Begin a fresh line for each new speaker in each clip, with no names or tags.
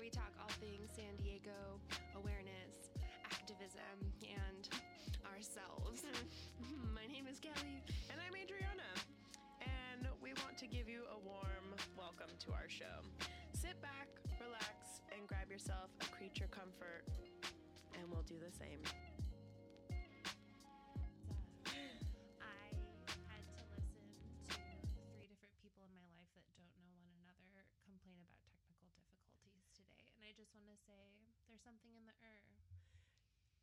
we talk all things San Diego awareness, activism, and ourselves. My name is Kelly.
And I'm Adriana, and we want to give you a warm welcome to our show. Sit back, relax, and grab yourself a creature comfort, and we'll do the same.
I had to listen to three different people in my life that don't know one another complain about technical difficulties today. And I just want to say there's something in the air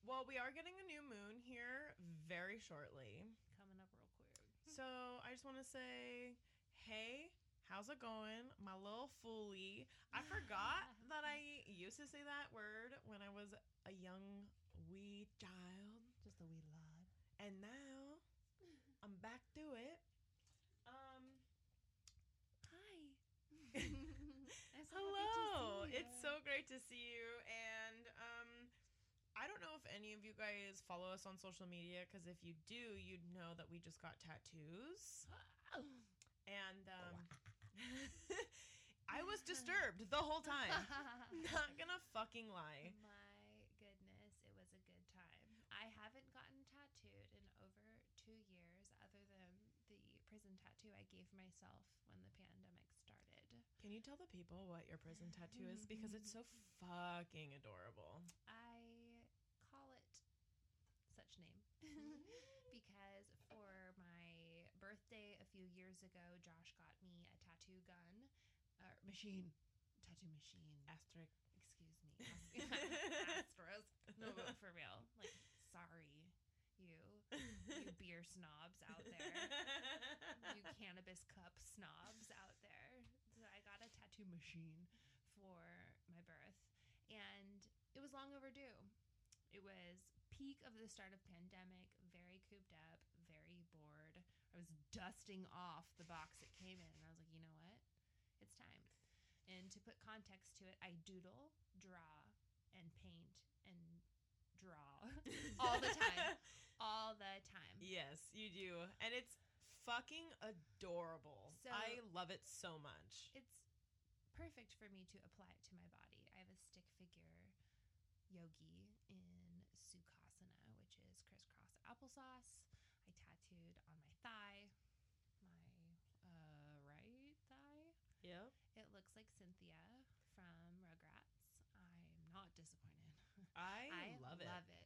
Well, we are getting a new moon here very shortly.
coming up real quick.
So I just want to say, hey, how's it going, my little foolie? I forgot that I used to say that word when I was a young wee child,
Just a wee lad.
and now I'm back to it. Um,
Hi.
hello, it's so great to see you, and um. I don't know if any of you guys follow us on social media because if you do, you'd know that we just got tattoos. and
Oh,
um, I was disturbed the whole time. Not gonna fucking lie.
My goodness, it was a good time. I haven't gotten tattooed in over two years, other than the prison tattoo I gave myself when the pandemic started.
Can you tell the people what your prison tattoo is because it's so fucking adorable?
I call it such name because for my birthday a few years ago, Josh got me a tattoo gun or machine. Tattoo machine.
Asterisk.
Excuse me. Astros. No, but for real. Like, sorry, you, you beer snobs out there, you cannabis cup snobs out there. So I got a tattoo machine for my birth, and it was long overdue. It was peak of the start of pandemic, very cooped up, very bored. I was dusting off the box it came in, and I was like, you know what? It's time. And to put context to it, I doodle, draw, and paint and draw all the time. All the time.
yes, you do, and it's fucking adorable.
So-
I love it so much.
It's perfect for me to apply it to my body. I have a stick figure yogi in Sukhasana, which is crisscross applesauce. I tattooed on my thigh, my uh, right thigh.
Yep.
It looks like Cynthia from Rugrats. I'm not disappointed.
I, love it.
Love it.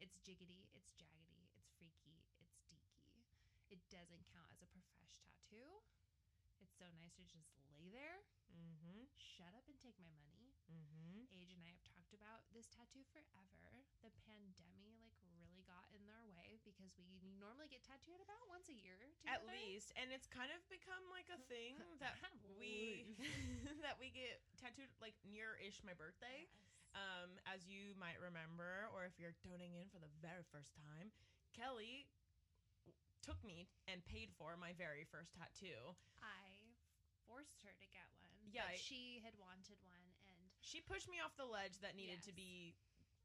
It's jiggity. It's jaggedy. It's freaky. It's deaky. It doesn't count as a profesh tattoo. It's so nice to just lay there,
Mm-hmm.
shut up, and take my money.
Mm-hmm.
Age and I have talked about this tattoo forever. The pandemic like really got in our way because we normally get tattooed about once a year.
at
together.
least and it's kind of become like a thing that we that we get tattooed like near-ish my birthday
Yes.
um as you might remember or if you're tuning in for the very first time kelly took me and paid for my very first tattoo
I forced her to get one.
Yeah, I-
but she had wanted one, and
she pushed me off the ledge that needed to
Yes.
be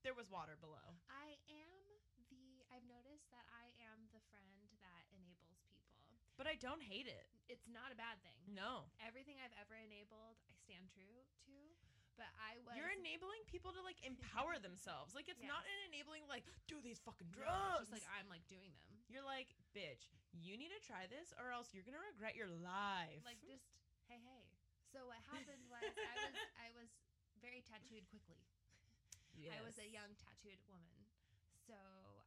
there was water below
I am the. I've noticed that I am the friend that enables people.
but i don't hate it
It's not a bad thing.
no
Everything I've ever enabled, I stand true to. But I was.
you're enabling people to like empower themselves like it's
Yes.
not an enabling like do these fucking
No,
drugs
it's just like I'm like doing them.
You're like, bitch, you need to try this or else you're gonna regret your life.
Like just hey hey. So what happened was I was I was very tattooed quickly. I was a
Yes.
young tattooed woman. So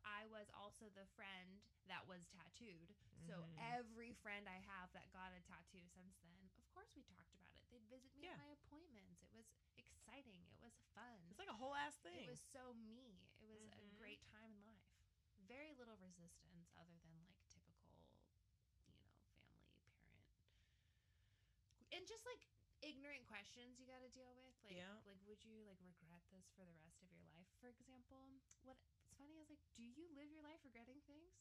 I was also the friend that was tattooed. So
Mm-hmm.
every friend I have that got a tattoo since then, of course we talked about it. They'd visit me
Yeah.
at my appointments. It was exciting. It was fun.
It's like a whole ass thing. Mm-hmm.
It was so me. It was a great time in life. Very little resistance other than like typical, you know, family, parent. And just like ignorant questions you got to deal with. Like
Yeah.
like would you like regret this for the rest of your life, for example? What's funny is like do you live your life regretting things?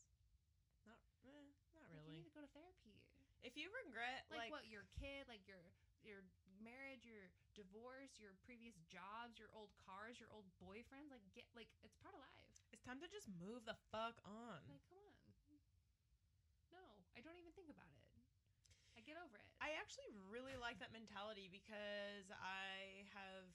not, eh, not
Like,
really.
you need to go to therapy.
if you regret,
Like,
like,
what your kid, like your your marriage, your divorce, your previous jobs, your old cars, your old boyfriends, like get like it's part of life.
it's time to just move the fuck on.
Like, come on. No, I don't even think about it. I get over it.
I actually really like that mentality because I have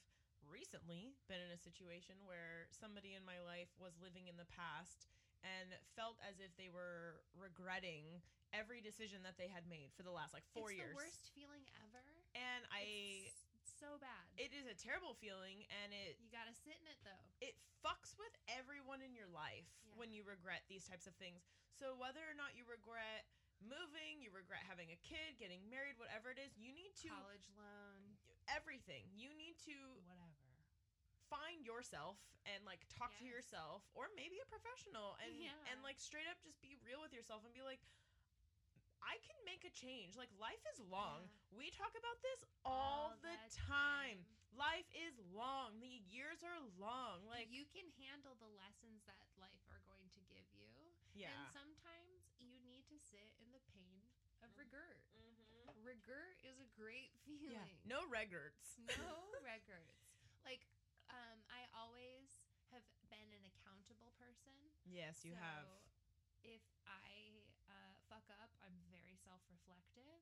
recently been in a situation where somebody in my life was living in the past and felt as if they were regretting every decision that they had made for the last like four
it's
years.
the worst feeling ever.
And I,
It's so bad.
it is a terrible feeling, and it
you gotta sit in it though.
it fucks with everyone in your life
Yeah.
when you regret these types of things. So whether or not you regret moving, you regret having a kid, getting married, whatever it is, you need to
College loan,
everything. You need to
whatever.
find yourself and like talk to
Yes.
yourself or maybe a professional and
Yeah.
and like straight up just be real with yourself and be like I can make a change. Like life is long. We talk about this all, the, time. Life is long. The years are long. Like
you can handle the lessons that life are going to give you.
yeah.
And sometimes you need to sit in the pain of
Mm.
regret. Mm-hmm. Regret is a great feeling.
yeah. No regards.
no regrets. Like, um, I always have been an accountable person.
Yes, you have.
If I uh, fuck up, I'm very self reflective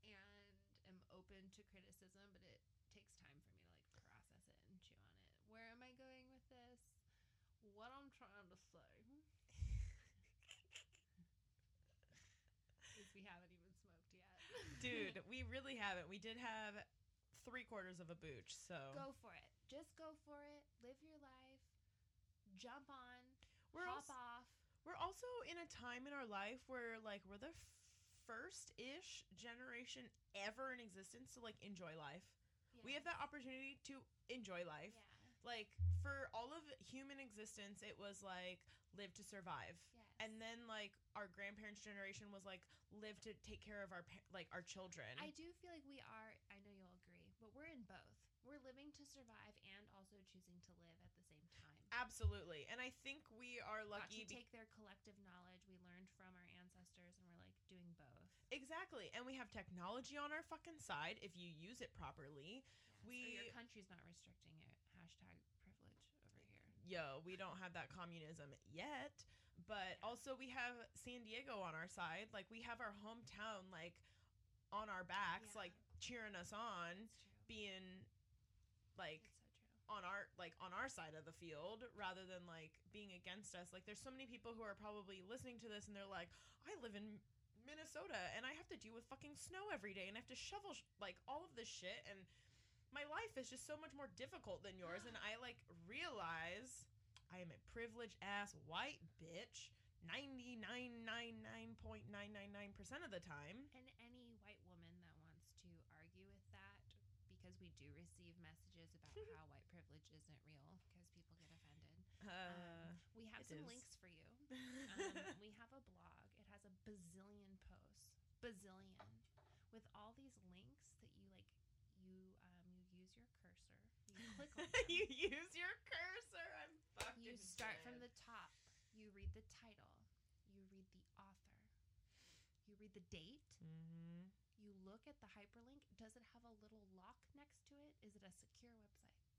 and am open to criticism, but it takes time for me to like process it and chew on it. Where am I going with this? What I'm trying to say is we haven't even smoked yet.
Dude, we really haven't. We did have three quarters of a booch, so
go for it. Just go for it. Live your life. Jump on.
we're
hop
also-
off.
We're also in a time in our life where like we're the first ish generation ever in existence to like enjoy life. We have that opportunity to enjoy life.
Yeah.
Like for all of human existence it was like live to survive.
Yes.
And then like our grandparents generation was like live to take care of our pa- like our children.
I do feel like we are, I know you'll agree, but we're in both. We're living to survive and also choosing to live at the same time.
Absolutely. And I think we are
Got
Ah, lucky
to take their collective knowledge we learned from our ancestors and we're like doing both.
Exactly. And we have technology on our fucking side if you use it properly.
Yes,
We-
or your country's not restricting it. Hashtag privilege over here.
yo, we don't have that communism yet. But
Yeah.
also, we have San Diego on our side. Like, we have our hometown, like, on our backs,
Yeah.
like, cheering us on,
It's true.
being, like,
It's so true.
on our like on our side of the field rather than like being against us like there's so many people who are probably listening to this and they're like i live in minnesota and i have to deal with fucking snow every day and i have to shovel sh- like all of this shit and my life is just so much more difficult than yours and i like realize i am a privileged ass white bitch 99.999% of the time
And any white woman that wants to argue with that, because we do receive messages about how white privilege isn't real because people get offended.
uh,
We have
It
some
is.
links for you. Um, we have a blog. It has a bazillion posts, bazillion, with all these links that you like. You um, you use your cursor. You click on them.
you use your cursor i'm fucking
you start
dead.
from the top. You read the title. You read the author. You read the date.
mm-hmm.
You look at the hyperlink. Does it have a little lock next to it? Is it a secure website?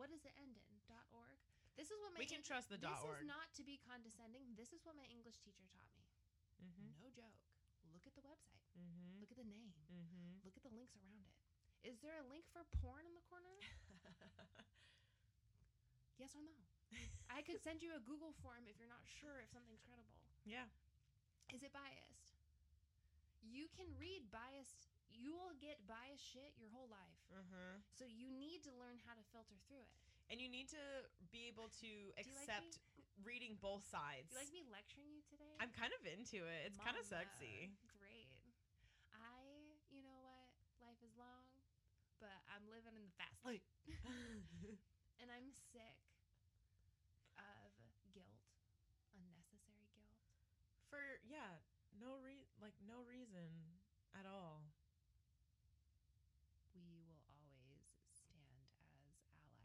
What does it end in? .dot .org. This is what my
we can trust the dot
this
org.
is not to be condescending. This is what my English teacher taught me.
mm-hmm.
No joke. Look at the website.
Mm-hmm.
Look at the name.
Mm-hmm.
Look at the links around it. Is there a link for porn in the corner? Yes or no? I could send you a Google form if you're not sure if something's credible.
yeah.
Is it biased? You can read biased. You will get biased shit your whole life.
Uh-huh.
So you need to learn how to filter through it.
And you need to be able to
Do you like
accept reading both sides.
You like me lecturing you today?
I'm kind of into it. It's kind of
Mama.
sexy.
Great. I, you know what? Life is long, but I'm living in the fast lane. and I'm sick of guilt, unnecessary guilt.
For yeah, no re like no reason at all.
We will always stand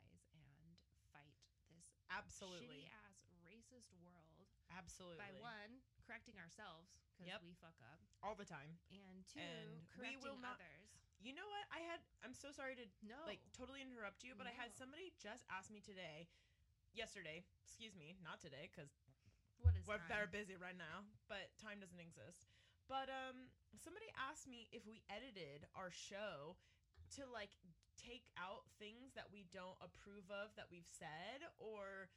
as allies and fight this
Absolutely.
shitty ass racist world
Absolutely.
by one, correcting ourselves because
Yep.
we fuck up,
All the time.
and two,
And we
correcting
will not-
others.
You know what? I had I'm so sorry to
No,
like totally interrupt you, but I had
No.
somebody just ask me today yesterday, excuse me, not today cuz
what is
we're
time?
very busy right now, but time doesn't exist. But um, somebody asked me if we edited our show to like take out things that we don't approve of that we've said or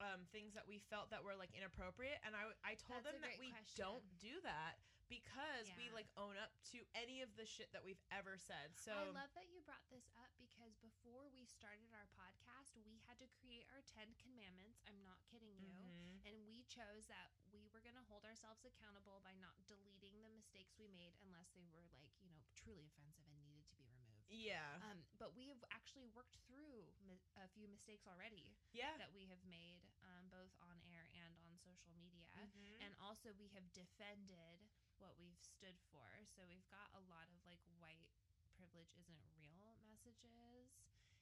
um, things that we felt that were like inappropriate and i, I told
That's
them
a
that we
great question.
don't do that because we
Yeah.
like own up to any of the shit that we've ever said so
I love that you brought this up because before we started our podcast, we had to create our 10 commandments. I'm not kidding you.
Mhm.
And we chose that we were going to hold ourselves accountable by not deleting the mistakes we made unless they were like, you know, truly offensive and needed to be removed.
yeah
Um, but we have actually worked through mi- a few mistakes already
yeah
that we have made, um, both on air and on social media.
Mhm.
And also, we have defended what we've stood for. So we've got a lot of like white privilege isn't real messages.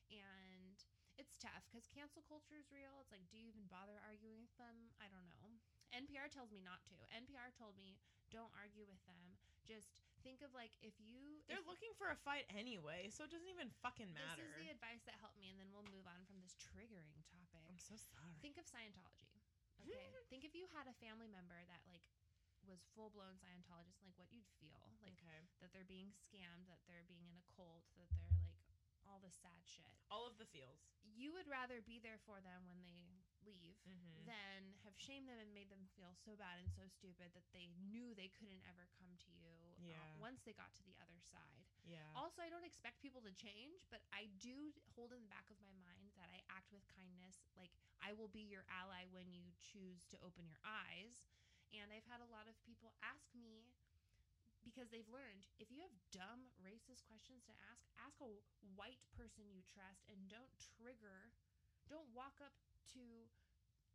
And it's tough because cancel culture is real. It's like, do you even bother arguing with them? I don't know. NPR tells me not to. NPR told me don't argue with them. Just think of like if you
they're
if-
looking for a fight anyway so it doesn't even fucking matter
This is the advice that helped me, and then we'll move on from this triggering topic.
i'm so sorry
Think of Scientology. Okay.
Hmm.
Think if you had a family member that like was full blown Scientologist, like what you'd feel. Like
okay
that they're being scammed, that they're being in a cult, that they're like all the sad shit.
all of the feels
You would rather be there for them when they leave
mm-hmm.
than have shamed them and made them feel so bad and so stupid that they knew they couldn't ever come to you uh,
Yeah.
once they got to the other side.
yeah
Also, I don't expect people to change, but I do hold in the back of my mind that I act with kindness. Like, I will be your ally when you choose to open your eyes. And I've had a lot of people ask me because they've learned if you have dumb, racist questions to ask, ask a white person you trust and don't trigger, don't walk up to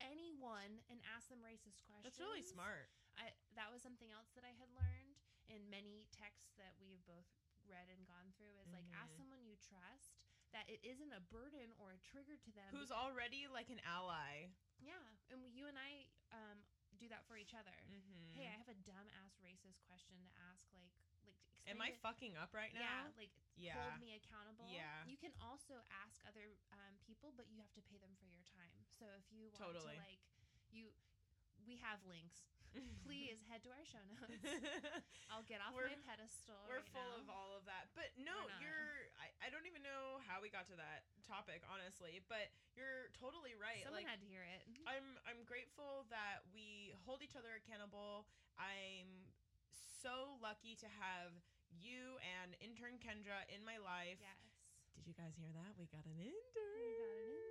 anyone and ask them racist questions.
that's really smart
I that was something else that I had learned in many texts that we have both read and gone through is like ask
Mhm.
someone you trust that it isn't a burden or a trigger to them.
who's already like an ally
yeah, and we, you and I um, do that for each other.
mm-hmm.
Hey, I have a dumb ass racist question to ask. Like, like explain
Am I
to-
fucking up right
yeah,
now?
like
Yeah.
hold me accountable.
Yeah.
You can also ask other um, people, but you have to pay them for your time. So if you want
Totally.
to like you we have links. Please head to our show notes. I'll get off
We're-
my pedestal.
We're
right
full
now.
of all of that. But no,
not.
you're I, I don't even know how we got to that topic, honestly, but you're totally right.
Someone
like
had to hear it.
I'm I'm grateful that we hold each other accountable. I'm so lucky to have you and intern Kendra in my life.
Yes.
Did you guys hear that? We got an intern.
We got an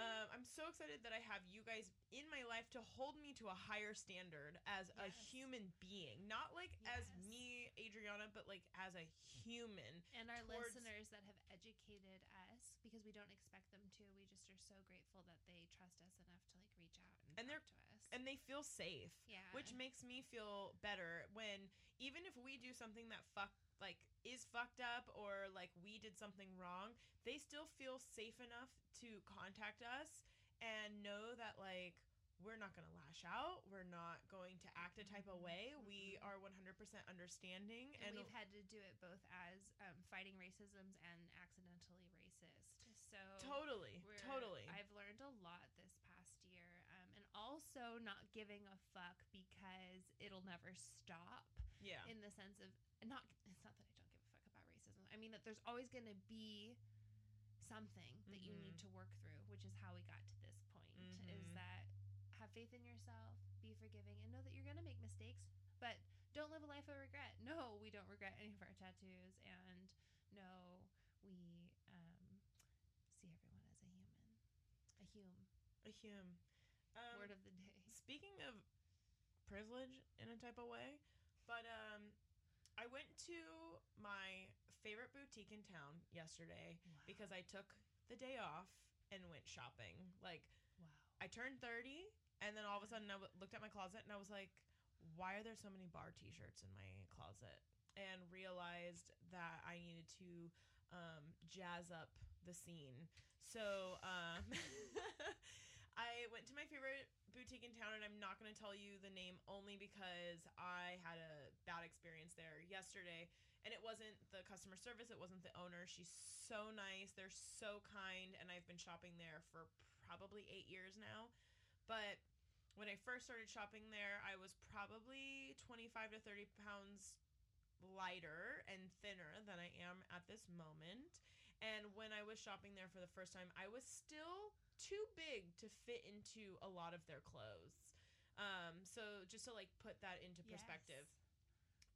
Um, I'm so excited that I have you guys in my life to hold me to a higher standard as a
Yes.
human being, not like as
Yes.
me, Adriana, but like as a human.
And our
towards-
listeners that have educated us because we don't expect them to. We just are so grateful that they trust us enough to like reach out
And
and,
they're-
talk to us.
And they feel safe,
yeah.
which makes me feel better when even if we do something that fuck like is fucked up or like we did something wrong, they still feel safe enough to contact us and know that like we're not going to lash out. We're not going to act a type of way. We
Mhm.
are 100% understanding
and, we've had to do it both as um, fighting racisms and accidentally racist. So
Totally,
where
totally.
I've learned a lot this past year, um, and also not giving a fuck because it'll never stop.
yeah,
In the sense of not, it's not that I don't give a fuck about racism. I mean that there's always going to be something that you need to
Mm-hmm.
work through, which is how we got to this point. Is
Mhm.
that have faith in yourself, be forgiving, and know that you're going to make mistakes, but don't live a life of regret. No, we don't regret any of our tattoos, and no, we um, see everyone as a human. A hume.
a hum. Um,
Word of the day.
speaking of privilege in a type of way, but um, I went to my favorite boutique in town yesterday because I took the day off and went shopping. Like
wow.
I turned thirty, and then all of a sudden I w- looked at my closet and I was like, "Why are there so many bar T-shirts in my closet?" And realized that I needed to um, jazz up the scene. So um, I went to my favorite boutique in town, and I'm not going to tell you the name only because I had a bad experience there yesterday. And it wasn't the customer service, it wasn't the owner. She's so nice, they're so kind, and I've been shopping there for probably eight years now. But when I first started shopping there, I was probably 25 to 30 pounds lighter and thinner than I am at this moment. And when I was shopping there for the first time, I was still too big to fit into a lot of their clothes. Um, so just to like put that into perspective.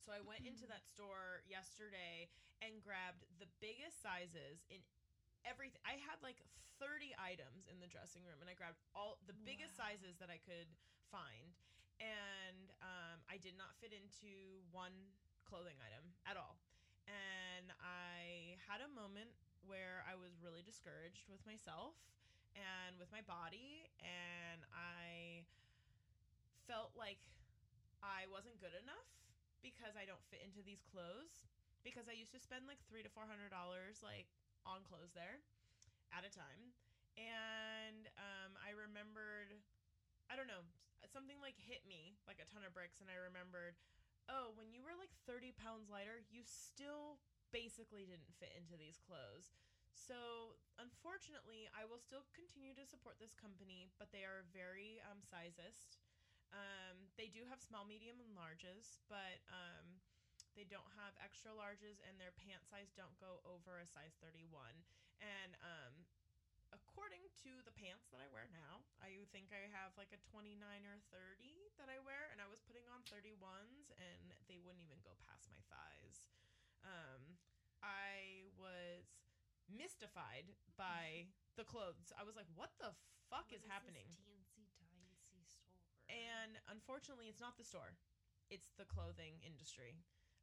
So I went into that store yesterday and grabbed the biggest sizes in everything. I had like 30 items in the dressing room and I grabbed all the biggest
Wow.
sizes that I could find. And um, I did not fit into one clothing item at all. And I had a moment where I was really discouraged with myself and with my body. And I felt like I wasn't good enough because I don't fit into these clothes. Because I used to spend like three to four hundred dollars like on clothes there at a time. And um, I remembered, I don't know, something like hit me like a ton of bricks. And I remembered, oh, when you were like 30 pounds lighter, you still basically didn't fit into these clothes. So, unfortunately, I will still continue to support this company, but they are very um, sizist. Um, they do have small, medium, and larges, but um, they don't have extra larges, and their pant size don't go over a size 31. And um, according to the pants that I wear now, I think I have like a 29 or 30 that I wear, and I was putting on 31s, and they wouldn't even go past my thighs. Um, I was mystified by the clothes. I was like, what the fuck
What
is happening?
Oh, This teensy tiny store.
And unfortunately, it's not the store, it's the clothing industry.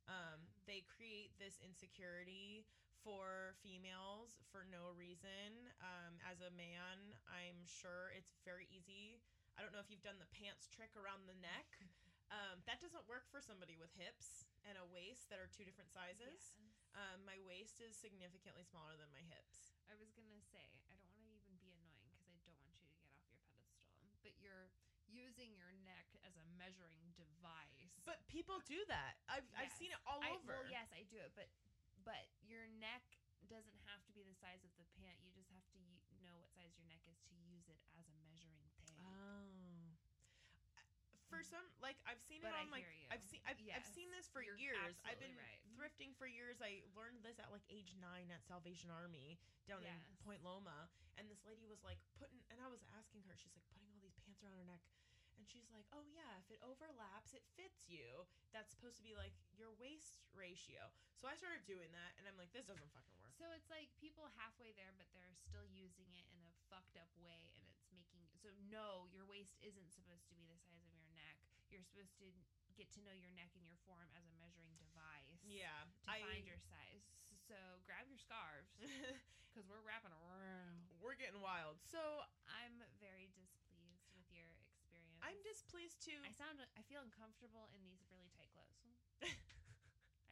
Um, they create this insecurity for females for no reason. Um, as a man, I'm sure it's very easy. I don't know if you've done the pants trick around the neck. Um, that doesn't work for somebody with hips and a waist that are two different sizes.
Yes.
Um, my waist is significantly smaller than my hips.
I was gonna say I don't want to even be annoying because I don't want you to get off your pedestal, but you're using your neck as a measuring device.
But people do that. I've, I've seen it all
I,
over.
Well, yes, I do it, but but your neck doesn't have to be the size of the pant. You just have to u- know what size your neck is to use it as a measuring tape.
Oh. For some, like I've seen
But
it
I
on like
hear you.
I've seen I've, I've
Yes,
seen this for
you're
years. I've
absolutely
been
right.
thrifting for years. I learned this at like age nine at Salvation Army down in
Yes.
Point Loma, and this lady was like putting, and I was asking her, she's like putting all these pants around her neck, and she's like, oh yeah, if it overlaps, it fits you. That's supposed to be like your waist ratio. So I started doing that, and I'm like, this doesn't fucking work.
So it's like people halfway there, but they're still using it in a fucked up way, and it's making so no, your waist isn't supposed to be the size of your neck. You're supposed to get to know your neck and your form as a measuring device.
Yeah,
To
I
find your size. So grab your scarves because we're wrapping around.
we're getting wild. So
I'm very displeased with your experience.
I'm displeased too.
I sound. I feel uncomfortable in these really tight clothes.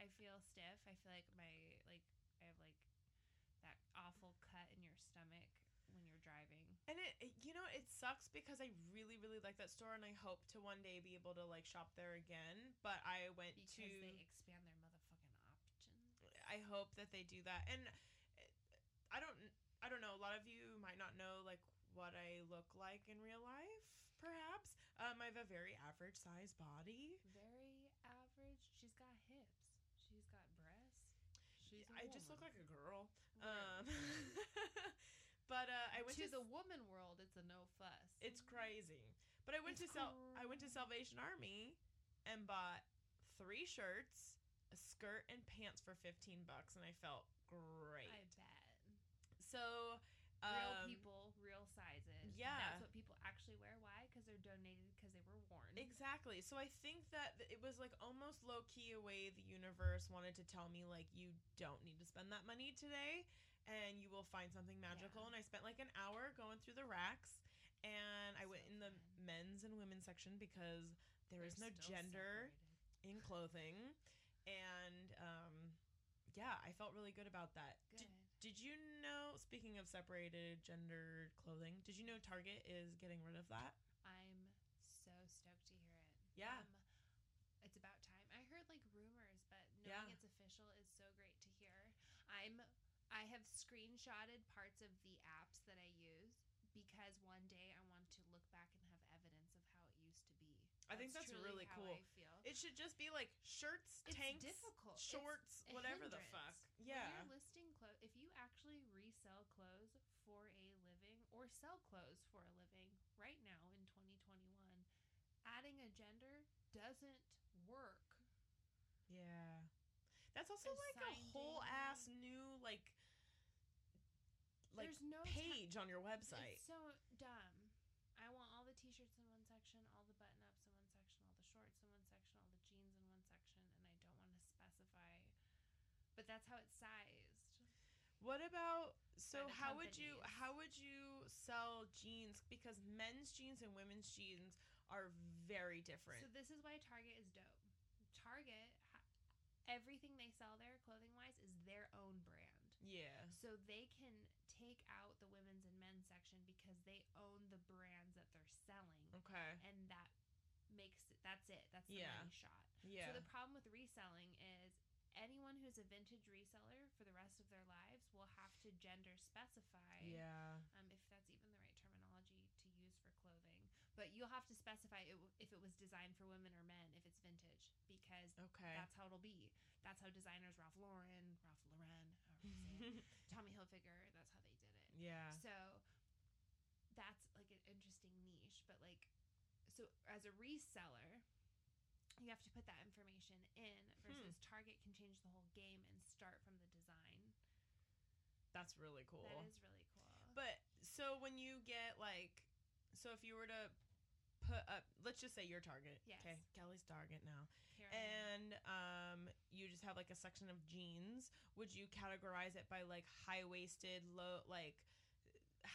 I feel stiff. I feel like my like I have like that awful cut in your stomach when you're driving.
And it, it- you know, it sucks because I really, really like that store, and I hope to one day be able to like shop there again. But I went
Because
to.
they expand their motherfucking options.
I hope that they do that, and eh, I don't, I don't know. A lot of you might not know like what I look like in real life. Perhaps um, I have a very average size body.
Very average. She's got hips. She's got breasts. She's a
I just look
woman.
like a girl.
Right.
Um, but uh, I went
to
to,
the woman world. It's a no fuss.
It's crazy. But I went
It's
to Sal- I went to Salvation Army and bought three shirts, a skirt and pants for 15 bucks and I felt great.
I bet.
so
real
um,
people, real sizes.
yeah.
that's what people actually wear. Why? Because they're donated because they were worn.
Exactly. So I think that th- it was like almost low key a way the universe wanted to tell me like you don't need to spend that money today and you will find something magical.
Yeah.
And I spent like an hour going through the racks and I
So
went in the
fun.
men's and women's section because there
They're
is no
still
gender
separated.
in clothing. And um yeah, I felt really good about that. Did,
Good.
did you know speaking of separated gendered clothing, did you know Target is getting rid of that?
I'm so stoked to hear it.
Yeah.
Um, it's about time. I heard like rumors, but
Yeah.
knowing it's official is so great to hear. I'm I have screenshotted parts of the apps that I use because one day I want to look back and have evidence of how it used to be.
I think that's
truly
really
how
cool.
I feel.
It should just be like shirts,
It's
tanks,
difficult. It's
shorts,
a
whatever the
hindrance.
fuck.
When
Yeah.
you're listing clothes, if you actually sell clothes for a living or sell clothes for a living right now in 2021, adding a gender doesn't work.
Yeah. That's also like a whole
Assigning-
ass new like like
There's no ta-
page on your website.
It's so dumb. I want all the t-shirts in one section, all the button-ups in one section, all the shorts in one section, all the jeans in one section, and I don't want to specify. But that's how it's sized.
What about so
the
how would you
companies.
how would you sell jeans because men's jeans and women's jeans are very different.
So this is why Target is dope. Target ha- everything they sell there clothing-wise is their own brand.
yeah.
So they can take out the women's and men's section because they own the brands that they're selling
Okay.
and that makes it, that's it. That's the
Yeah.
money shot.
Yeah.
So the problem with reselling is anyone who's a vintage reseller for the rest of their lives will have to gender specify,
yeah.
um, if that's even the right terminology to use for clothing. But you'll have to specify it w- if it was designed for women or men if it's vintage because
Okay.
that's how it'll be. That's how designers Ralph Lauren, Ralph Lauren, however you say it, Tommy Hilfiger, that's how they did it.
yeah.
So that's like an interesting niche, but like so as a reseller, you have to put that information in versus
Hmm.
Target can change the whole game and start from the design.
That's really cool.
That is really cool.
But so when you get like, so if you were to put up, let's just say your target.
Yes.
Okay, Kelly's target now,
Here I am.
and um, you just have like a section of jeans. Would you categorize it by like high waisted, low, like?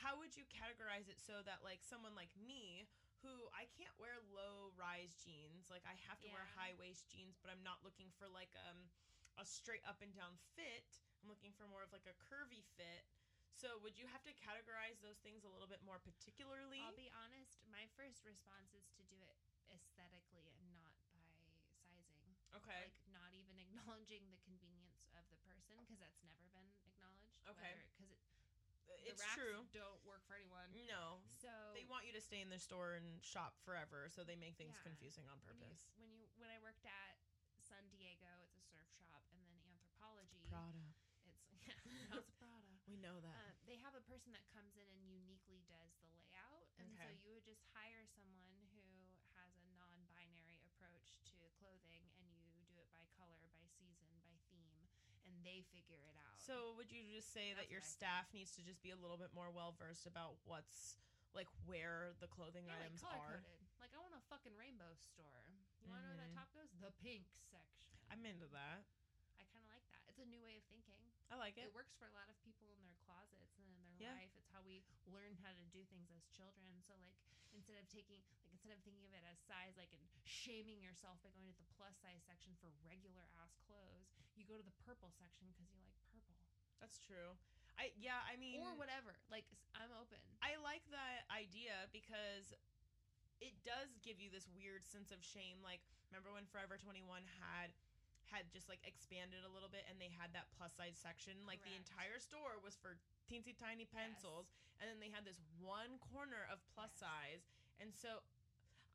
How would you categorize it so that like someone like me who I can't wear low rise jeans, like I have to wear
Yeah.
high waist jeans, but I'm not looking for like um a straight up and down fit. I'm looking for more of like a curvy fit. So would you have to categorize those things a little bit more particularly?
I'll be honest, my first response is to do it aesthetically and not by sizing.
okay.
like not even acknowledging the convenience of the person because that's never been acknowledged.
Okay.
because it, the
it's
racks
true.
don't work for anyone.
No.
So
They want you to stay in their store and shop forever, so they make things
Yeah.
confusing on
when you,
purpose.
when you when I worked at San Diego, it's a surf shop, and then anthropology.
Prada.
It's yeah, now it's Prada.
We know that.
Um, they have a person that comes in and uniquely does the layout, and so
Okay.
you would just hire someone who has a non-binary approach to clothing, and you do it by color, by season, by theme, and they figure it out.
so would you just say that
That's
your
what I think.
staff needs to just be a little bit more well versed about what's like where the clothing
Yeah,
items
like
are?
color-coded. Like I want a fucking rainbow store. You want to know where that
Mhm.
top goes? The pink section.
I'm into that.
I kind of like that. It's a new way of thinking.
I like it.
It works for a lot of people in their closets and in their
Yeah.
life. It's how we learn how to do things as children. So like instead of taking like instead of thinking of it as size, like and shaming yourself by going to the plus size section for regular ass clothes, you go to the purple section because you like purple
That's true. I yeah, I mean
or whatever. Like s- I'm open.
I like that idea because it does give you this weird sense of shame. Like, remember when Forever 21 had had just like expanded a little bit and they had that plus size section like the
Correct.
entire store was for teensy tiny pencils and then they had this one corner of plus
Yes.
size and so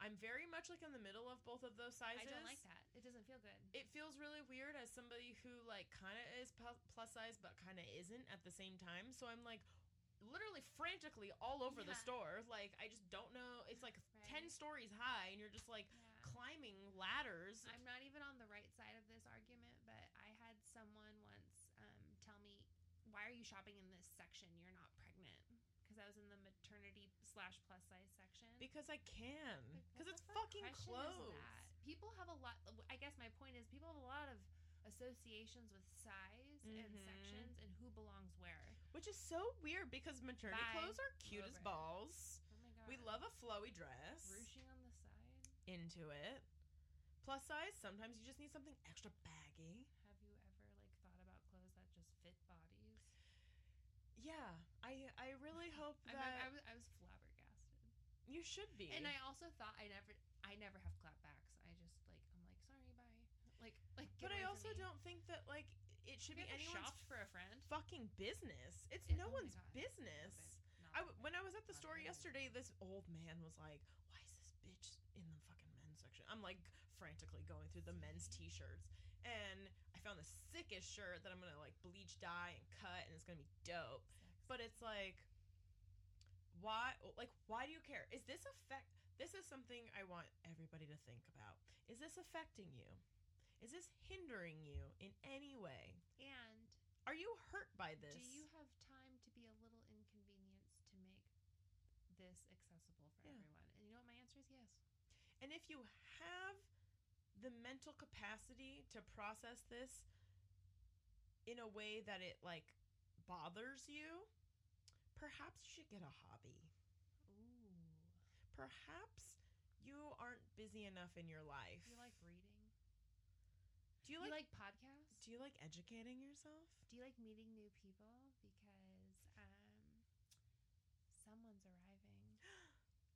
i'm very much like in the middle of both of those sizes
I don't like that. It doesn't feel good.
it feels really weird as somebody who like kind of is pu- plus size but kind of isn't at the same time so i'm like literally frantically all over the
Yeah.
store like i just don't know it's like 10
Right.
stories high and you're just like
Yeah.
climbing ladders
I'm not even on the right side of this argument, but I had someone once um, tell me, "Why are you shopping in this section? You're not pregnant." Because I was in the maternity slash plus size section.
because i can
Like, what
because
the
it's
fuck
fucking
question is
clothes
that? People have a lot. I guess my point is, people have a lot of associations with size and
Mhm.
sections and who belongs where.
which is so weird because maternity
Bye.
clothes are cute
Love
as
it.
balls
Oh my god,
we love a flowy dress
ruching on the side.
into it plus size sometimes you just need something extra baggy
Have you ever like thought about clothes that just fit bodies?
yeah i i really hope
I,
that
mean, I was I was flabbergasted.
You should be.
And I also thought I never I never have clapbacks. I just like I'm like sorry bye. Like like
but
get away
I
from
also
me.
don't think that like it should
Have you
be
ever
anyone's
shopped for a friend.
fucking business. It's
It-
no
oh my
one's
God, not
business.
Not
I w- when I was at the
Not
store
open.
yesterday, this old man was like, "Why is this bitch in the fucking men's section?" I'm like frantically going through the men's t-shirts, and I found the sickest shirt that I'm gonna like bleach dye and cut, and it's gonna be dope.
sexy.
but it's like why like why do you care? Is this affect this is something I want everybody to think about. Is this affecting you? Is this hindering you in any way?
And
Are you hurt by this?
do you have time to be a little inconvenienced to make this accessible for
Yeah.
everyone? And you know what my answer is? Yes.
And if you have the mental capacity to process this in a way that it like bothers you, perhaps you should get a hobby.
Ooh.
Perhaps you aren't busy enough in your life.
Do you like reading?
Do you
Do
like,
you like podcasts?
Do you like educating yourself?
Do you like meeting new people? Because um, someone's arriving.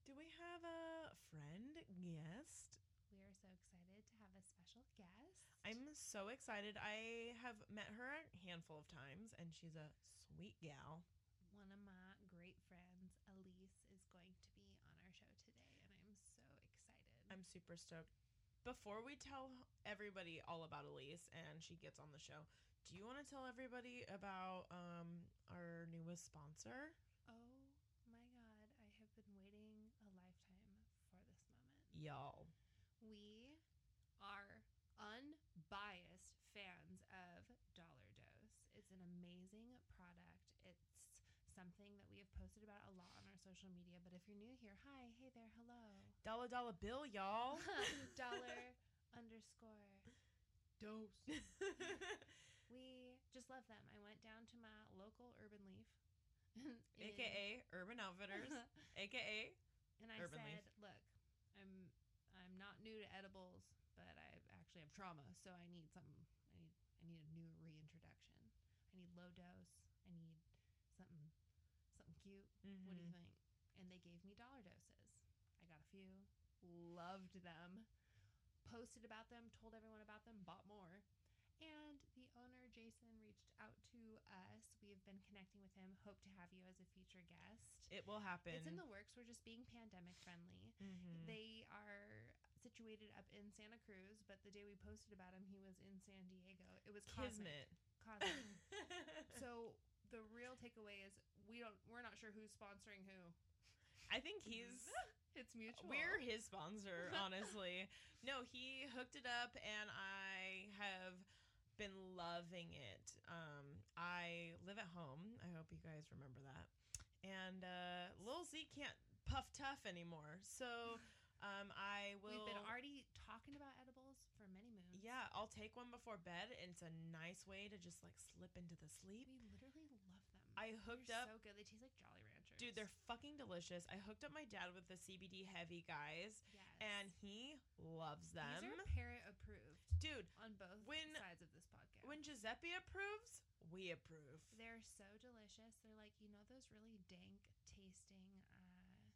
Do we have a friend guest?
We are so excited to have a special guest.
I'm so excited. I have met her a handful of times and she's a sweet gal.
one of my great friends, Elise, is going to be on our show today, and I'm so excited.
I'm super stoked. Before we tell everybody all about Elise and she gets on the show, do you want to tell everybody about um, our newest sponsor?
oh my god, I have been waiting a lifetime for this moment.
Y'all.
We are unbiased fans of Dollar Dose. It's an amazing product. It's something that we have posted about a lot on our social media, but if you're new here, hi, hey there, hello.
Dollar dollar bill, y'all.
Dollar underscore dose. We just love them. I went down to my local Urban Leaf, in-
AKA Urban Outfitters. AKA
and I
Urban Leaf.
said, "Look, I'm I'm not new to edibles, but I actually have trauma, so I need something. I need I need a new reintroduction. I need low dose. I need something something cute. What do
mm-hmm.
you think?" And they gave me dollar doses. I got a few, loved them, posted about them, told everyone about them, bought more. And the owner, Jason, reached out to us. We have been connecting with him. Hope to have you as a future guest.
It will happen.
It's in the works. We're just being pandemic friendly.
Mhm.
They are situated up in Santa Cruz, but the day we posted about him, he was in San Diego. It was cosmic.
Kismet.
Cosmic. so the real takeaway is we don't. We're not sure who's sponsoring who.
I think he's
It's mutual.
We're his sponsor, honestly. no, he hooked it up, and I have been loving it. Um, I live at home. I hope you guys remember that. And uh, Lil Z can't puff tough anymore, so um, I will.
We've been already talking about edibles for many moons.
yeah, I'll take one before bed. and It's a nice way to just like slip into the sleep.
we literally love them.
I hooked
they're
up
so good. They taste like Jolly Ranchers.
Dude, they're fucking delicious. I hooked up my dad with the CBD heavy guys,
yes.
and he loves
these
them.
are parrot approved
Dude,
on both
When-
sides of this podcast.
when Giuseppe approves, we approve.
They're so delicious. They're like, you know, those really dank tasting uh,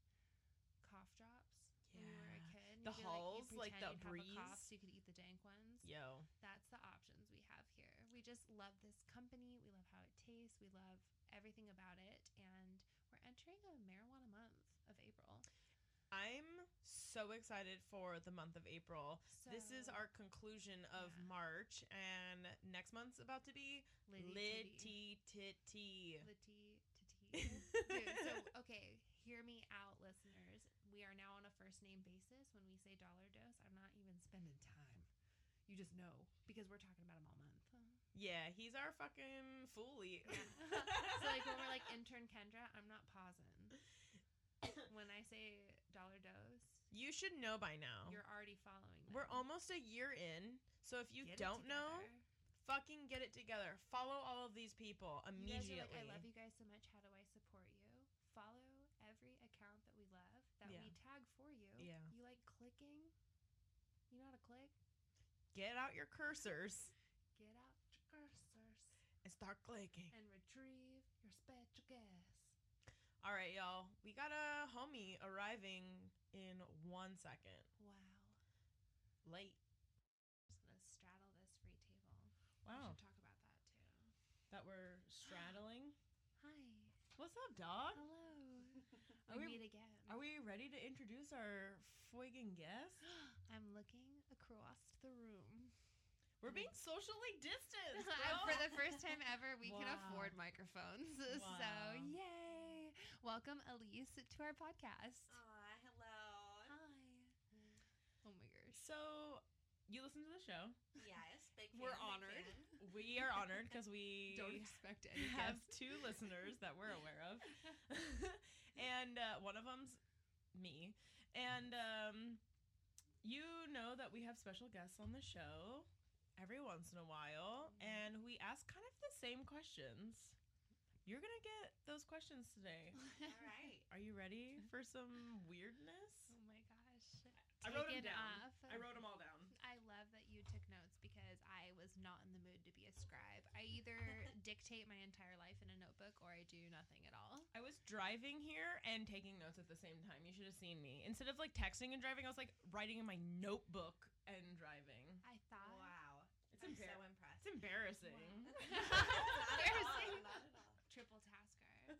cough drops when you were a
Yeah.
kid. and
The
you'd be
hulls,
you'd
like
pretend
the
you'd have a cough
breeze.
so you could eat the dank ones.
Yo,
That's the options we have here. We just love this company. We love how it tastes. We love everything about it. And we're entering a marijuana month of April.
I'm so excited for the month of April.
So
this is our conclusion of
yeah.
March, and next month's about to be
litty
Litty Titty.
titty. Litty titty. Dude, so okay, hear me out, listeners. We are now on a first name basis. When we say dollar dose, I'm not even spending time. You just know because we're talking about them all month.
Yeah, he's our fucking foolie.
Yeah. so like when we're like intern Kendra, I'm not pausing. when I say dollar dose,
you should know by now.
you're already following. Them.
We're almost a year in, so if you
Get it
don't know,
together.
fucking get it together. Follow all of these people
You guys
immediately.
are like, I love you guys so much. How do I support you? Follow every account that we love that
Yeah.
we tag for you.
Yeah.
You like clicking? You know how to click?
Get out your cursors
Get out your cursors
and start clicking.
and retrieve your special guest.
All right, y'all. We got a homie arriving in one second.
Wow.
Late.
I'm just gonna straddle this free table.
Wow.
We should talk about that too.
That we're straddling.
Hi.
What's up, dog?
Hello.
Are we-
we, meet again.
Are we ready to introduce our fucking guest?
I'm looking across the room.
We're being socially distanced.
Uh,
bro.
For the first time ever, we can
Wow.
afford microphones. So,
Wow.
yay! Welcome, Elise, to our podcast.
Aw, hello.
Hi. Oh my gosh.
So, you listen to the show.
Yes, big fan.
We're
big
honored.
fan.
We are honored because we
Don't expect any
have
guests.
two listeners that we're aware of, and uh, one of them's me. And um, you know that we have special guests on the show every once in a while, and we ask kind of the same questions. You're gonna get those questions today.
All right.
Are you ready for some weirdness?
Oh my gosh.
I wrote 'em
Take it
down.
off.
I wrote them all down.
I love that you took notes because I was not in the mood to be a scribe. I either dictate my entire life in a notebook or I do nothing at all.
I was driving here and taking notes at the same time. You should have seen me. Instead of like texting and driving, I was like writing in my notebook and driving.
I thought
Wow.
It's,
I'm
embar-
so impressed.
it's embarrassing.
Not at all,
Embarrassing.
not at all.
triple tasker.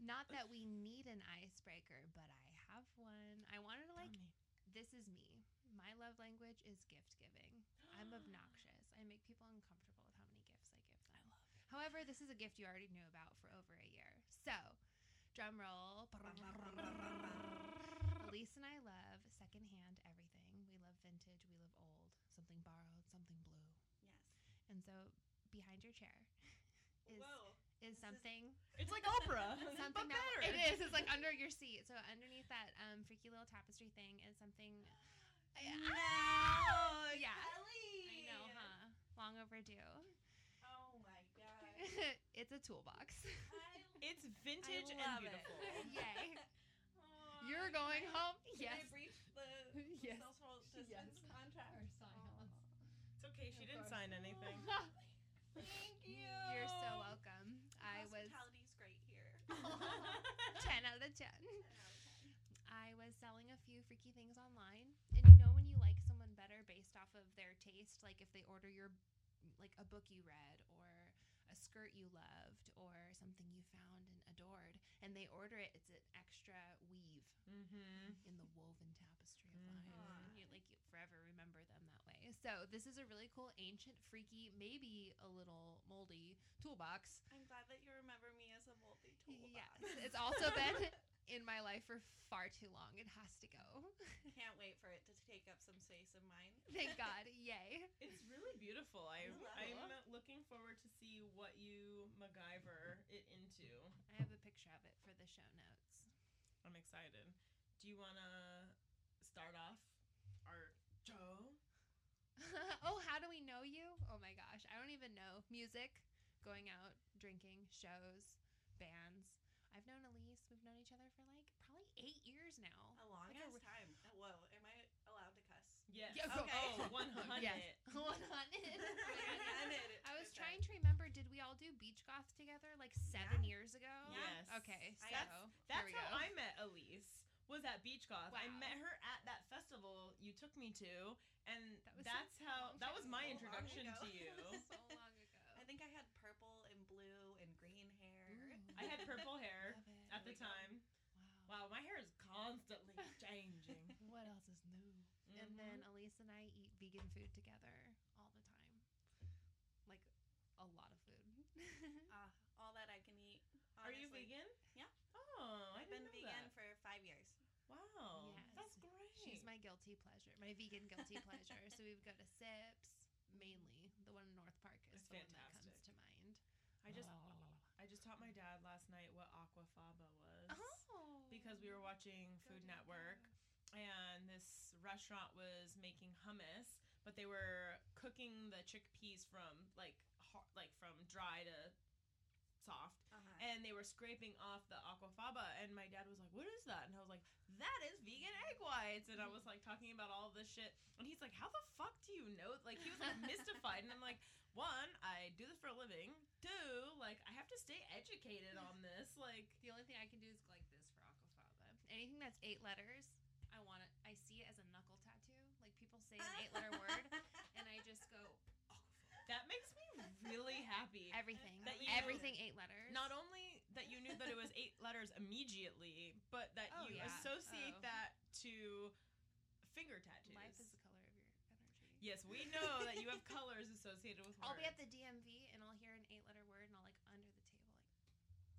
Not that we need an icebreaker, but I have one. I wanted to like this is me. My love language is gift giving. I'm obnoxious. I make people uncomfortable with how many gifts Ah. I give them. However, this is a gift you already knew about for over a year. So, drum roll. Elise and I love secondhand everything. We love vintage, we love old, something borrowed, something blue.
Yes.
And so, behind your chair is,
Whoa.
is
is-
something
It's like Oprah.
something
but
that
better.
it is. It's like under your seat. So underneath that um, freaky little tapestry thing is something.
Oh,
No,
yeah.
Kelly.
I know, huh? Long overdue.
Oh my god.
it's a toolbox.
I
It's vintage and
love it.
beautiful.
Yay!
Aw,
You're going
can I-
home.
Can
Yes.
I breach the
Yes.
social distance
Yes.
contract?
Or sign
Aw.
on.
It's okay. She
Oh,
didn't
God.
sign anything.
Thank you.
You're so welcome. I was
Hospitality's great here.
ten out of ten.
Okay.
I was selling a few freaky things online, and you know when you like someone better based off of their taste, like if they order your like a book you read or a skirt you loved or something you found and adored, and they order it, it's an extra weave
mm-hmm.
in the woven tapestry of life, and
Mhm.
you like you forever remember them that way. So this is a really cool, ancient, freaky, maybe a little moldy toolbox.
I'm glad that you remember me as a multi toolbox.
Yes, it's also been in my life for far too long. It has to go.
Can't wait for it to take up some space in mine.
Thank God. Yay.
It's really beautiful. I,
Hello.
I'm looking forward to see what you MacGyver it into.
I have a picture of it for the show notes.
I'm excited. Do you want to start off our show?
oh, how do we know you? Oh my gosh, I don't even know. Music, going out, drinking, shows, bands. I've known Elise. We've known each other for like probably eight years now.
A long
Like a
ass
re-
time. Uh, Whoa, am I allowed to cuss?
Yes.
Yeah,
okay.
Oh, 100.
Yes. Hold on.
I did it.
I was
Okay.
trying to remember. Did we all do beach goth together like seven years ago?
Yes.
Okay. So
I-
here
That's
we
how
go.
I met Elise. Was at Beach Goth. I
Wow.
met her at that festival you took me to, and
That was
that's
so
how
long
that was my
ago.
introduction
Long
to
ago.
you.
so long ago.
I think I had purple and blue and green hair.
Ooh.
I had purple hair
Love it.
at the
There we go.
time.
Wow.
Mm. Wow, my hair is constantly changing.
What else is new? and
Mhm.
then Elise and I eat vegan food together all the time, like a lot of food. Mm-hmm.
Ah, all that I can eat.
are you
honestly.
vegan?
Yeah.
Oh, I
I've been
didn't know
vegan
that.
for five years.
Wow.
Yes.
That's great.
She's my guilty pleasure, my vegan guilty pleasure. so we would go to Sips mainly. The one in North Park is
That's
the one that
fantastic.
comes to mind.
I just I just taught my dad last night what aquafaba was
oh
because we were watching
Go
Food
Dad
Network
Go.
and this restaurant was making hummus, but they were cooking the chickpeas from like har- like from dry to soft,
Uh-huh.
and they were scraping off the aquafaba. And my dad was like, "What is that?" And I was like, "That is vegan egg whites." And I was like talking about all this shit, and he's like, "How the fuck do you know?" Like he was like mystified, and I'm like, "One, I do this for a living. Two, like I have to stay educated on this. Like."
The only thing I can do is go like this for aquafaba. Anything that's eight letters, I want it. I see it as a knuckle tattoo. Like people say an eight-letter word, and I just go
That makes me really happy.
everything,
That you-
everything eight letters.
Not only that you knew that it was eight letters immediately, but that
Oh,
you
yeah.
associate
Oh.
that to finger tattoos.
Life is the color of your energy.
Yes, we know that you have colors associated with words.
I'll be at the DMV and I'll hear an eight letter word and I'll like under the table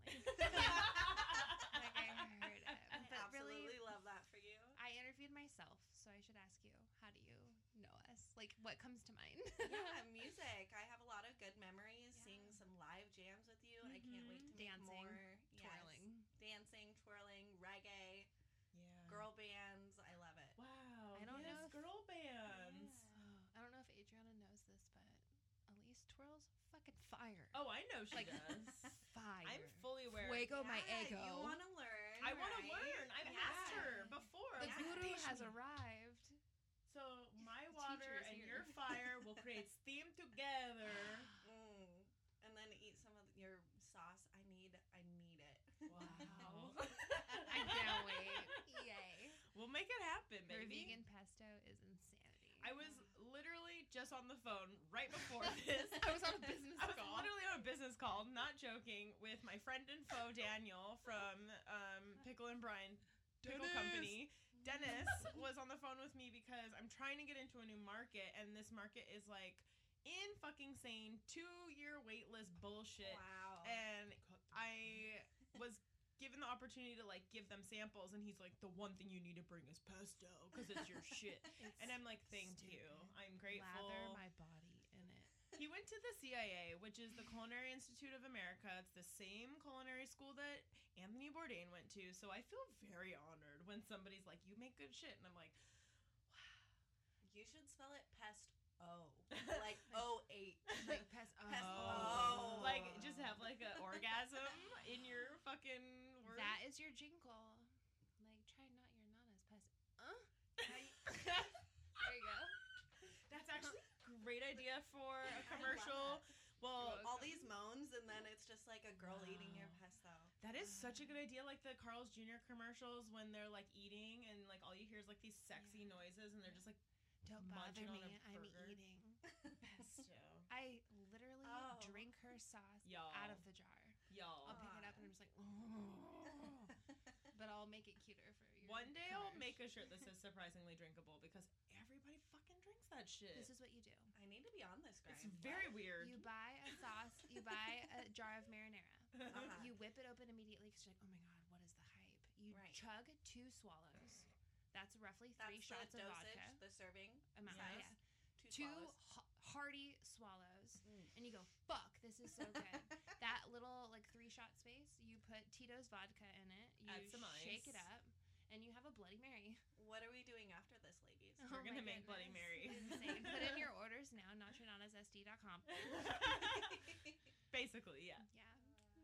like like, like I heard it.
I
But
absolutely
really
love that for you.
I interviewed myself, so I should ask you, how do you know us? Like what comes to mind?
yeah, music. I have a lot of good memories
Yeah.
seeing some live jams with you. and I can't wait to
Mhm.
make
Dancing,
more. Yes.
Twirling. Uh.
Dancing, twirling, reggae,
yeah.
girl bands. I love it.
Wow.
I don't
yes,
know if-
girl bands.
I don't know if Adriana knows this, but Elise twirls fucking fire.
Oh, I know she
like
does.
fire.
I'm fully aware.
Fuego my
Yeah,
ego.
You want to learn.
I want to
right?
learn. I've
Yeah.
asked her before.
the
yeah,
like,
guru
"Teach
has
me."
arrived.
So my
The
water
teacher is
and
here.
your fire will create steam together.
Mm. And then eat some of your sauce. I need. I need it.
Wow.
I can't wait. Yay.
We'll make it happen,
Her
baby.
vegan pesto is insanity.
I was literally just on the phone right before this.
I was on a business
I was
call.
literally on a business call, not joking, with my friend and foe Daniel from um, Pickle and Brine Pickle
Dennis!
Company. Dennis was on the phone with me because I'm trying to get into a new market, and this market is like in fucking sane two year waitlist bullshit.
Oh,
Wow.
And I was given the opportunity to like give them samples, and he's like, "The one thing you need to bring is pesto because it's your shit."
It's
And I'm like, "Thank you,
Stupid.
I'm grateful."
lather my body in it.
He went to the CIA, which is the Culinary Institute of America. It's the same culinary school that Anthony Bourdain went to. So I feel very honored when somebody's like, "You make good shit," and I'm like,
you should spell it pest O, like O eight.
Like uh, pesto.
Pes-
"Oh,
Oh.
like just have like an orgasm in your fucking words."
That is your jingle. Like try not your nanas pesto. Uh, there you go.
That's actually a great idea for a
I love
commercial. Well,
You're
All these moans, and then it's just like a girl eating your
Wow.
pesto.
that is such a good idea. Like the Carl's Jr. commercials when they're like eating and like all you hear is like these sexy noises and they're just like
Don't bother
Munching on
me.
a
I'm
burger.
eating.
pesto.
I literally
Oh.
drink her sauce
Y'all.
out of the jar.
Y'all.
I'll pick it up and I'm just like, "Ugh." but I'll make it cuter for you.
One day I'll make a shirt that says surprisingly drinkable because everybody fucking drinks that shit.
This is what you do.
I need to be on this grind.
it's very weird.
You buy a sauce. You buy a jar of marinara.
Uh-huh.
You whip it open immediately because you're like, oh my god, what is the hype? You
Right.
chug two swallows. That's roughly
That's
three
the
shots of
dosage,
vodka.
the serving
Amount,
size.
yeah.
Two,
Two
swallows.
ha- hearty swallows,
Mm.
and you go, fuck, this is so good. that little like three shot space, you put Tito's vodka in it. You
Add some
shake it
ice.
up, and you have a Bloody Mary.
What are we doing after this, ladies?
Oh
We're gonna
my
make Bloody Marys.
It's insane. Put in your orders now, nachonanasd.com.
Basically, yeah.
Yeah.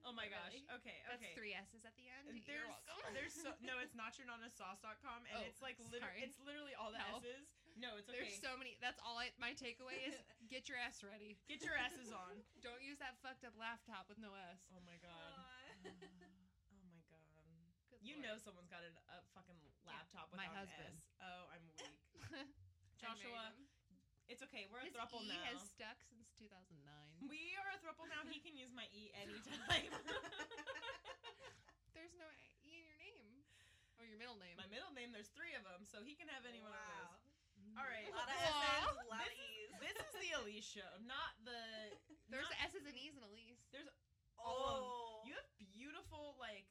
Oh my gosh.
Really?
Okay,
That's
okay.
three S's at the end.
And
You're
there's
welcome.
there's so no, it's not your nana sauce.com and
Oh,
it's like literally
sorry.
it's literally all the
No.
S's. No, it's okay.
There's so many. That's all I. My takeaway is get your ass ready.
Get your asses on.
Don't use that fucked up laptop with no S.
Oh my god. Oh my god.
Uh, Good
You know
Lord.
someone has got an, a fucking laptop
my
without an
husband.
S. Oh, I'm weak.
I
Joshua,
married him.
it's okay. We're a
His
throuple
E
now.
has stuck since 2009.
We are a throuple now. He can use my E anytime.
There's no E in your name or your middle name.
my middle name, there's three of them, so he can have any one of
wow.
those. All
A
right.
lot of
Aw.
S's, a lot of E's.
This is the Elise show, not the.
There's
not-
S's and E's and Elise.
all
oh.
Um, You have beautiful like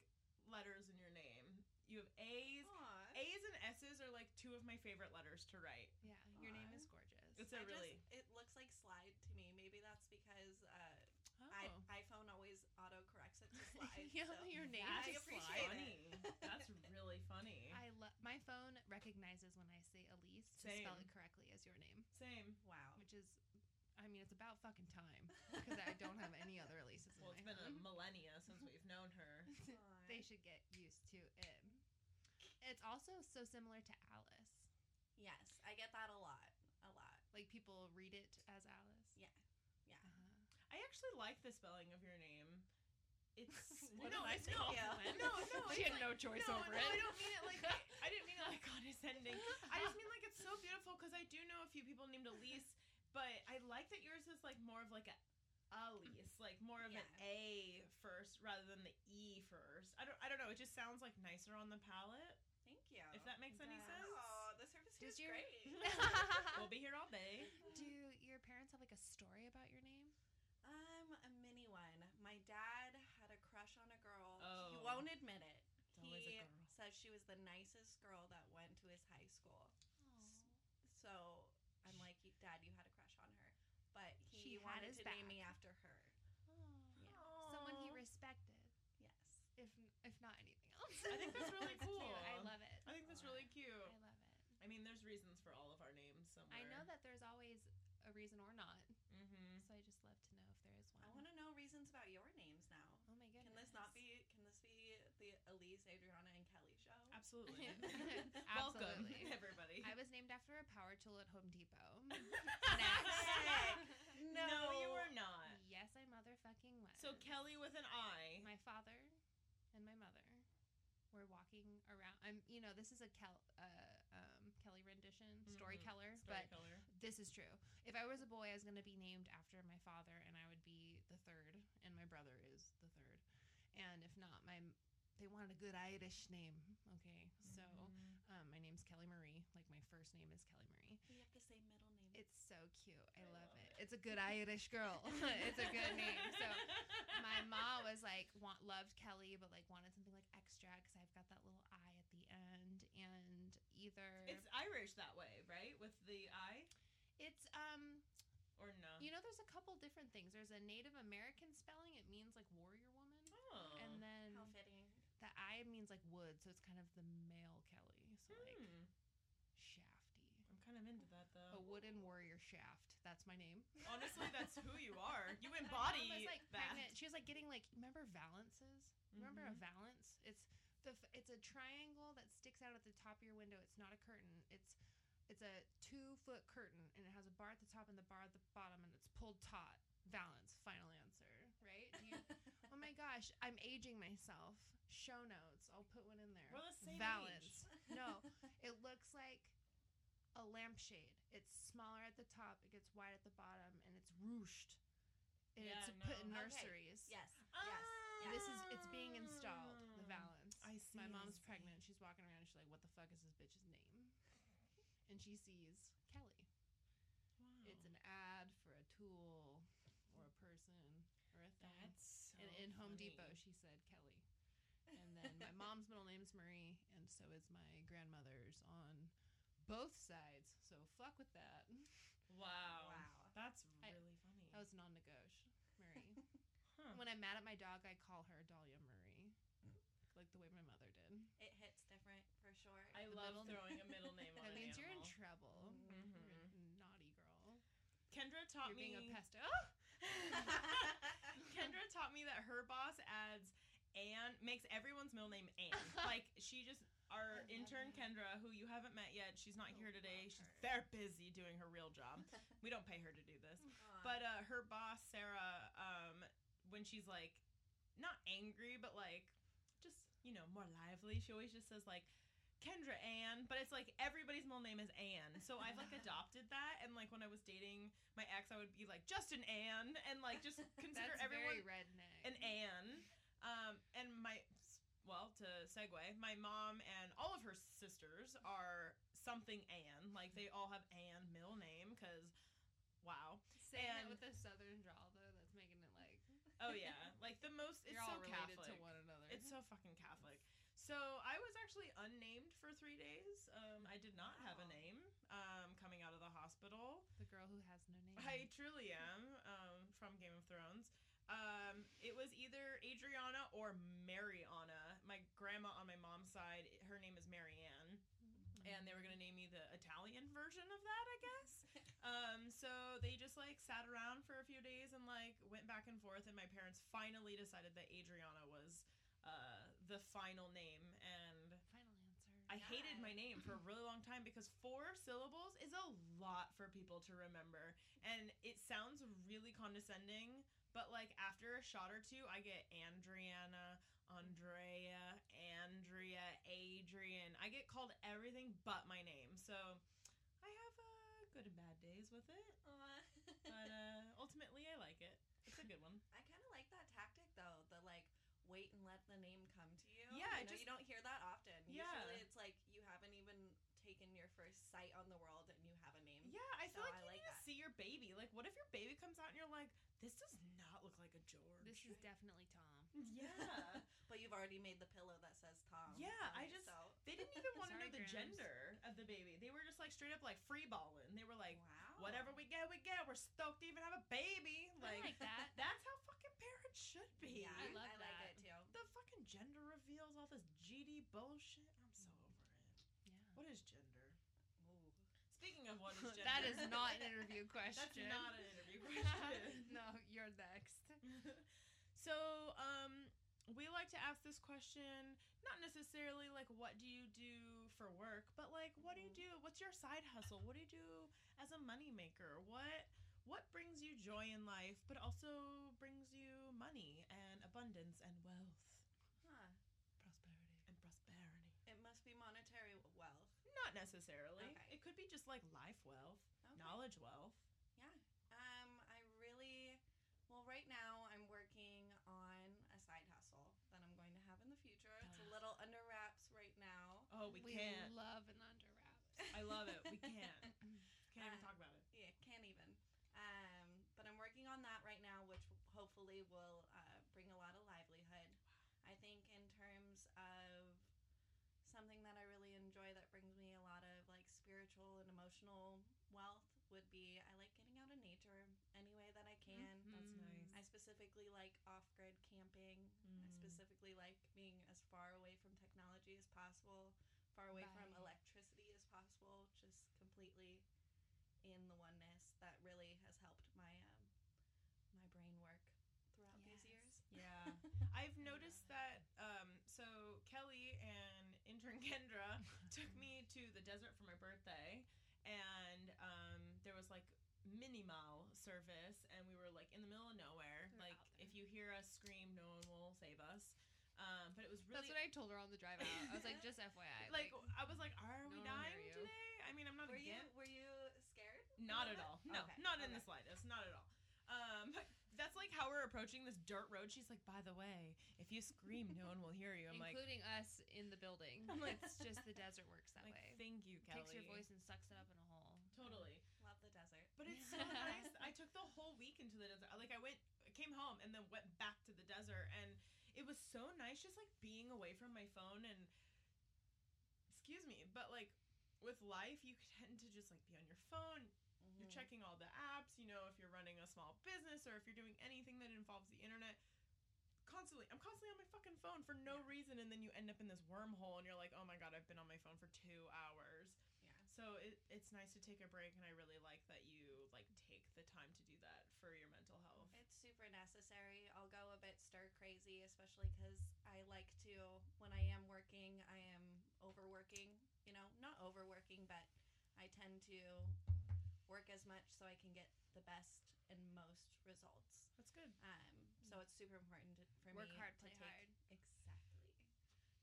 letters in your name. You have A's.
Aw.
A's and S's are like two of my favorite letters to write.
Yeah, your name
Aw.
is gorgeous.
It's a
I just-
really.
it looks like slide to me. Maybe that's because uh,
oh.
I, iPhone always auto corrects it to slide.
yeah,
so.
your name
That's
is Slide.
appreciate it.
funny. That's really funny.
I love my phone recognizes when I say Elise to spell
Same. Oh.
it correctly as your name,
Same.
Wow.
which is, I mean, it's about fucking time because I don't have any other Elises in
Well, it's
my
been a
phone.
millennia since we've known her.
Aw.
they should get used to it. It's also so similar to Alice.
Yes, I get that a lot. A lot.
Like people read it as Alice.
Yeah. Yeah.
Uh-huh.
I actually like the spelling of your name. It's
What
no,
did I
it's
say?
not-
Yeah.
No, no,
she
it's
had Oh. no choice
no,
over
no,
it.
I don't mean it like I didn't mean it like condescending.
Uh-huh.
I just mean like it's so beautiful because I do know a few people named Elise, but I like that yours is like more of like a Elise, like more of an
Yeah.
A first rather than the E first. I don't I don't know. It just sounds like nicer on the palate.
Thank you. you.
If that makes any
Yes.
sense.
oh, the service
Did
is
your-
great.
We'll be here all day.
Do your parents have like a story about your name?
um, a mini one. My dad had a crush on a girl.
Oh.
He won't admit it.
It's always a
he
girl.
says she was the nicest girl that went to his high school. So I'm like, "You- Dad, you had a crush on her, but
She
he
had
wanted
his
to name me
back.
after her.
Aw. Someone he
Aw.
respected,
Yes.
if if not anything else.
I think that's really
cute. I
cool. Oh.
love it.
I think that's really
I
cute.
love it.
I mean, there's reasons for all of our names somewhere.
I know that there's always a reason or not,
Mm-hmm.
so I just love to know if there is
I
one.
want to know reasons about your names now.
oh my goodness.
Can this not be? Can this be the Elise, Adriana, and Kelly show?
Absolutely. Welcome,
Absolutely.
everybody.
I was named after a power tool at Home Depot.
Next.
no, you were not.
yes, I motherfucking was.
So Kelly with an I.
my father and my mother were walking around. I'm, you know, this is a Kel, uh, um, Kelly rendition, story
Mhm.
Keller,
Story
but
color.
this is true. If I was a boy, I was going to be named after my father, and I would be the third, and my brother is the third. And if not, my m- they wanted a good Irish name. Okay, so
Mhm.
um, my name's Kelly Marie. Like my first name is Kelly Marie.
We have the same middle name.
It's so cute. I,
I love
love, it. It's a good Irish girl. it's a good name. So my mom was like want, loved Kelly, but like wanted something like extra because I've got that little I at the end, and either
It's Irish that way, right? With the I
it's um
or no?
you know there's a couple different things. There's a Native American spelling. It means like warrior woman,
oh.
and then
How fitting.
the I means like wood, so it's kind of the male Kelly, so like Oh.
Hmm. Oh.
shafty,
I'm kind of into that
a
though.
wooden warrior shaft. That's my name.
Honestly, that's who you are. You
My mom
embody
was, like,
that.
pregnant. She was like getting like remember valances. Remember a valance? It's the f- it's a triangle that sticks out at the top of your window. It's not a curtain. It's it's a two foot curtain and it has a bar at the top and the bar at the bottom and it's pulled taut. Valance. Final answer. Right? Do you, oh my gosh, I'm aging myself. Show notes. I'll put one in there.
We're the same
valance.
age.
No, it looks like a lampshade. It's smaller at the top. It gets wide at the bottom, and it's ruched. And
Yeah,
it's put in
no.
Okay.
nurseries.
Yes. Yes.
And This is it's being installed.
Ah.
The valance.
I
My
see,
mom's
I see.
pregnant. She's walking around. And she's like, "What the fuck is this bitch's name?" And she sees Kelly.
Wow.
It's an ad for a tool or a person or a thing.
That's so
and in Home
funny.
Depot, she said Kelly. And then my mom's middle name's Marie, and so is my grandmother's on both sides. So fuck with that.
Wow.
Wow.
That's
I-
really funny.
That was non-negotiable, Marie.
Huh.
when I'm mad at my dog, I call her Dahlia Marie, like the way my mother did.
It hits different for sure.
I
the
love
middle-
throwing a middle name on
That
an
means you're in
animal.
trouble. You're
Mhm.
a naughty girl.
Kendra taught
you're
me
being a pest. Oh!
Kendra taught me that her boss adds Anne makes everyone's middle name Anne. like she just
I
our
love
intern
that.
Kendra, who you haven't met yet, she's not
Oh,
here
love
today. She's
her.
very busy doing her real job. we don't pay her to do this.
Aw.
But uh, her boss Sarah, um, when she's like not angry, but like just you know more lively, she always just says like Kendra Ann, but it's like everybody's middle name is Ann. So I've like adopted that, and like when I was dating my ex, I would be like Justin Ann, and like just consider
That's
everyone
very redneck.
an Ann. Um, and my well to segue, my mom and all of her sisters are something Ann. Like they all have Ann middle name because wow.
Saying
and-
that with a southern drawl though, that's making it like
Oh yeah, like the most. It's
you're
so
all related
Catholic.
to one another.
It's so fucking Catholic. So I was actually unnamed for three days. Um, I did not have a
Wow.
name um, coming out of the hospital.
the girl who has no name.
I truly am um, from Game of Thrones. Um, it was either Adriana or Mariana. My grandma on my mom's side, her name is Marianne, and they were gonna name me the Italian version of that, I guess. um, so they just like sat around for a few days and like went back and forth, and my parents finally decided that Adriana was uh, the final name, and
Final answer.
I hated my name for a really long time because four syllables is a lot for people to remember. And it sounds really condescending, but like after a shot or two, I get Andriana, Andrea, Andrea, Adrian. I get called everything but my name. So I have uh, good and bad days with it,
Aw.
but uh, ultimately I like it. It's a good one.
I kind of like that tactic though. The like wait and let the name come to you.
Yeah,
you, know,
just-
you don't hear that often.
Yeah.
Usually it's like you have in your first sight on the world and you have a name.
Yeah, I feel
No,
like
I
you
like
need to
that.
see your baby. Like, what if your baby comes out and you're like, this does not look like a George.
This is definitely Tom.
yeah.
But you've already made the pillow that says Tom.
Yeah,
on
I
it,
just-
so-
they didn't even want to know
Sorry,
the
Grams.
gender of the baby. They were just like straight up like free balling. They were like,
wow.
whatever we get, we get. We're stoked to even have a baby.
I
Like,
like that.
that's how fucking parents should be.
Yeah,
I love
I
that.
like it too.
the fucking gender reveals, all this GD bullshit. I'm so over it.
Yeah.
What is gender?
Ooh.
Speaking of what is gender,
that is not an interview question.
that's not an interview question.
no, you're next.
so, um, we like to ask this question, not necessarily like what do you do for work, but like what do you
Mm-hmm.
do? What's your side hustle? What do you do as a moneymaker? What what brings you joy in life, but also brings you money and abundance and wealth
Huh.
Prosperity.
and prosperity?
It must be monetary wealth.
Not necessarily. It
Okay.
could be just like life wealth,
Okay.
knowledge wealth.
Um, I really, well, right now I'm working on a side hustle that I'm going to have in the future. It's a little under wraps right now.
Oh, we,
We
can't.
love an under wraps.
I love it. We can't. Can't even
Uh,
talk about it.
Yeah, can't even. Um, but I'm working on that right now, which hopefully will uh, bring a lot of livelihood. I think in terms of something that I really enjoy that brings me a lot of like spiritual and emotional wealth would be I like getting out in nature any way that I can.
Mm-hmm. That's nice.
Mm.
I specifically like off-grid camping. I
Mm.
specifically like being as far away from technology as possible, far away from
Right.
electricity as possible, just completely in the oneness. That really has helped my um, my brain work throughout these
Yes.
years.
Yeah. I've noticed that. Um, so Kelly and intern Kendra took me to the desert for my birthday, and um, there was like mini mile service, and we were like in the middle of nowhere.
We're
like
out there.
if you hear us scream, no one will save us. Um, but it was really
That's what I told her on the drive out. I was like, just FYI.
like, I was like, are we
no one
dying
will hear you.
today? I mean, I'm not
Were you
against.
were you scared?
Not
about
at
it?
all. No,
Okay,
not in the
okay.
slightest. Not at all. Um, but that's like how we're approaching this dirt road. She's like, by the way, if you scream, no one will hear you. I'm like,
including us in the building.
I'm like-
it's just the desert works that
like,
way.
thank you, Kelly.
Takes your voice and sucks it up in a hole.
Totally.
Love the desert.
But it's so nice. I took the whole week into the desert. Like I went, I came home, and then went back to the desert, and it was so nice, just like being away from my phone and, excuse me, but like with life, you tend to just like be on your phone. You're
Mhm.
checking all the apps. You know if you're running a small business or if you're doing anything that involves the internet. Constantly, I'm constantly on my fucking phone for no reason, and then you end up in this wormhole, and you're like, oh my god, I've been on my phone for two hours.
Yeah.
So it, it's nice to take a break, and I really like that you like take the time to do that for your mental health.
It's super necessary. I'll go a bit stir crazy, especially because I like to, when I am working, I am overworking. You know, not overworking, but I tend to work as much so I can get the best and most results.
That's good.
Um, so it's super important to, for
Work
me
hard,
to
play
take
hard.
exactly.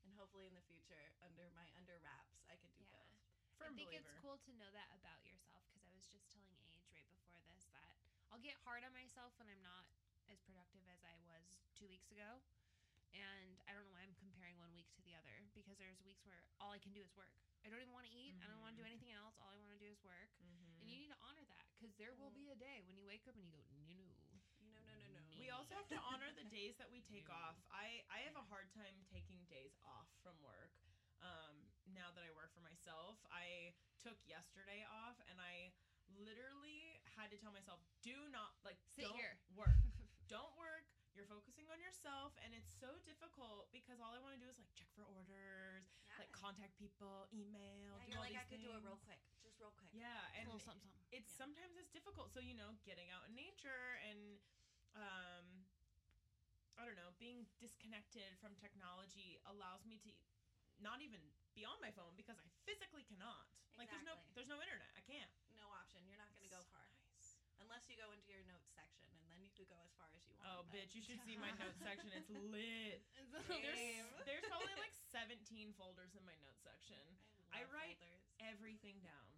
And hopefully in the future, under my under wraps, I could do
Yeah.
both.
Firm
I think
believer.
it's cool to know that about yourself because I was just telling Age right before this that I'll get hard on myself when I'm not as productive as I was two weeks ago. And I don't know why I'm comparing one week to the other because there's weeks where all I can do is work. I don't even want to eat. I don't want to do anything else. All I want to do is work.
Mm-hmm.
And you need to honor that because there will
Mhm.
be a day when you wake up and you go, no, no.
No, no, no, no.
We also have to honor the days that we take
Yeah.
off. I I have a hard time taking days off from work. Um, now that I work for myself, I took yesterday off, and I literally had to tell myself, "Do not like
Sit
don't
here."
work." don't work. You're focusing on yourself, and it's so difficult because all I want to do is like check for orders,
Yeah.
like contact people, email. do
yeah, you're
all
like, I
these
could do it real
things."
quick. Just real quick.
Yeah, and
a little something, something.
it's
Yeah.
sometimes it's difficult. So you know, getting out in nature and um, I don't know, being disconnected from technology allows me to not even be on my phone because I physically cannot. Like there's no
Exactly.
there's no internet. I can't.
No option. You're not going to go
So
far.
nice.
Unless you go into your notes section, and then you could go as far as you
Oh,
want. but-
bitch! You should see my notes section. It's lit. There's,
Same.
there's probably like 17 folders in my notes section. I
love
write-
folders.
Everything down.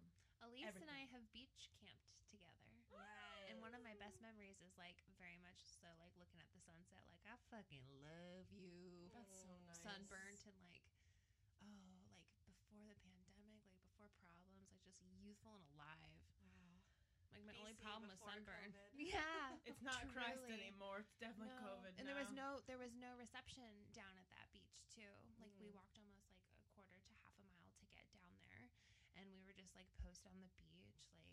Elise
everything.
and I have beach camped together.
Yes.
And one of my best memories is like very much so like looking at the sunset, like I fucking love you.
That's so nice.
Sunburnt and like oh, like before the pandemic, like before prom, youthful and alive.
Wow.
Like my
BC
only problem was
before
sunburn.
COVID.
Yeah.
It's not Christ
Truly.
anymore. It's definitely
No.
COVID.
And there was
now.
no there was no reception down at that beach too. Like we
Mm.
walked almost like a quarter to half a mile to get down there and we were just like posted on the beach, like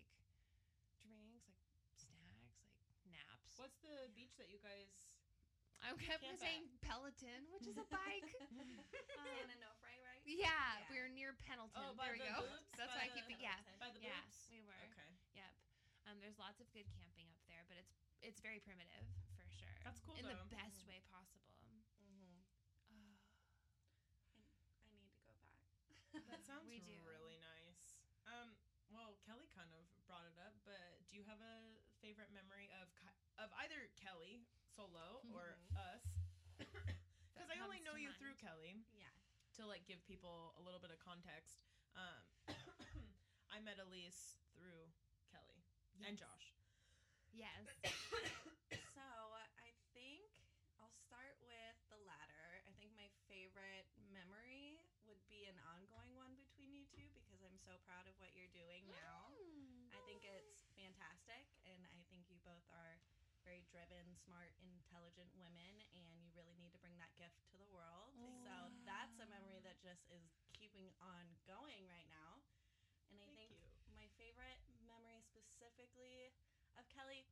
drinks, like snacks, like naps.
What's the beach that you guys?
I kept
Camp at?
saying Peloton, which is a bike. Um,
San Onofre, right?
yeah, we were near Pendleton.
Oh, by
there we
the
go.
boobs?
That's
By
why I
the-
keep it. Yeah,
Pendleton.
By the
yeah,
boobs.
we were.
Okay,
Yep. Um, there's lots of good camping up there, but it's it's very primitive for sure.
That's cool,
in
though. Mm-hmm.
the best way possible.
Mhm.
Oh,
I need to go back.
that sounds
We do.
really nice. Um, well, Kelly kind of brought it up, but do you have a favorite memory of Ki- of either Kelly solo or
Mhm.
us? Because I only
Mm-hmm. comes
know
to
you
mind.
through Kelly.
Yeah.
to like give people a little bit of context, um, I met Elise through Kelly and Josh.
yes.
So I think I'll start with the latter. I think my favorite memory would be an ongoing one between you two because I'm so proud of what you're doing now. I think
Mm-hmm.
it's fantastic, and I think you both are very driven, smart, intelligent women, and you really need to bring that gift to the world. So that's a memory that just is keeping on going right now. And I think
Thank you.
my favorite memory specifically of Kelly,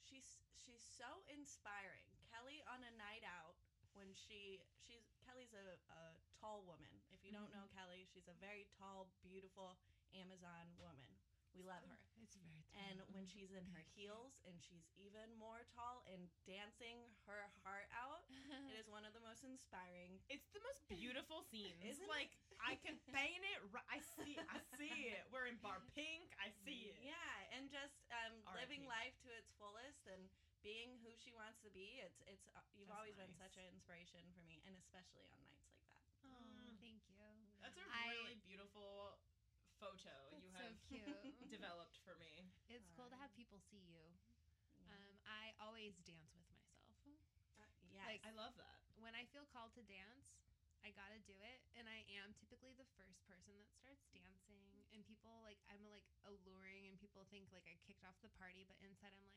she's she's so inspiring. Kelly on a night out when she she's Kelly's a, a tall woman. If you don't know Kelly, she's a very tall, beautiful Amazon woman. We love her.
It's very
And when she's in her heels and she's even more tall and dancing her heart out, it is one of the most inspiring.
It's the most beautiful scene. It's
Isn't
like I can paint it. Ri- I see. I see it. We're in bar pink. I see it.
Yeah, and just um,
R.I.P.
living life to its fullest and being who she wants to be. It's it's uh, you've
That's
always been
nice.
such an inspiration for me, and especially on nights like that.
oh, thank you.
That's a
I-
really beautiful photo you
That's so
have
cute.
developed for me.
It's cool to have people see you. Um, I always dance with myself.
Uh, yes.
like-
I love that.
when I feel called to dance, I gotta do it, and I am typically the first person that starts dancing. And people like I'm like alluring, and people think like I kicked off the party, but inside I'm like,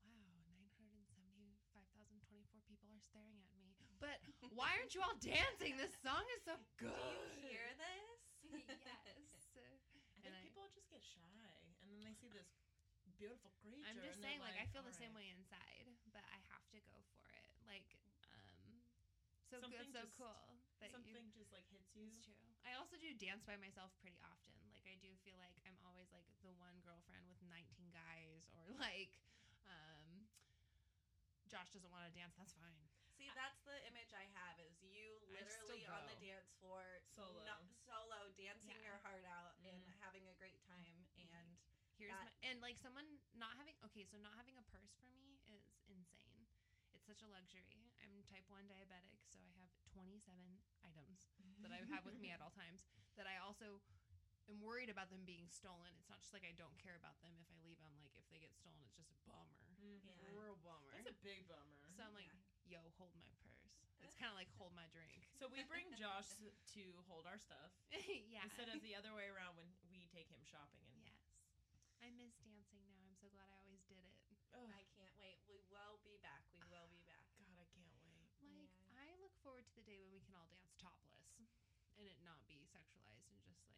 wow, nine hundred seventy five thousand twenty four people are staring at me. But why aren't you all dancing? This song is so
do
good.
you hear this?
I
yes. And
think
I-
people just get shy, and then they see this beautiful creature.
I'm just
and they're
saying, like, I feel
"All
the same
right."
way inside, but I have to go for it. Like, um, so good,
Something
so
just-
cool. that you-
Something just like hits you.
It's true. I also do dance by myself pretty often. Like I do feel like I'm always like the one girlfriend with 19 guys or like um Josh doesn't want to dance, that's fine.
See, that's the image I have is you
I still
literally on the
go.
dance floor
Solo.
no- solo dancing
Yeah.
your heart out and
Mhm.
having a great time and
Here's
That-
my and like someone not having okay, so not having a purse for me is insane. It's such a luxury. I'm type 1 diabetic, so I have 27 items that I have with me at all times that I also am worried about them being stolen. It's not just like I don't care about them if I leave. I'm like if they get stolen, it's just a bummer.
Mhm.
Yeah.
Real bummer.
That's a big bummer.
So I'm like, yo, hold my purse. It's kind of like hold my drink.
So we bring Josh to hold our stuff
yeah.
instead of the other way around when we take him shopping. And
yes. I miss dancing now. I'm so glad I always did it.
oh
I can't wait. We will be back. We will be back.
God, I can't wait.
Like
Yeah.
I look forward to the day when we can all dance topless and it not be sexualized and just like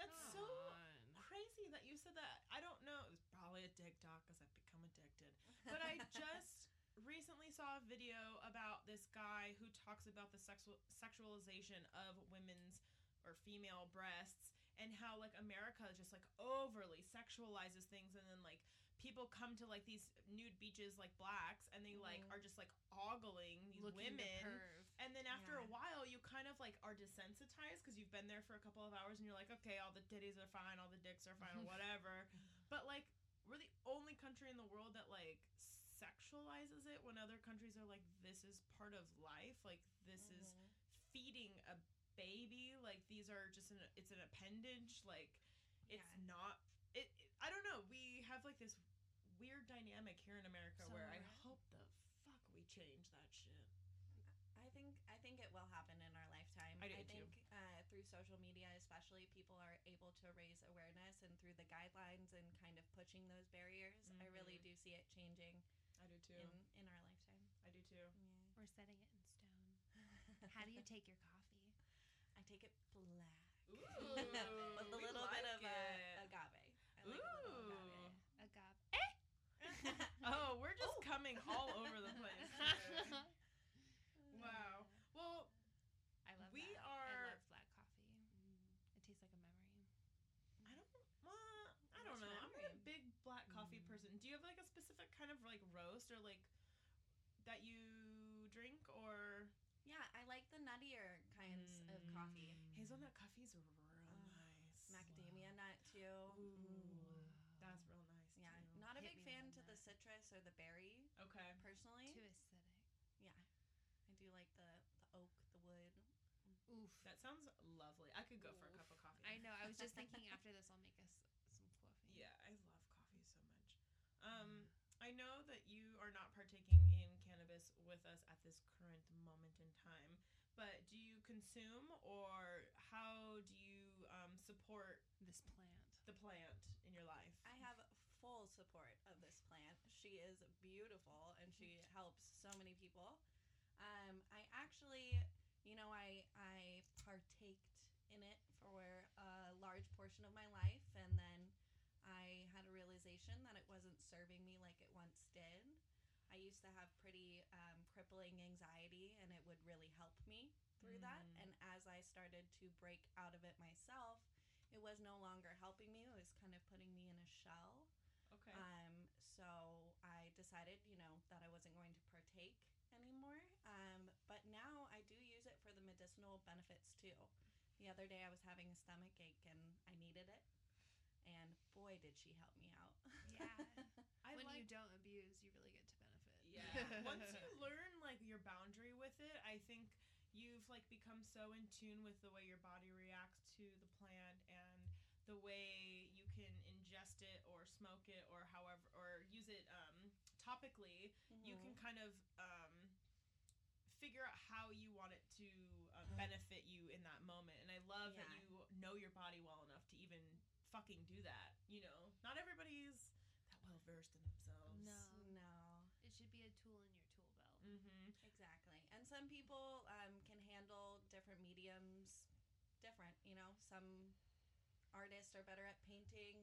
That's
come
so
on.
crazy that you said that. I don't know. It was probably a TikTok because I've become addicted. But I just recently saw a video about this guy who talks about the sexual sexualization of women's or female breasts and how like America just like overly sexualizes things and then like people come to like these nude beaches like blacks and they like
Mhm.
are just like ogling these
Mm-hmm. Looking to
women
perv.
and then after a
Yeah.
while, you kind of like are desensitized because you've been there for a couple of hours and you're like, okay, all the titties are fine, all the dicks are fine, whatever. But like, we're the only country in the world that like sexualizes it when other countries are like, this is part of life. Like, this is
Mhm.
feeding a baby. Like, these are just an, it's an appendage. Like, it's
Yeah.
not, it, it, I don't know. We have like this weird dynamic here in America
So
where I
rad.
hope the fuck we change that shit.
I think I think it will happen in our lifetime.
I do too.
think uh, through social media, especially, people are able to raise awareness and through the guidelines and kind of pushing those barriers. I really
Mm-hmm.
do see it changing
I do too.
in, in our lifetime.
I do too.
Yeah.
We're setting it in stone. How do you take your coffee?
I take it black
Ooh,
with a
Oh, we
little
like
bit
it.
of uh, agave. I like a little agave.
Ooh.
Agave.
Oh, we're just
Oh.
coming all over the place. today. wow. Well,
I love
We
that.
are-
I love black coffee. Mm. It tastes like a memory.
I don't. Well, I don't know.
What's
I'm not a
memory?
big black coffee
Mm.
person. Do you have like a specific kind of like roast or like that you drink or
Yeah, I like the nuttier kinds of coffee.
hazelnut coffee's real nice.
Macadamia nut too.
Ooh, that's
Wow.
real nice.
Yeah,
too.
not a
Hit
big
me
fan
with
to the
that.
citrus or the berry
Okay.
personally.
too acidic.
Yeah, I do like the, the oak, the wood.
Oof.
That sounds lovely. I could go for a cup of coffee.
I know. I was just thinking after this, I'll make us some coffee.
Yeah, I love coffee so much. Um, I know that you are not partaking in cannabis with us at this current moment in time, but do you consume or how do you um, support
This plant.
the plant in your life?
I have full support of this plant. She is beautiful and she helps so many people. Um, I actually, you know, I I partaked in it for a large portion of my life, and then I had a realization that it wasn't serving me like it once did. I used to have pretty um, crippling anxiety, and it would really help me through that.
Mm.
And as I started to break out of it myself, it was no longer helping me. It was kind of putting me in a shell.
okay.
Um, so I decided, you know, that I wasn't going to partake anymore. Um, but now I do use it for the medicinal benefits too. The other day I was having a stomach ache and I needed it. And boy, did she help me out.
Yeah.
I
when
like
you don't abuse, you really get to benefit.
Yeah. Once you learn like your boundary with it, I think you've like become so in tune with the way your body reacts to the plant and the way you can ingest it or smoke it or however or use it um, topically, you can kind of um, figure out how you want it to uh, benefit you in that moment. And I love that
Yeah.
you know your body well enough to even fucking do that. You know, not everybody's that well versed in themselves.
No.
No.
It should be a tool in your tool belt.
Mm-hmm.
Exactly. And some people um, can handle different mediums different, you know. Some artists are better at painting,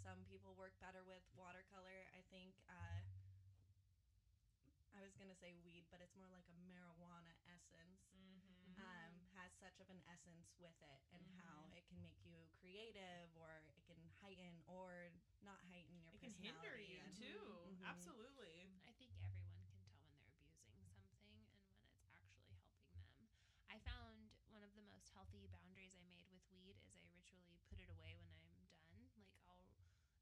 some people work better with watercolor. I think uh, I was going to say weed, but it's more like a marijuana essence.
Mm-hmm.
Um, has such of an essence with it and how it can make you creative or it can heighten or not heighten your
it can hinder
personality.
you
and-
too.
Mhm.
Mm-hmm.
Absolutely.
I think everyone can tell when they're abusing something and when it's actually helping them. I found one of the most healthy boundaries I made with weed is I ritually put it away when I'm done. Like I'll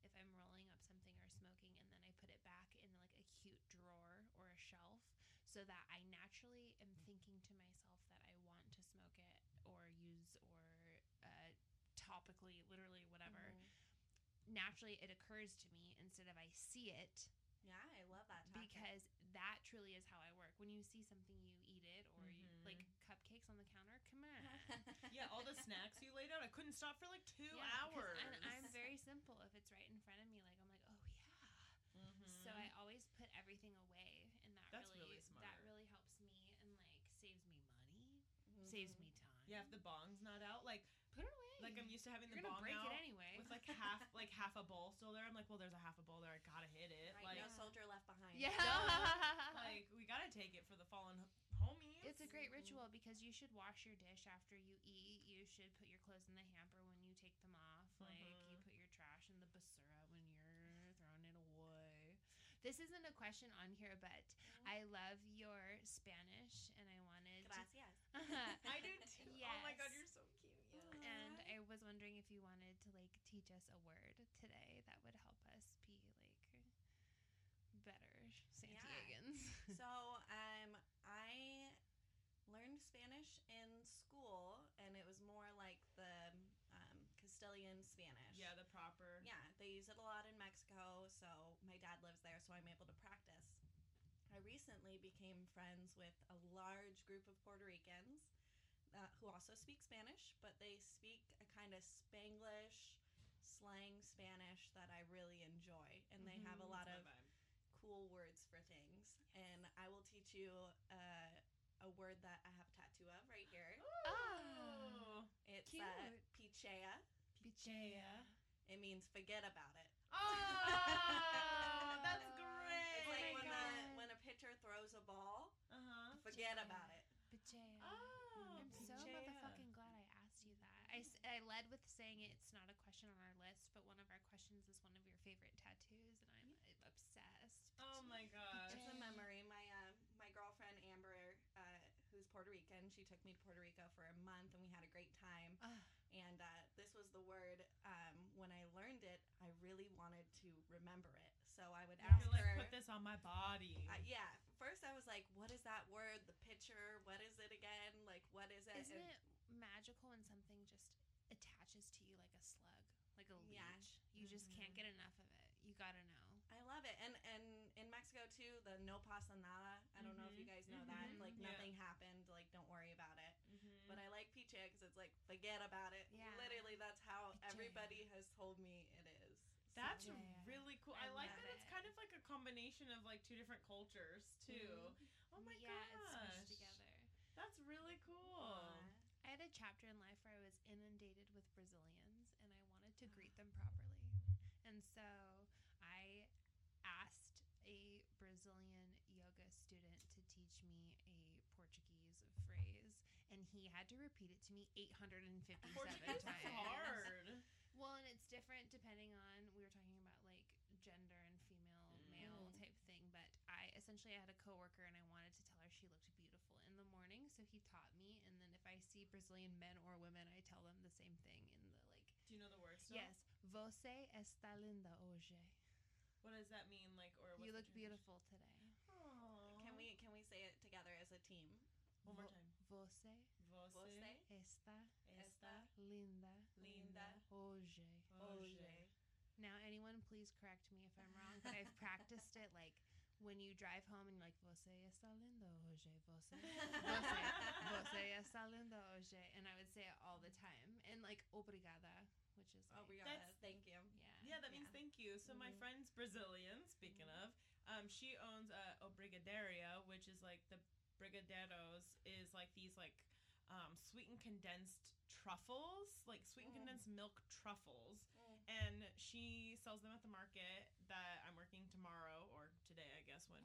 if I'm rolling up something or smoking and then I put it back in like a cute drawer or a shelf so that I naturally am thinking to myself that I want to smoke it or use or uh, topically literally whatever.
Mhm.
Naturally it occurs to me instead of I see it
Yeah, I love that topic.
because that truly is how I work. When you see something, you eat it, or you like cupcakes on the counter. Come on.
Yeah, all the snacks you laid out, I couldn't stop for like two
Yeah, 'cause-
hours.
And I'm very simple. If it's right in front of me, like I'm like, oh yeah.
Mm-hmm.
So I always put everything away, and that
That's
Mm-hmm. really,
really
that
smart.
really helps me and like saves me money,
Mhm.
saves me time.
yeah, if the bong's not out, like
put it away.
like I'm used to having
You're
the
gonna
bong
break
out
it anyway.
with like half like half a bowl still there. I'm like, well, there's a half a bowl there. I gotta hit it.
Right,
like
no soldier left behind.
yeah.
like we gotta take it for the fallen h- homies.
It's a great
Mhm.
ritual because you should wash your dish after you eat. You should put your clothes in the hamper when you take them off. Like you
Mhm.
put your trash in the basura when you're throwing it away. This isn't a question on here, but I love your Spanish and I wanted to,
Gracias.
I do too. Oh my god,
Yes. Oh
you're so cute.
Yeah.
and I was wondering if you wanted to like teach us a word today that would help us be like better Santiagans.
so um, I learned Spanish in school, and it was more like the um, Castilian Spanish.
Yeah, the proper.
Yeah, they use it a lot in Mexico, so my dad lives there, so I'm able to practice. I recently became friends with a large group of Puerto Ricans uh, who also speak Spanish, but they speak a kind of Spanglish slang Spanish that I really enjoy, and they have a
Mhm,
lot
that's
of
my vibe.
cool words for things. And I will teach you uh, a word that I have a tattoo of right here.
Oh.
It's
Cute.
uh, pichea.
Bichea.
It means forget about it.
Oh, that's
It's
It's
great.
like
my
when a,
God.
when a pitcher throws a ball,
uh-huh.
forget
Pichea.
about it.
Bichea.
Oh,
I'm so
PJ, yeah.
motherfucking glad I asked you that. I, s- I led with saying it's not a question on our list, but one of our questions is one of your favorite tattoos, and I'm uh, obsessed.
Oh my gosh.
It's a
Yay.
memory. My uh, my girlfriend Amber, uh, who's Puerto Rican, she took me to Puerto Rico for a month, and we had a great time.
Ah.
And uh, this was the word. Um, when I learned it, I really wanted to remember it, so I would ask
You're like,
her.
put this on my body.
uh, yeah. First, I was like, "What is that word? The picture? What is it again? Like, what is it?"
Isn't
And-
it magical when something just attaches to you like a slug, like a leech?
Yeah.
You just can't
Mm-hmm.
get enough of it. You gotta know.
I love it. And and in Mexico too, the no pasa nada. I don't know if you guys know that.
Mhm.
Like
Yeah.
nothing happened. Like don't worry about it.
Mhm.
But I like piche because it's like forget about it.
Yeah.
Literally, that's how
Pichea.
everybody has told me it is. So-
That's
Yeah.
really cool. I,
I
like
love
that it's
it.
kind of like a combination of like two different cultures too. Oh my
Mm-hmm. yeah, it's
gosh.
smushed together.
That's really cool.
Aw.
I had a chapter in life where I was inundated with Brazilians and I wanted to greet them properly. And so I asked a Brazilian yoga student to teach me a Portuguese phrase and he had to repeat it to me 857
Portuguese
times.
is hard.
Well, and it's different depending on we were talking about like gender and female male
Mhm.
type thing, but I essentially I had a coworker and I wanted to tell her she looked beautiful in the morning, so he taught me and then if I see Brazilian men or women, I tell them the same thing in the like
Do you know the words?
Yes, você está linda hoje.
What does that mean? Like, or what's
You
the
look
translation?
beautiful today.
Aw.
Can we can we say it together as a team?
One more
Vo-
time.
Você
Você
está
está
linda
Uh.
linda
hoje.
hoje.
Now, anyone, please correct me if I'm wrong, but I've practiced it like when you drive home and you're like, Você está lindo hoje, você. Você está lindo hoje. And I would say it all the time. And like, obrigada, which is
Oh, we
like,
are.
That's-
Thank you.
yeah.
Yeah, Mm-hmm. that means
Yeah.
thank you. So my
Mhm.
friend's Brazilian. Speaking of, um, she owns a obrigadaria, which is like the brigadeiros is like these like um, sweetened condensed truffles, like sweetened
Mm.
condensed milk truffles,
Mm.
and she sells them at the market that I'm working tomorrow or today, I guess, when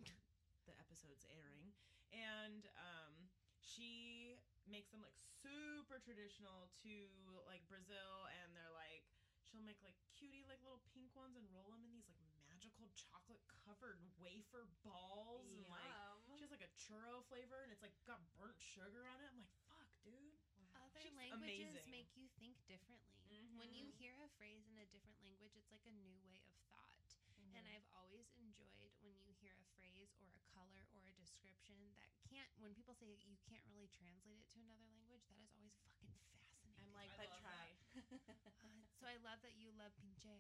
the episode's airing, and um, she makes them like super traditional to like Brazil, and they're like she'll make like cutie like little pink ones and roll them in these like magical chocolate covered wafer balls and like
Yum.
she has like a churro flavor and it's like got burnt sugar on it. I'm like, fuck, dude.
Other
She's
languages
amazing.
make you think differently. When you hear a phrase in a different language, it's like a new way of thought. And I've always enjoyed when you hear a phrase or a color or a description that can't, when people say you can't really translate it to another language, that is always fucking fascinating.
I'm like,
I
but
love
try.
Uh, so I love that you love pinchea.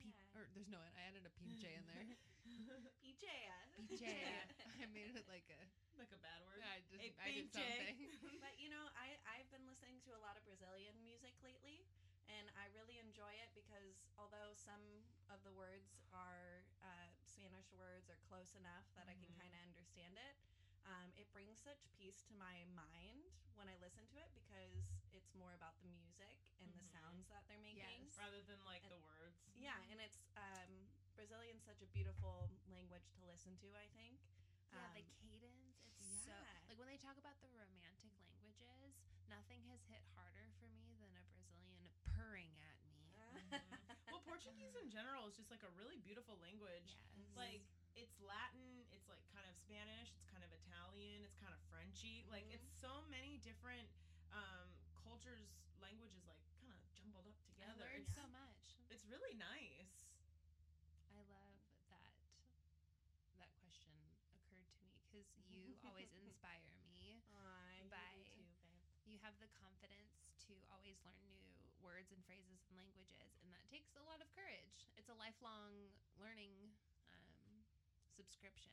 yeah.
Or there's no N. I added a
Pichea.
Pinchea. I made it like a.
like a bad word.
I just.
A
I did
pinche.
something.
But you know, I I've been listening to a lot of Brazilian music lately, and I really enjoy it because although some of the words are uh, Spanish words are close enough that I can
Mhm.
kind of understand it, um, it brings such peace to my mind when I listen to it because it's more about the music and the
Mhm.
sounds that they're making.
Yes.
Rather than like
And-
the words.
Yeah, and it's um, Brazilian's such a beautiful language to listen to. I think.
Yeah,
Um,
the cadence. It's so
yeah.
like when they talk about the romantic languages, nothing has hit harder for me than a Brazilian purring at me.
Mm-hmm. Well, Portuguese in general is just like a really beautiful language.
Yes.
Like it's Latin, it's like kind of Spanish, it's kind of Italian, it's kind of Frenchy. Like
Mm-hmm.
Mhm.
it's so many different um, cultures, languages like kind of jumbled up
I
together.
learned
It's,
so much.
it's really nice.
I love that that question occurred to me because you always inspire me.
Aw, you do
By-
too, babe.
You have the confidence to always learn new words and phrases and languages, and that takes a lot of courage. It's a lifelong learning um, subscription.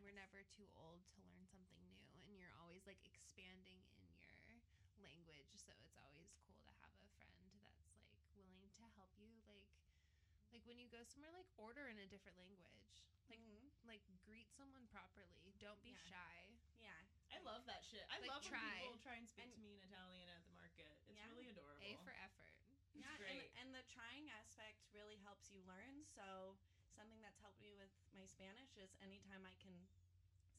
We're
Yes.
never too old to learn something new, and you're always like expanding in your language, so it's always cool to have a friend that's like willing to help you like like when you go somewhere like order in a different language. Like
Mhm.
like greet someone properly. Don't be
Yeah.
shy.
yeah.
I love that shit. I
Like,
love
try.
when people try and speak
And-
to me in Italian at the market. It's
Yeah.
really adorable.
A for effort.
Yeah,
great.
And, and the trying aspect really helps you learn. So something that's helped me with my Spanish is anytime I can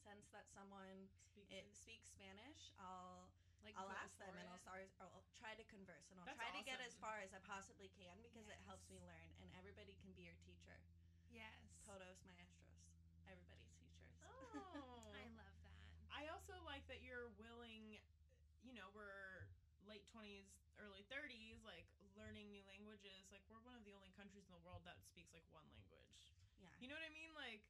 sense that someone
Speaks
it
in-
speaks Spanish, I'll
Like
I'll
go
ask them
for
and I'll,
it.
start, I'll try to converse and I'll
That's
try to get as
awesome.
far as I possibly can because it helps
Yes.
me learn. And everybody can be your teacher.
Yes.
Todos maestros, everybody's teachers.
Oh.
I love that.
I also like that you're willing, you know, we're late 20s, early 30s, like learning new languages. Like, we're one of the only countries in the world that speaks like one language.
Yeah.
You know what I mean? Like,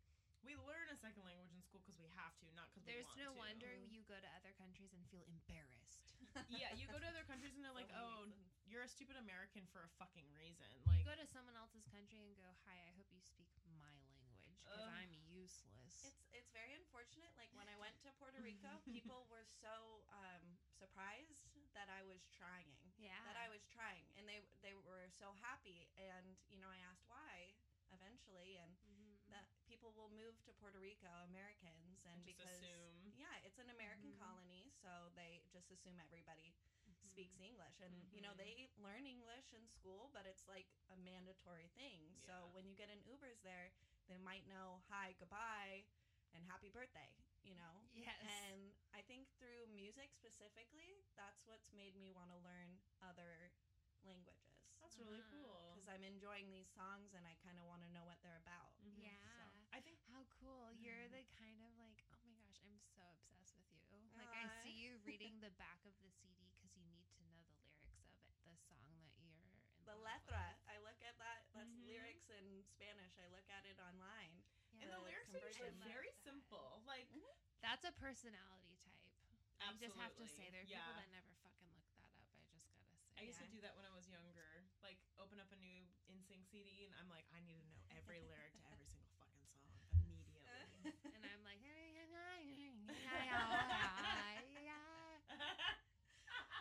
we learn a second language in school because we have to, not because we
There's
want
no
to.
wonder
Mhm.
you go to other countries and feel embarrassed.
yeah, you go to other countries and they're like,
For
oh,
one reason.
you're a stupid American for a fucking reason. Like,
you go to someone else's country and go, "Hi, I hope you speak my language because
Ugh.
I'm useless."
It's it's very unfortunate. Like when I went to Puerto Rico, people were so um, surprised that I was trying,
yeah.
that
Ah.
I was trying, and they they were so happy. And you know, I asked why eventually, and
Mhm.
that people will move to Puerto Rico, Americans, and,
Mm-hmm. and just
because
assume.
yeah, it's an American
Mm-hmm.
Mhm.
colony, so they just assume everybody
Mhm.
speaks English. And, you know,
Mhm.
they learn English in school, but it's like a mandatory thing. So
Yeah.
when you get in Ubers there, they might know hi, goodbye, and happy birthday, you know?
Yes.
And I think through music specifically, that's what's made me want to learn other languages.
That's really
Uh-huh.
cool.
Because I'm enjoying these songs and I kind of want to know what they're about.
Mhm.
yeah.
I think
How cool. You're the kind of like, "Oh my gosh, I'm so obsessed with you." Like I
Aw.
see you reading the back of the CD cuz you need to know the lyrics of it, the song that you're in
The
love
letra,
with.
I look at that. That's
Mhm.
lyrics in Spanish. I look at it online.
Yeah.
And the
the
lyrics are usually
conversion.
very
I love that.
simple. Like,
That's a personality type. I just have to say
Absolutely.
there are
Yeah.
people that never fucking look that up. I just got to say.
I used to
Yeah.
do that when I was younger. Like open up a new NSYNC CD and I'm like, I need to know every lyric to every single fucking song immediately.
and I'm like, yeah.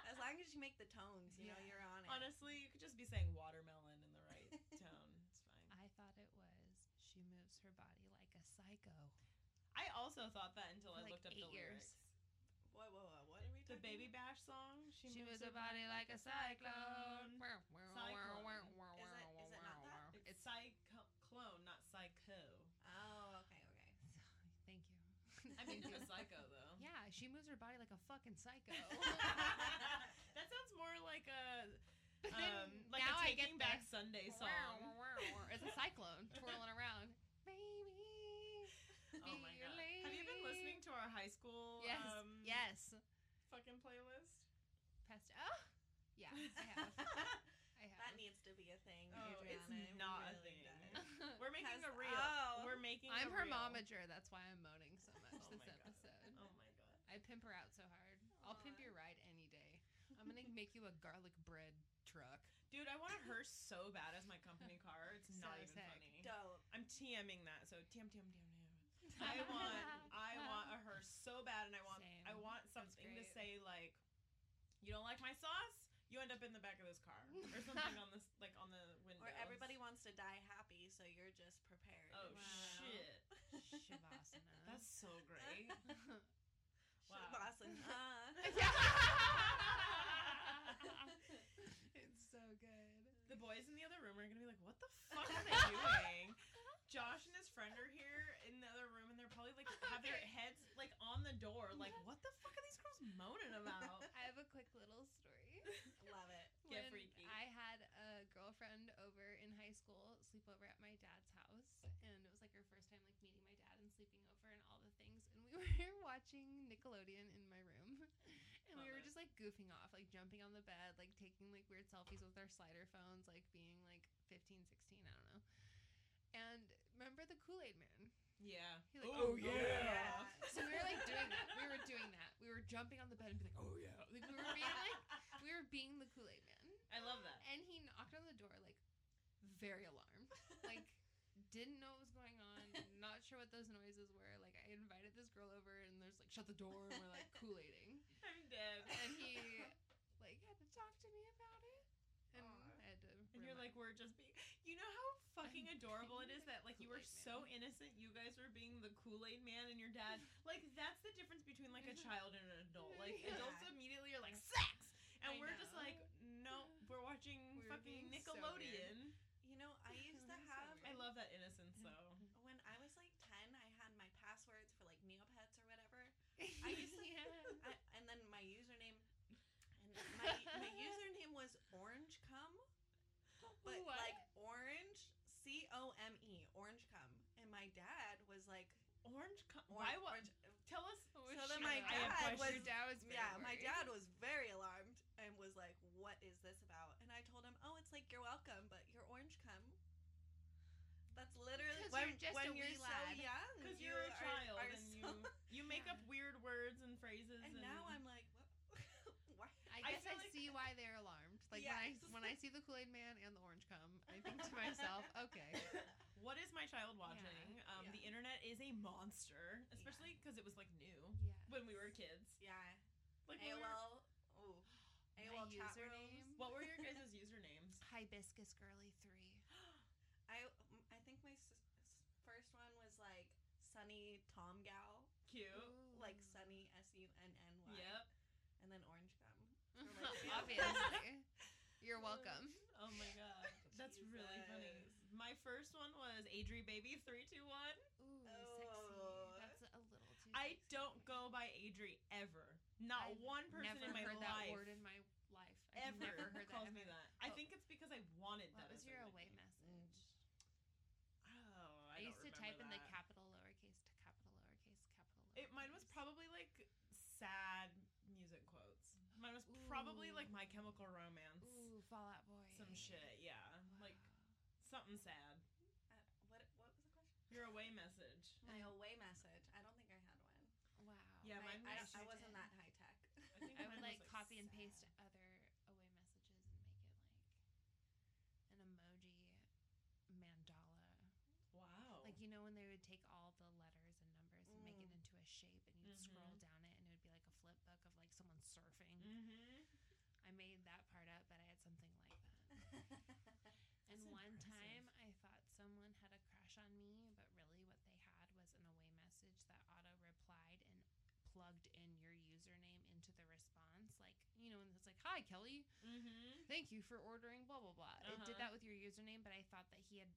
as long as you make the tones, you know,
Yeah.
you're on it.
Honestly, you could just be saying watermelon in the right tone. It's fine.
I thought it was she moves her body like a psycho.
I also thought that until I
Uh, Like
looked up
eight
the
years.
lyrics.
Whoa, whoa, whoa! What are we
The
talking?
Baby Bash song. She,
She
moves
moves her body like a
Cyclone.
cyclone.
Is it- is it not that?
It's psycho- clone, not psycho.
About? Oh, okay, okay.
Thank you.
I mean, to a psycho though.
yeah, she moves her body like a fucking psycho.
that sounds more like a
But
um, like
now
a
I
Taking
get
Back
the-
Sunday
Wow,
song.
wow, wow. It's a cyclone twirling around. Baby.
Oh my
be
god! Have you been
late.
listening to our high school?
Yes.
Um,
yes.
Fucking playlist.
Past. Oh. Yeah, I have. I have.
that needs to be a thing.
Oh,
Adriana.
it's
It
not a
really
thing.
does.
We're making
Has-
a reel.
oh.
We're making.
I'm
a
her
reel.
momager. That's why I'm moaning so much
Oh
this
my God.
episode.
Oh my god!
I pimp her out so hard. I'll pimp
Aw.
your ride any day. I'm gonna make you a garlic bread truck.
Dude, I want a hearse so bad as my company car. It's
So
not even
sick.
funny.
Dope.
I'm TMing that. So TM TM TM TM. I want I want a hearse so bad and I want I
Same.
want something to
great.
say like you don't like my sauce, you end up in the back of this car or something on this like on the window.
Or everybody wants to die happy, so you're just prepared.
Oh
Wow.
shit.
Shavasana.
That's so great. wow.
Shavasana.
it's so good.
the boys in the other room are going to be like, "What the fuck are they doing?" Josh and his friend are here in the other room and they're probably like have their
Okay.
heads like on the door like, "What the fuck are these girls moaning about?"
I have a quick little story.
Love it.
Get
when
freaky.
I had a girlfriend over in high school, sleep over at my dad's house, and it was like her first time like meeting my dad and sleeping over and all the things. And we were watching Nickelodeon in my room, and
Love
we were
it.
just like goofing off, like jumping on the bed, like taking like weird selfies with our slider phones, like being like 15, 16, I don't know. And remember the Kool Aid Man?
Yeah.
He like,
Oh,
oh,
yeah.
Yeah.
So we were like doing that. We were doing that. We were jumping on the bed and be like, oh yeah. Like, we were being like, we were being the Kool Aid Man.
I love that.
And he knocked on the door, like, very alarmed. Like, didn't know what was going on, not sure what those noises were. Like, I invited this girl over, and there's like, shut the door, and we're like, Kool Aiding.
I'm dead.
And he
we're just being. You know how fucking adorable it is that like you were
Kool-Aid
so innocent. You guys were being the Kool Aid Man and your dad. Like that's the difference between like a child and an adult. Like
Yeah.
adults immediately are like sex,
I
and we're just
know.
like no, we're watching
We were
fucking
being so
Nickelodeon.
You know, I used to
That's so
have
weird.
I love that innocence though.
when I was like ten. I had my passwords for like Neopets or whatever, I used to- I, and then my username. And my my username was Orange Cum, but
What?
like Orange C O M E Orange Cum, and my dad was like
Orange. Co-
or-
why? What?
Orange.
Tell us.
oh,
So then my
I have
dad was
questions.
yeah, my dad was very alarmed and was like, "What is this about?" And I told him, "Oh, it's like you're welcome, but you're orange cum." That's literally
Because
when
you're just a
when
wee
you're so
lad.
young
Because
you
you're a
are-
child
are
and
so-
you you make
Yeah.
up weird words and phrases.
And now I'm like, what? Why?
I
I
guess I,
feel like-
see why they're alarmed. Like
Yes.
when I when I see the Kool Aid Man and the orange cum, I think to myself, okay,
What is my child watching? Um,
Yeah.
The internet is a monster, especially because it was like new
yeah.
when we were kids.
yeah,
Like when we were-
AOL. Oh,
My
AOL chat
username,
rooms.
what were your guys' usernames?
hibiscus girly three.
I m- I think my s- s- first one was like Sunny Tom Gal,
Cute.
like Sunny S U N N
Mm.
Y.
Yep.
And then orange gum.
Ooh. obviously. You're welcome.
Oh my god, that's really funny.
Jesus.
My first one was Adri Baby three two one.
Ooh,
Oh.
sexy. That's a little too.
I
sexy.
don't go by Adri ever. Not
I've
one person
Never
in my
heard
life
that word in my life. I've
ever
never heard that.
calls me
ever.
that. I
Oh.
think it's because I wanted
What
that.
was
as
your
a
away
nickname.
message?
Oh,
I,
I, don't
used to type
remember
in the
that.
capital lowercase to capital lowercase capital.
It, mine was
lowercase.
probably like sad music quotes. Mine was probably like
Ooh.
My Chemical Romance,
Ooh, Fallout Boy.
some shit. Yeah, like something sad.
Uh, what what was the question?
Your away message.
My away message. I don't think I had one.
Wow.
Yeah,
I,
mine
I,
was.
I
sure
wasn't
did.
that high tech.
I think
I
mine
would
was,
like copy and
sad.
paste other away messages and make it like an emoji mandala.
Wow.
Like you know when they would take all the letters and numbers and make it
Mm.
into a shape and you'd scroll down it and it would be like a flip book of like someone surfing.
mm-hmm.
I made that part up, but I had something like that. And
That's
one
impressive.
time I thought someone had a crush on me, but really what they had was an away message that auto replied and plugged in your username into the response. Like, you know, and it's like, hi, Kelly,
Mm-hmm.
thank you for ordering blah, blah, blah. It did
Uh-huh.
that with your username, but I thought that he had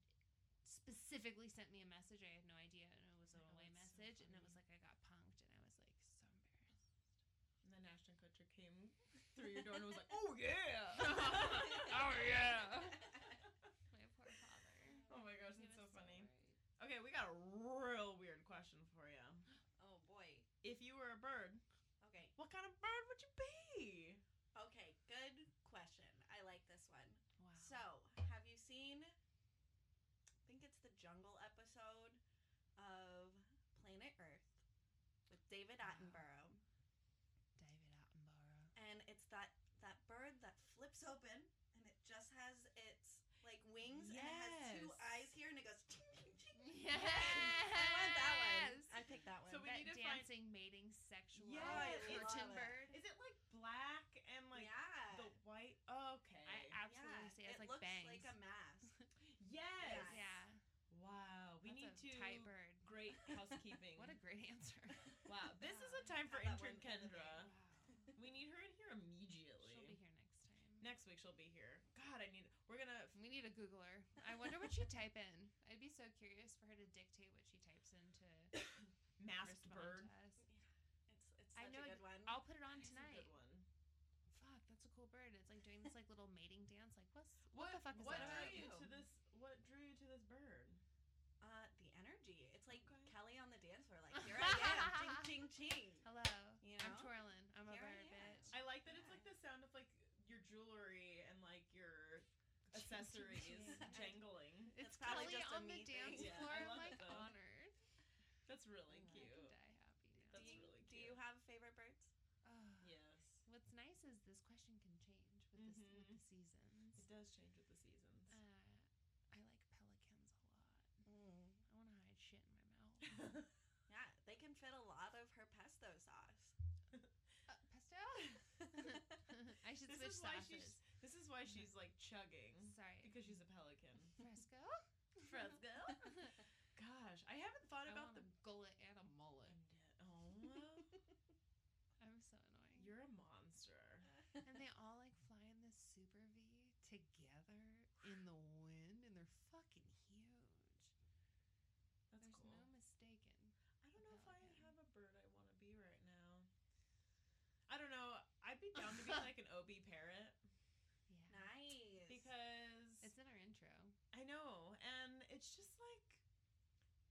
specifically sent me a message. I had no idea. And it was an
Oh,
away
that's so
message. and
funny.
it was like, I got punked. And I was like, so embarrassed.
And then Ashton Kutcher came through your door and was like, "Oh yeah."
Oh, yeah. My poor father.
oh my gosh,
He
that's so
was
funny.
worried.
Okay, we got a real weird question for you.
Oh boy.
If you were a bird,
Okay.
what kind of bird would you be?
Okay. Good question. I like this one.
Wow.
So, have you seen? I think it's the Jungle episode of Planet Earth with David
Wow.
Attenborough,
David Attenborough.
and it's that that bird that flips open and it just has its like wings and it has two
Yes.
eyes here and it goes. Ching, ching, ching.
Yes.
I want that one. I picked that one.
So we
that
need to find-
dancing, mating, sexual.
Yes,
I love
curtain
it.
bird.
Is it like black and like
yeah.
the white? Okay.
Uh, I absolutely see it. It's
it
like
looks
bangs.
like a mask.
yes.
Yes.
Yeah.
Wow. We
that's
need
a
to.
Thai bird.
Great housekeeping.
What a great answer.
wow. This is a
Wow.
time for
Have
intern
that one in the
Kendra.
wow.
We need her in here immediately.
She'll be here next time.
Next week she'll be here. God, I need. We're gonna.
We need a Googler. I wonder what she'd type in. I'd be so curious for her to dictate what she types in to
Masked
respond
bird.
to us.
It's it's
I
such
know
a
it-
good one.
I'll put it on
That's a
tonight.
good one.
Fuck, that's a cool bird. It's like doing this like little mating dance. Like what's
What,
the fuck is
what
that
drew you
about?
to this? What drew you to this bird?
Uh, the energy. It's like
Okay.
Kelly on the dance floor. Like here I am, ching ching ching.
hello?
You
I'm
know?
twirling. I'm a
Here I
bird,
am.
bitch.
I like that it's
Yeah.
like the sound of like your jewelry and like your accessories
ching.
jangling.
It's
That's probably
Kelly
just a
on the
me thing.
dance
Yeah,
floor.
I
I'm
love
like
it, though.
honored.
That's really
Yeah.
I
cute.
can die happy now.
That's
do you,
really
Do you have favorite birds?
Ugh.
Yes,
What's nice is this question can change with, this, with
Mhm.
the seasons.
it does change with the seasons.
Uh, I like pelicans a lot.
Mm.
I want to hide shit in my mouth.
Yeah, they can fit a lot of her pesto sauce.
Uh, pesto? I should
this
switch
is why
sauces.
she's. This is why
Mm-hmm.
she's like chugging
Sorry.
because she's a pelican.
Mm-hmm. Fresco?
Fresco.
Gosh, I haven't thought
I
about
want
the.
a gullet and a mullet.
Oh,
Mm-hmm. I'm so annoying.
you're a monster.
and they all like fly in this super V together in the wind, and they're fucking huge.
That's
There's
cool.
no mistaken.
I don't know if I
Pelican.
have a bird I want to be right now. I don't know. I'd be down to be like an OB parrot
Yeah.
nice.
because
It's in our intro.
I know, and it's just like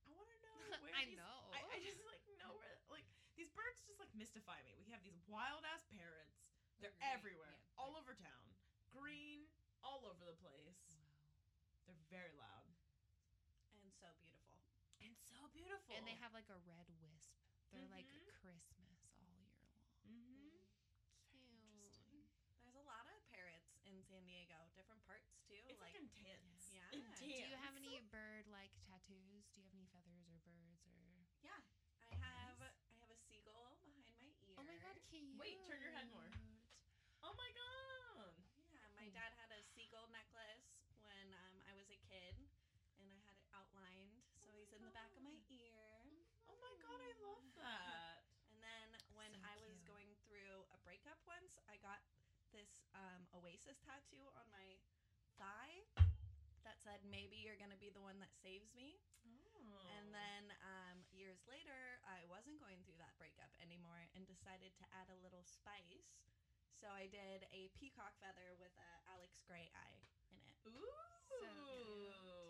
I want to know where
I
these-
know.
I, I just like know where like these birds just like mystify me. We have these wild ass parrots. They're
Agreed.
everywhere,
Yeah,
all
they're-
over town, green, all over the place. They're very loud
and so beautiful.
and so beautiful.
And they have like a red wisp. They're like
Mhm.
Christmas all year long.
Mm-hmm.
Cute.
There's a lot of parrots in San Diego, different parts too.
It's like,
like,
intense.
yeah,
Do
Intense.
you have any bird like tattoos? Do you have any feathers or birds or?
yeah. I have I have a seagull behind my ear.
Oh my god, cute.
Wait, turn your head more. Oh my god.
Yeah, my dad had a seagull necklace when um, I was a kid, and I had it outlined, so
Oh my
he's in the back of my ear.
Oh my god, I love that.
And then when
So
I was
cute.
going through a breakup once, I got this um, Oasis tattoo on my thigh that said, "Maybe you're gonna be the one that saves me."
Oh.
And then um, years later, I wasn't going through that breakup anymore and decided to add a little spice. So I did a peacock feather with a Alex Gray eye in it.
Ooh.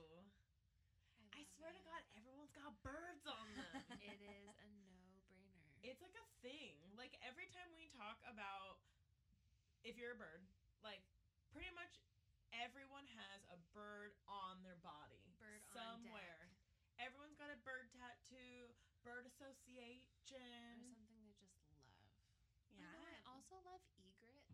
I
love
swear to
it.
God, everyone's got birds on them.
it is a no-brainer.
it's like a thing. Like every time we talk about if you're a bird, like pretty much everyone has a bird on their body
Bird on deck.
somewhere. Everyone's got a bird tattoo, bird
or
association.
something they just love.
Yeah.
You know, I also love egrets.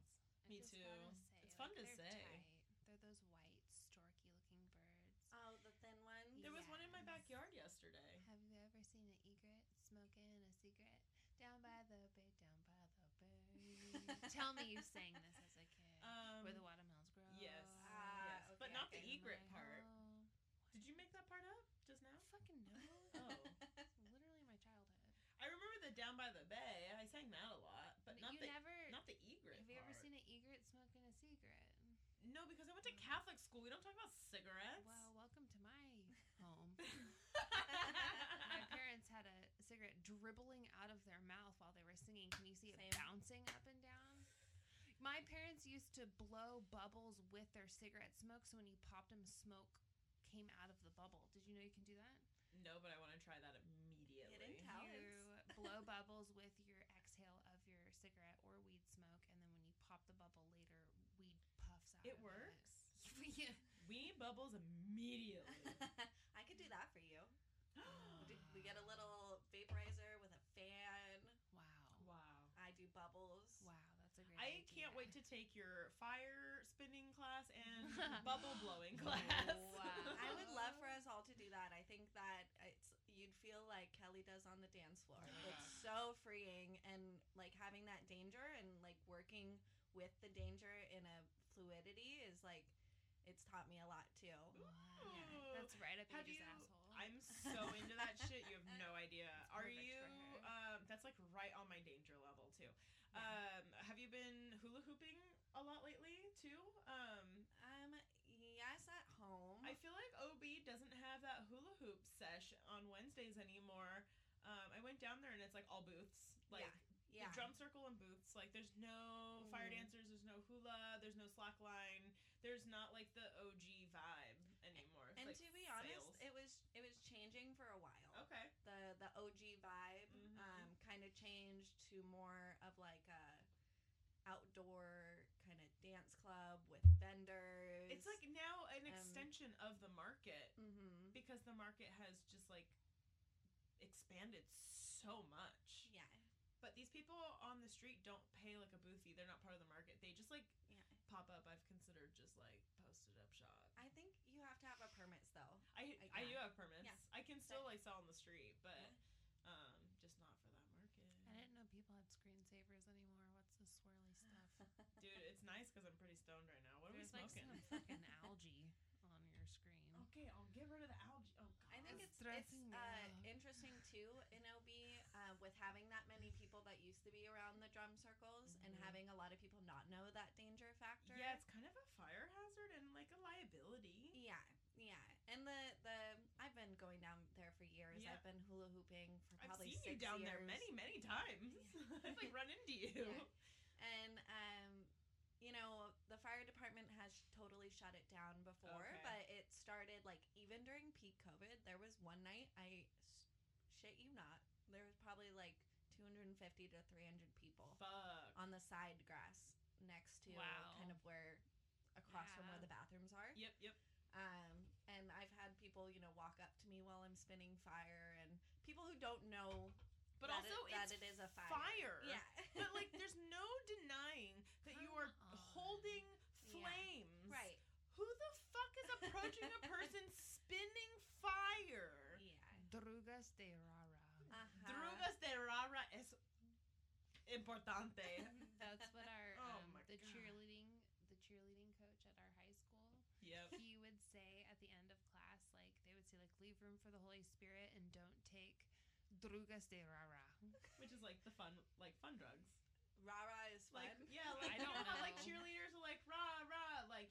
I
Me
just
too.
gotta
It's fun to
they're
say.
tight. They're those white, storky-looking birds.
Oh, the thin one.
There was one in my
Yes.
backyard yesterday.
Have you ever seen an egret smoking a cigarette down by the bay, down by the bay? Tell me you sang this as a Oh, kid.
Um,
Where the watermelons grow.
yes,
Ah,
yes, but
okay,
not the
okay.
egret
My
part.
home.
Did you make that part up just now?
I fucking know.
Oh.
It's literally my childhood.
I remember the Down by the Bay. I sang that a lot, but
N-
not
you
the
never.
not the egret.
have you ever
part.
seen an egret smoking a cigarette?
No, because I went to
Oh.
Catholic school. We don't talk about cigarettes.
Well, welcome to my home. my
I
parents had a cigarette dribbling out of their mouth while they were singing. Can you see it
Same.
bouncing up and down? My parents used to blow bubbles with their cigarette smoke, so when you popped them, smoke came out of the bubble. Did you know you can do that?
no, but I want to try that immediately.
Hidden talent.
You blow bubbles with your exhale of your cigarette or weed smoke, and then when you pop the bubble later, weed puffs out.
It
of
works.
yeah.
We need bubbles immediately.
I could do that for you.
Oh.
We- We get a little vaporizer with a fan.
Wow.
wow.
I do bubbles.
Wow, that's a great.
I can't
idea.
wait to take your fire spinning class and bubble blowing class.
Wow.
I would love for us all to do that. I think that it's you'd feel like Kelly does on the dance floor. It's so freeing and like having that danger and like working with the danger in a fluidity is like it's taught me a lot too.
Wow.
Ooh.
That's right up
Have
your
you-
asshole.
I'm so into that shit. You have no idea. Are
perfect for
you? Um,
her.
that's like right on my danger level too. Um, have you been hula hooping a lot lately too? Um,
Um yes at home.
I feel like OB doesn't have that hula hoop sesh on Wednesdays anymore. Um, I went down there and it's like all booths, like
yeah.
drum circle and booths. Like there's no fire
Mhm.
dancers, there's no hula, there's no slack line, there's not like the OG vibe anymore. It's
and
like
to be honest,
sales. Oh.
it was it was changing for a while.
okay,
the the OG vibe
Mhm.
um, kind of changed to more of like a outdoor kind of dance club with vendors.
it's like now an
um,
extension of the market.
hmm
because the market has just like expanded so much.
yeah,
But these people on the street don't pay like a booth fee. They're not part of the market. They just like
yeah.
pop up. I've considered just like posted up shop.
I think you have to have a permits though.
I
I-
I, do
yeah.
have permits.
Yeah.
I can still like sell on the street, but
Yeah.
um just not for that market.
I didn't know people had screensavers anymore. What's the swirly stuff?
Dude, it's nice because I'm pretty stoned right now. What are we
There's like
smoking.
some fucking algae on your screen.
Okay, I'll get rid of the algae. Oh god.
I think
It's
it's it's
stressing me
uh,
out.
interesting too in OB uh, with having that many people that used to be around the drum circles and
Mhm.
having a lot of people not know that danger factor.
yeah, it's kind of a fire hazard and like a liability.
Yeah, yeah. And the the I've been going down there for years.
Yeah.
I've been hula hooping for
I've
probably
seen you
six
down
years.
there many, many times. I've like run into you.
Yeah. And um, you know, the fire department has sh- totally shut it down before,
Okay.
but it started like even during peak COVID. There was one night I s- shit you not, there was probably like 250 to 300 people
Fuck.
on the side grass next to
Wow.
kind of where across from where
Yeah.
the bathrooms are.
Yep, yep.
Um, and I've had people, you know, walk up to me while I'm spinning fire, and people who don't know
But
that
also
it, that
it's
it is a fire.
fire.
Yeah,
but like there's no denying that you are
Come on.
holding
Yeah.
flames.
right.
Who the fuck is approaching a person spinning fire?
Yeah.
Oh.
Drugas de rara.
Uh-huh.
Drogas de rara es importante.
That's what our
Oh
um,
my
the
God.
cheerleading the cheerleading coach at our high school.
yep.
He would say at the end of class, like they would say, like leave room for the Holy Spirit and don't take drugas de rara.
Which is like the fun, like fun drugs.
Rara is fun.
Like yeah, like
I
you
don't
know how, like
know.
cheerleaders are like rah rah like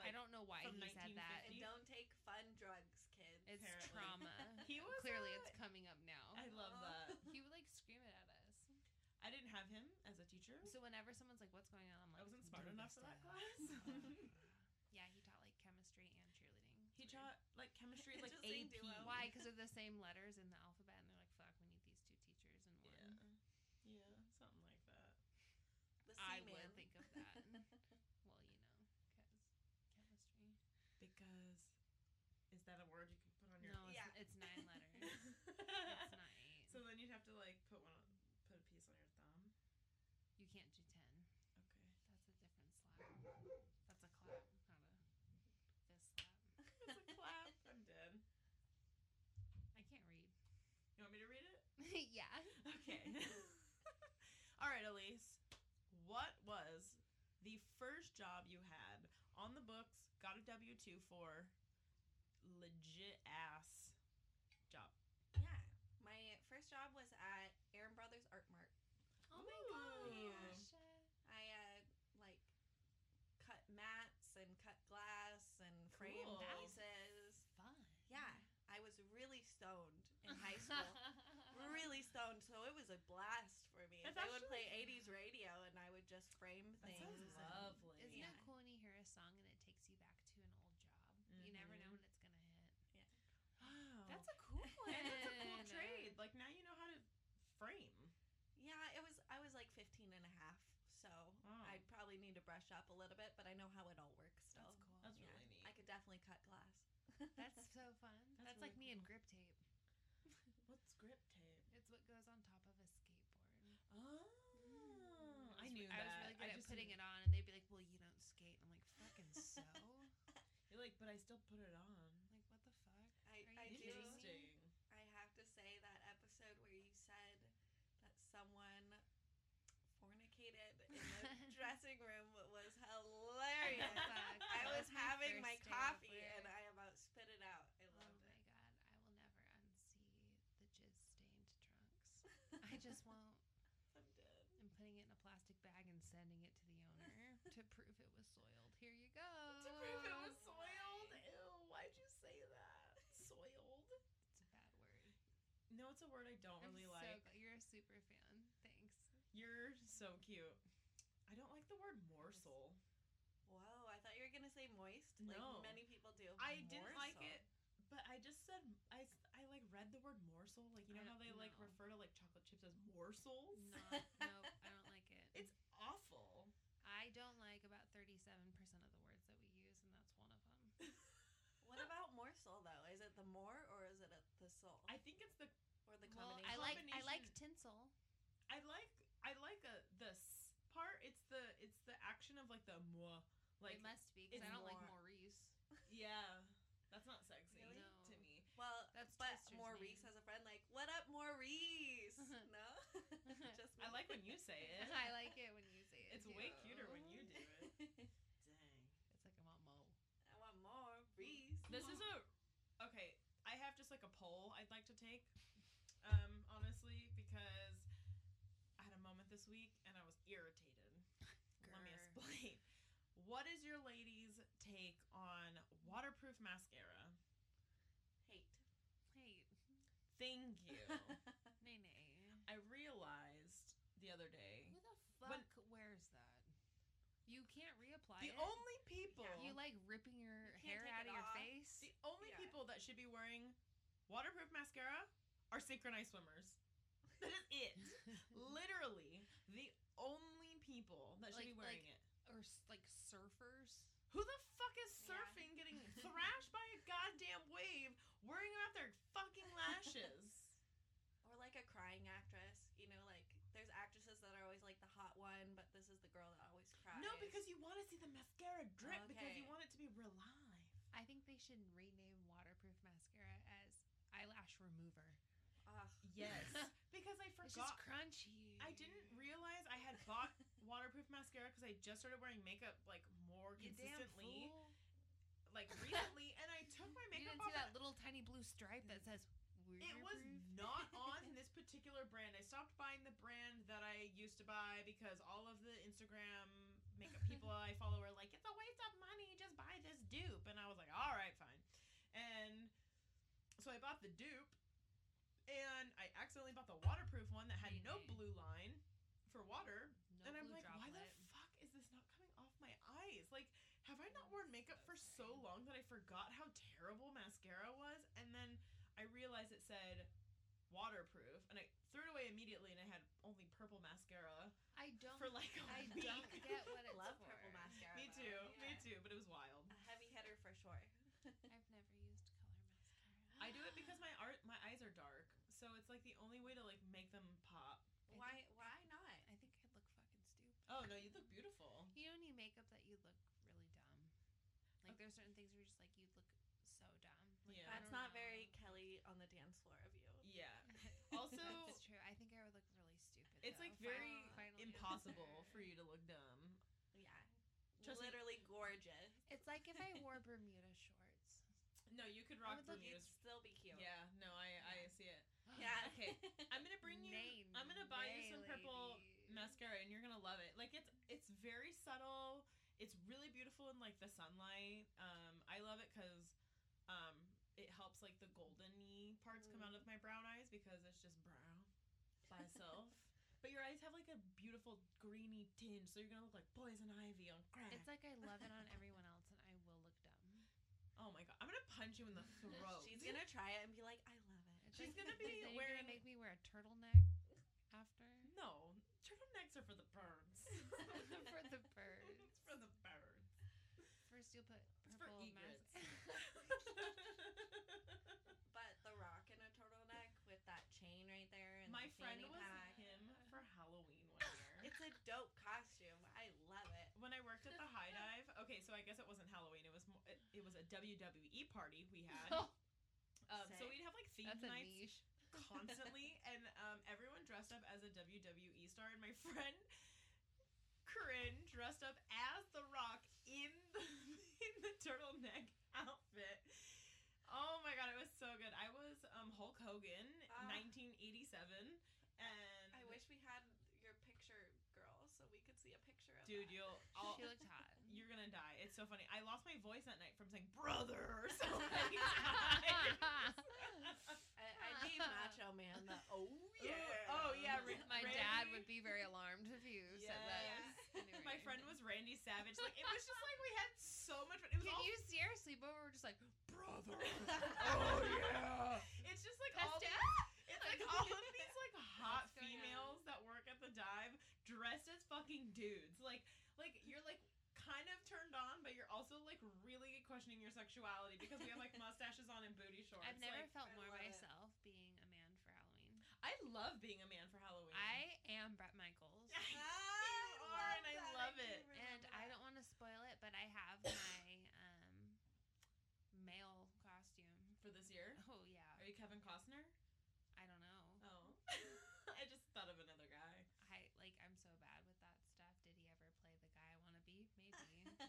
I don't know why
from
he said that.
and
1950.
don't take fun drugs, kids.
It's
Apparently.
trauma.
He was
Clearly,
a-
it's coming up now.
I love
Oh.
that.
He would like scream it at us.
I didn't have him as a teacher.
So whenever someone's like, "What's going on?" I'm
I
like,
wasn't smart enough for that
"Drugas de
class.
rara." yeah, he taught like chemistry and
he taught like chemistry like
cheerleading. It's
Interesting
AP.
duo.
Why? Because they're the same letters in the alphabet, and they're like, "Fuck, we need these two teachers in one."
Yeah. Yeah, something like that.
I
The seaman.
would think of that. well, you know, because chemistry.
Because is that a word you can put on your
No, it's,
Yeah.
it's nine letters. it's not eight.
So then you'd have to like put one on, put a piece on your thumb.
you can't do ten.
Okay.
That's a different slap. That's a clap, not a fist slap.
It's a clap. I'm dead.
I can't read.
You want me to read it?
yeah.
Okay. All right, Elise. What was the first job you had on the books? Got a W two for legit ass job.
yeah. My first job was at Aaron Brothers Art Mart.
Oh my
Ooh.
gosh.
I uh, like cut mats and cut glass and framed
Cool. That's
pieces.
Fun.
Yeah, I was really stoned in high school. really stoned, so it was a blast for me.
That's
they would play
actually-
80s radio and I would just frame
That
things.
sounds
and-
lovely.
Isn't
Yeah.
it cool when you hear a song and it takes you back to an old job? You never know when it's gonna hit.
Wow.
That's a cool one.
and that's a cool trade. Like now you know how to frame.
Yeah, it was I was like 15 and a half, so
Wow.
I'd probably need to brush up a little bit, but I know how it all works still.
That's cool.
That's
Yeah.
really neat.
I could definitely cut glass.
That's so fun. That's,
That's
like
really
me and
cool.
grip tape.
What's grip tape?
It's what goes on top of a skateboard.
Oh, Mm. I
was
knew
re-
that.
I was really good at
just
putting
didn't-
it on, and they'd be like, "Well, you don't skate." I'm like, "Fucking so."
You're like, but I still put it on.
like, what the fuck?
I,
Are
I
you
do.
kidding me?
Interesting.
I have to say that episode where you said that someone fornicated in the dressing room was hilarious.
Fuck,
I
that
was
my
having my
first day of
coffee
work.
and I about spit it out. I
Oh
loved
my
it.
god, I will never unsee the jizz stained trunks. I just won't.
I'm dead.
I'm putting it in a plastic bag and sending it to the owner to prove it was soiled. Here you go.
To prove it was soiled. Ew, why'd you say that? Soiled?
It's a bad word.
No, it's a word I don't
I'm
really
so
like.
gl- you're a super fan. Thanks.
You're so cute. I don't like the word morsel.
Whoa, I thought you were gonna say moist,
No.
like many people do.
I didn't like
Morsel.
it, but I just said I, s- I like read the word morsel. Like you
I
know how
don't-
they like
no.
refer to like chocolate chips as morsels.
Not, nope, I don't like it.
It's awful.
I don't like about 37% of the words that we use, and that's one of them.
What about morsel though? Is it the more or is it a, the soul
I think it's the
or the
Well,
combination?
I like I like
Combination-
tinsel.
I like I like a, the s part. It's the it's the action of like the moi. Like
it must be
it's
because I don't like
more-
Maurice.
yeah, that's not sexy
Really?
to
No.
me.
well,
That's
but
Twister's
Maurice
name.
has a friend like, what up, Maurice? no, just
I like when you say it.
I like it when you say it.
It's way
too.
cuter when you do it. Dang.
It's like I'm
This is a okay. I have just like a poll I'd like to take, um, honestly, because I had a moment this week and I was irritated. Let me
Grr.
explain. What is your ladies' take on waterproof mascara?
Hate.
Hey,
Thank you.
Nene.
I realized the other day
Who the fuck
When-
wears that? You can't reapply
the
it.
only people
you like ripping your
You
hair
can't take
out
it
of your
off.
face.
the only
yeah.
people that should be wearing waterproof mascara are synchronized swimmers. That is it. Literally, the only people that should
Like-
be wearing
like-
it.
or s- like surfers.
Who the fuck is
Yeah.
surfing getting thrashed by a goddamn wave worrying about their fucking lashes?
Or like a crying actress. You know, like there's actresses that are always like the hot one, but this is the girl that always cries.
No, because you want to see the mascara drip because you
Okay.
want it to be real live.
I think they should rename waterproof mascara as eyelash remover.
Ugh.
Yes. because I
It's just
forgot.
crunchy.
I didn't realize I had bought waterproof mascara because I just started wearing makeup like more
You damn
consistently,
fool.
like recently, and I took my
You
makeup
didn't
off.
see that little tiny blue stripe that says weird.
Mm. It was not on this particular brand. I stopped buying the brand that I used to buy because all of the Instagram makeup people I follow are like, it's a waste of money. Just buy this dupe. And I was like, all right, fine. And so I bought the dupe and I accidentally bought the waterproof one that had no
Mhm.
blue line for water.
no
and I'm
blue
like, why the
droplet.
fuck is this not coming off my eyes? Like, have I not worn makeup for so long that I forgot how terrible mascara was? And then I realized it said waterproof, and I threw it away immediately, and I had only purple mascara
I don't.
for like a
I
week.
don't get what it's
love
for.
purple mascara.
me
though.
too, me
Yeah.
too, but it was wild.
A heavy hitter for sure.
I've never used color mascara.
I do it because my art, my eyes are dark, so it's like the only way to like make them pop.
Why? Why not?
I think I'd look fucking stupid.
Oh no, you look beautiful.
You don't need makeup that you look really dumb. Like there's certain things where you're just like you look so dumb. Like,
Yeah.
I
That's
don't
not very
know.
Kelly on the dance floor of you.
Yeah. Also,
That's true. I think I would look really stupid.
it's
though.
like very
Final- final
impossible
answer.
for you to look dumb.
Yeah.
Trust me.
Literally gorgeous.
It's like if I wore Bermuda shorts.
No, you could rock
would look-
Bermuda's.
You'd still be cute.
Yeah, no, I I see it.
Yeah.
Okay. I'm gonna bring you.
Nay,
I'm gonna buy you
nay,
some purple
lady.
mascara, and you're gonna love it. Like it's it's very subtle. It's really beautiful in like the sunlight. Um, I love it because, um, it helps like the goldeny parts come out of my brown eyes because it's just brown by itself. but your eyes have like a beautiful greeny tinge, so you're gonna look like poison ivy on crack.
It's like I love it on everyone else, and I will look dumb.
oh my god, I'm gonna punch you in the throat.
She's gonna try it and be like, I love it.
It's
She's
like,
gonna be
then
wearing-
You're gonna make me wear a turtleneck after
No, turtlenecks are for the birds.
for the birds.
it's for the birds.
First, you'll put
It's for
purple
egrets.
mask.
But The Rock in a turtleneck with that chain right there and
My
the
friend
fanny
was
pack.
him for Halloween one year.
It's a dope costume. I love it.
When I worked at the high dive, okay, so I guess it wasn't Halloween. It was mo- it, it was a WWE party we had. Um, so
Sick.
we'd have like theme
That's a
nights
niche.
constantly, and um, everyone dressed up as a WWE star. And my friend Corinne dressed up as The Rock in the, in the turtleneck outfit. Oh my god, it was so good. I was um, Hulk Hogan,
Ah.
1987, and
I wish we had your picture, girl, so we could see a picture of
dude,
that.
you'll I'll,
she looked hot.
you're gonna die. It's so funny. I lost my voice that night from saying brother so many times.
I, I gave Macho Man the oh yeah.
oh, yeah, Ra-
My
Randy-
dad would be very alarmed if you said that.
Yes.
Anyway.
My friend was Randy Savage. Like it was just like we had so much fun. It was
Can
all
you seriously? But we were just like, brother.
Oh, yeah. It's just like all
Pesta?
it's like all of these like hot
What's going on?
females that work at the dive dressed as fucking dudes. Like like you're like kind of turned on, but you're also like really questioning your sexuality because we have like mustaches on and booty shorts.
I've never
Like,
felt
I
more
love it.
myself being a man for Halloween.
I love being a man for Halloween.
I am Brett Michaels.
You
I
are,
love
and I
that.
love
do
it.
remember
and I
that.
don't want to spoil it, but I have my um, male costume.
for this year.
Oh yeah,
Are you Kevin Costner?
I don't know.
Oh. I just thought of another guy.
I like I'm so bad with that stuff. Did he ever play the guy I want to be? Maybe.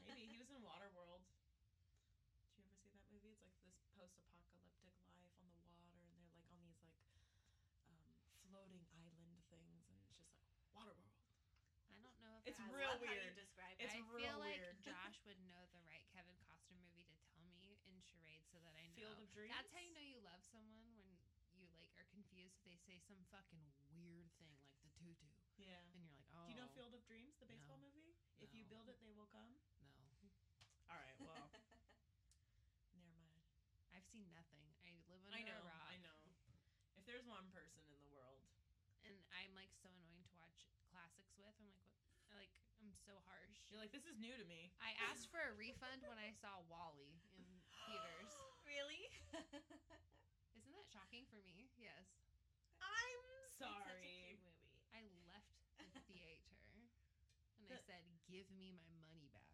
Maybe he was in Waterworld. Did you ever see that movie? It's like um, floating island things, and it's just like Waterworld.
I don't know if
It's
I-
I
real
love How you
weird.
describe
It's
it.
I
real
feel like
weird.
Josh would know the right Kevin Costner movie to tell me in charades so that I know.
Field of Dreams.
That's how you know you love someone when you like are confused if they say some fucking weird thing like the tutu,
Yeah.
and you're like, oh,
Do you know Field of Dreams, the baseball
No.
movie? If you
No.
build it, they will come.
No,
All right. Well, never mind.
I've seen nothing. I live under
I know.
a rock,
I know. If there's one person in the world,
and I'm like so annoying to watch classics with. I'm like, what? I, like I'm so harsh.
you're like, this is new to me.
I asked for a refund when I saw Wally in theaters.
really?
Isn't that shocking for me? Yes.
I'm
It's such a
sorry.
cute movie.
I left the theater and I
The-
said, Give me my money back.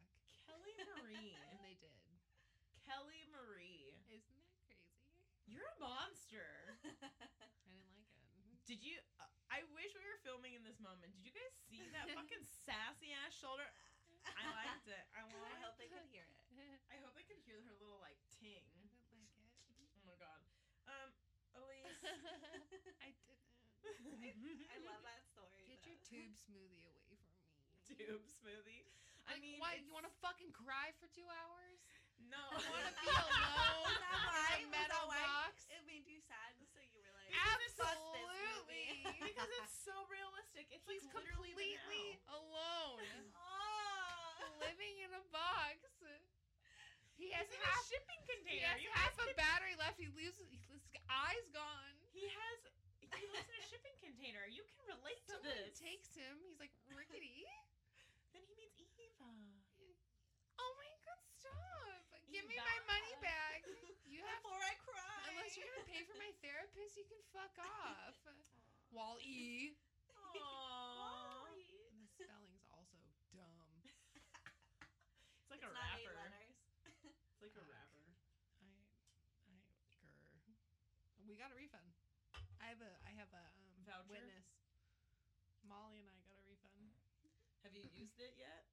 Kelly Marie.
And they did.
Kelly Marie.
Isn't that crazy?
You're a monster.
I didn't like it.
Did you? Uh, I wish we were filming in this moment. Did you guys see that fucking sassy ass shoulder? I liked it. I want.
I hope they could hear it.
I
I hope I could hear her little like ting.
didn't like it.
Oh my god. Um, Elise.
I didn't.
I love that story.
Get
though.
your tube smoothie away from me.
tube smoothie. I
Like,
mean,
why?
it's-
You want to fucking cry for two hours?
No.
You want to be
Is
alone
that why?
in a
Was that
metal
why
box?
It made you sad, so you were like,
Absolutely.
because it's so realistic. It's
He's
like literally the
completely alone.
oh,
living in a box. He
now.
has
He's in a
half.
shipping
He
container.
has
You
half a battery left. He leaves. His eyes gone.
He has. He lives in a shipping container. You can relate to
Someone
this.
takes him. He's like rickety.
Then he meets Eva.
oh my god! Stop! Give me
Eva.
my money back. You have.
before I cry.
Unless you're gonna pay for my therapist, you can fuck off. Wall E.
Aww.
Wally.
And the spelling's also dumb.
It's like
It's
a
not eight
rapper.
letters.
It's like a
Fuck.
rapper.
I, I, grr. We got a refund. I have a, I have a um,
Voucher?
witness. Molly and I got a refund.
Have you used it yet?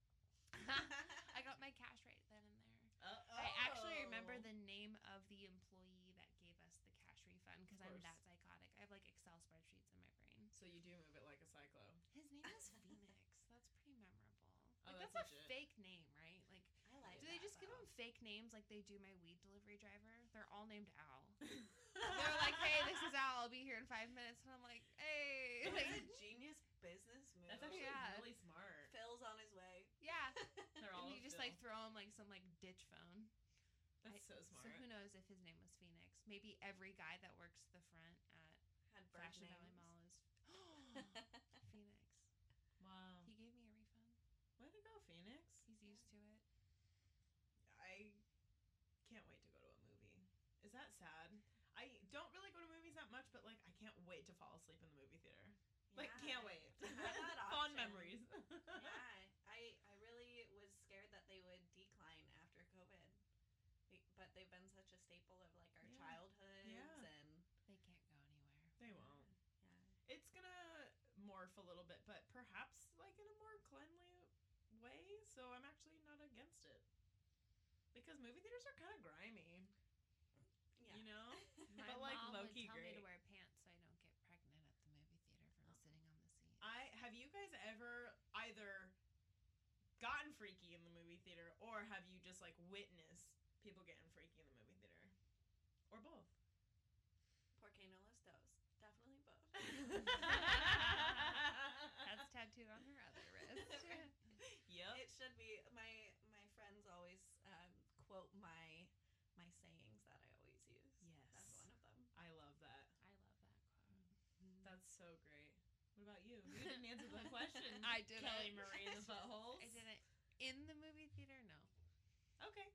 I got my cash right then and there.
Uh,
I actually remember
oh.
the name of the employee that gave us the cash refund because I'm
course.
that psychotic. I have like Excel spreadsheets in my brain.
So you do move it like a cyclo.
His name is Phoenix. That's pretty memorable.
Oh,
Like
that's
that's,
legit.
a fake name, right? Like,
I like.
do they
that,
just give
though.
them fake names like they do my weed delivery driver? They're all named Al. They're like, hey, this is Al. I'll be here in five minutes, and I'm like, hey,
That's
like,
a genius business move.
That's actually
Yeah.
really smart.
Phil's on his way.
yeah.
They're all
And you just
Phil.
like throw him like some like ditch phone.
that's so
I-
smart.
So who knows if his name was Phoenix? Maybe every guy that works the front at
Had bird
Fashion Valley
names.
Mall is Phoenix.
wow.
He gave me a refund.
Way to go, Phoenix.
He's used to it.
I can't wait to go to a movie. Is that sad? I don't really go to movies that much, but like I can't wait to fall asleep in the movie theater. Like
Yeah.
can't wait.
To have that
Fond
option.
memories.
yeah, I I really was scared that they would decline after COVID, Be- but they've been such a staple of like our
Yeah.
childhoods
Yeah.
and
They can't go anywhere.
They won't. It's gonna morph a little bit, but perhaps like in a more cleanly way. So I'm actually not against it because movie theaters are kind of grimy.
yeah.
You know.
My
But, like,
mom would
low-key
tell me
great. Oh.
to wear pants so I don't get pregnant at the movie theater from sitting on the seat.
I have you guys ever either gotten freaky in the movie theater or have you just like witnessed people getting freaky in the movie theater? Or both.
Por qué no los dos? Definitely both.
That's tattooed on her other wrist.
yep.
It should be my my friends always um, quote my my sayings that I always use. That's
yes.
one of them.
I love that.
I love that quote.
That's so great. What about you? You didn't answer the question.
I didn't.
Kelly Marie and the buttholes.
I didn't in the movie theater. No.
Okay.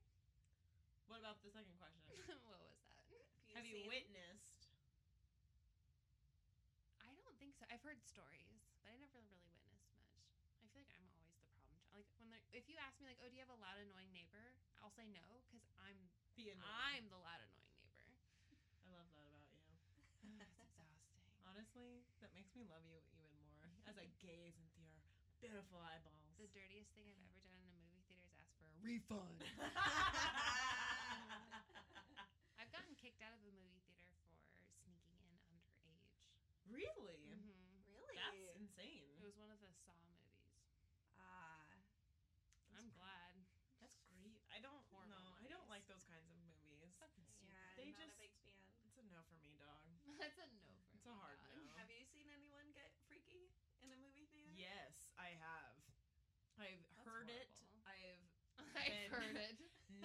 What about the second question?
what was that?
If
have you
seen-
witnessed?
I don't think so. I've heard stories, but I never really witnessed much. I feel like I'm always the problem. child. Like when they're- if you ask me like, "Oh, do you have a loud annoying neighbor?" I'll say no cuz I'm
The annoying.
I'm the loud annoying neighbor.
I love that about you.
Ugh, it's exhausting.
Honestly, that makes me love you even more as I gaze into your beautiful eyeballs.
The dirtiest thing I've ever done in a movie theater is ask for a refund. I've gotten kicked out of a movie theater for sneaking in underage.
really?
Mhm.
Ah,
I
not
just-
a big fan.
It's a no for me, dog.
That's a no for
It's a
me,
hard
dog.
no.
Have you seen anyone get freaky in a movie theater?
Yes, I have. I've heard
horrible.
it. I've
I've
Then-
heard it.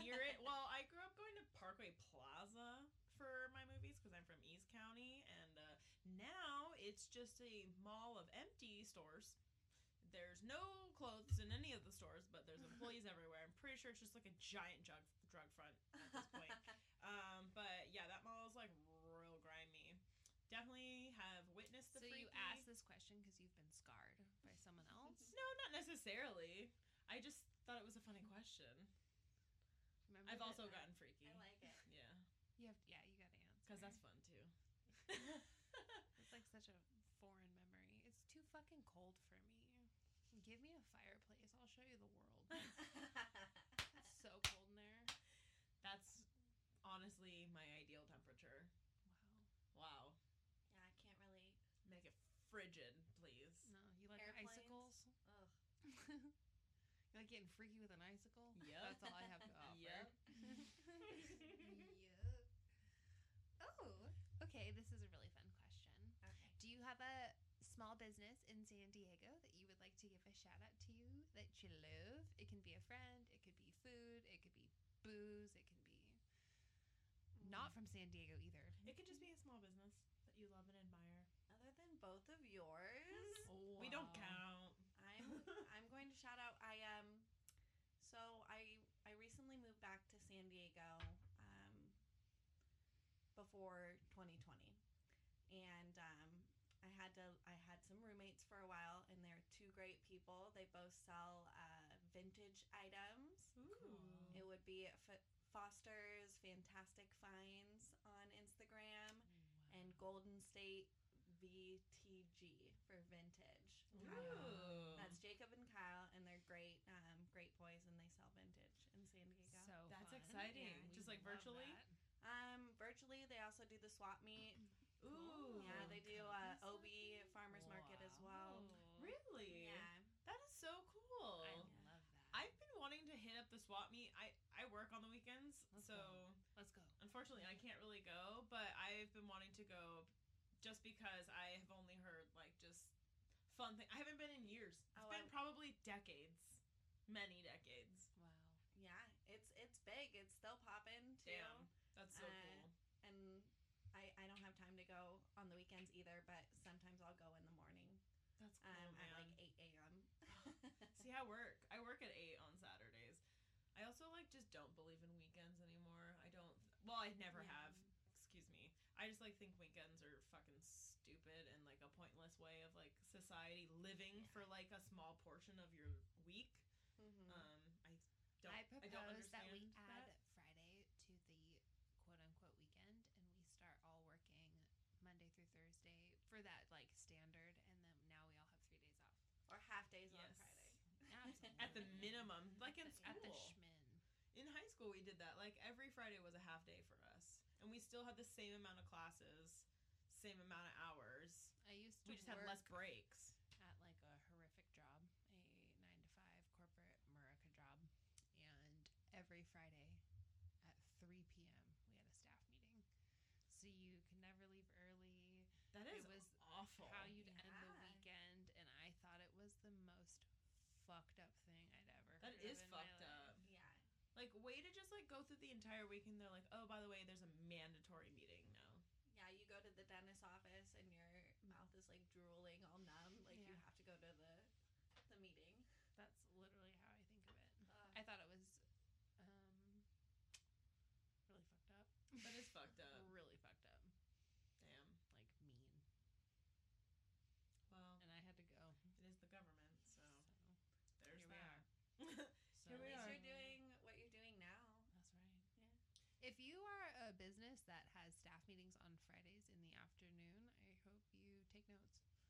near it. Well, I grew up going to Parkway Plaza for my movies because I'm from East County, and uh, now it's just a mall of empty stores. There's no clothes in any of the stores, but there's employees everywhere. I'm pretty sure it's just like a giant drug drug front at this point. Um, but yeah, that mall is like real grimy. Definitely have witnessed the
so you
freaky-
asked this question because you've been scarred by someone else.
No, not necessarily. I just thought it was a funny question.
Remember
I've
that-
also gotten freaky.
I like it.
yeah,
You have, yeah, you got to answer.
because that's fun too.
It's like such a foreign memory. It's too fucking cold for me. Give me a fireplace. I'll show you the world. It's so cold in there.
That's honestly my ideal temperature.
Wow.
Wow.
yeah, I can't really.
Make it frigid, please.
No, you like
Airplanes?
icicles?
Ugh.
you like getting freaky with an icicle?
Yep.
That's all I have to offer.
Yep.
yeah. Oh, okay. This is a really fun question.
Okay.
Do you have a small business in San Diego that you would like to give a shout out to you that you love? It can be a friend, it could be food, it could be booze, it can be not from San Diego either.
It could just be a small business that you love and admire.
Other than both of yours,
Oh, We don't count.
I'm I'm going to shout out. I um, so I I recently moved back to San Diego um, before 2020, and um, I had to I had some roommates for a while, and they're two great people. They both sell uh, vintage items.
Ooh.
It would be F- Foster's Fantastic Finds on Instagram
Oh,
and Golden State VTG for vintage.
Ooh.
That's Jacob and Kyle, and they're great, um, great boys, and they sell vintage in San Diego.
So
That's
fun.
exciting.
we
Just, like,
love
virtually?
that.
um, virtually, they also do the swap meet.
Ooh.
Yeah, they do
Golden
uh,
State.
OB Farmers Market as well.
Wow.
Really?
Yeah,
That is so cool.
I love that.
I've been wanting to hit up the swap meet. I, I work on the weekends,
That's
so
Let's go.
unfortunately I can't really go, but I've been wanting to go just because I have only heard like just fun thing. I haven't been in years. It's
Oh,
been
I-
probably decades. Many decades.
Wow.
yeah, it's it's big. It's still popping too.
Damn. That's so
Uh,
cool.
And I I don't have time to go on the weekends either, but sometimes I'll go in the morning
That's cool,
um, at
Oh, man.
like 8 a.m.
See, I work. I work at 8 on Saturdays. I also like just don't believe in weekends anymore. I don't well, I never
Yeah.
have. Excuse me. I just like think weekends are fucking stupid and like a pointless way of like society living for like a small portion of your week.
Mhm.
Um, I don't.
Mm-hmm. I
I don't
propose
understand
that we add
that.
Friday to the quote unquote weekend and we start all working Monday through Thursday for that like standard and then now we all have three days off.
Or half days on
Yes.
Friday.
Absolutely.
At the minimum, like in school,
Mm-hmm. At the Schmin.
in high school, we did that. Like every Friday was a half day for us, and we still had the same amount of classes, same amount of hours.
I used to
We just had
work
less breaks.
at like a horrific job, a nine to five corporate Murica job, and every Friday at three p.m. we had a staff meeting, so you can never leave early.
That
It
is
was
awful.
how you'd end the
Yeah.
weekend, and I thought it was the most fucked up thing I'd ever.
that
heard
is
of in my
fucked
life.
up.
Yeah.
Like way to just like go through the entire week and they're like, oh, by the way, there's a mandatory meeting now.
Yeah, you go to the dentist office and your mouth is like drooling all numb. Like you
Yeah.
have to go to the the meeting. Uh,
That's literally how I think of it.
Ugh.
I thought it was um, really fucked up.
That is fucked up.
really fucked up.
Damn.
Like mean,
Well,
and I had to go.
it is the government, so
so.
there's
Here we
that.
So
Here we
At least
are.
you're doing what you're doing now.
That's right.
Yeah.
If you are a business that has staff meetings on Fridays in the afternoon, I hope you take notes.
I hope you reevaluate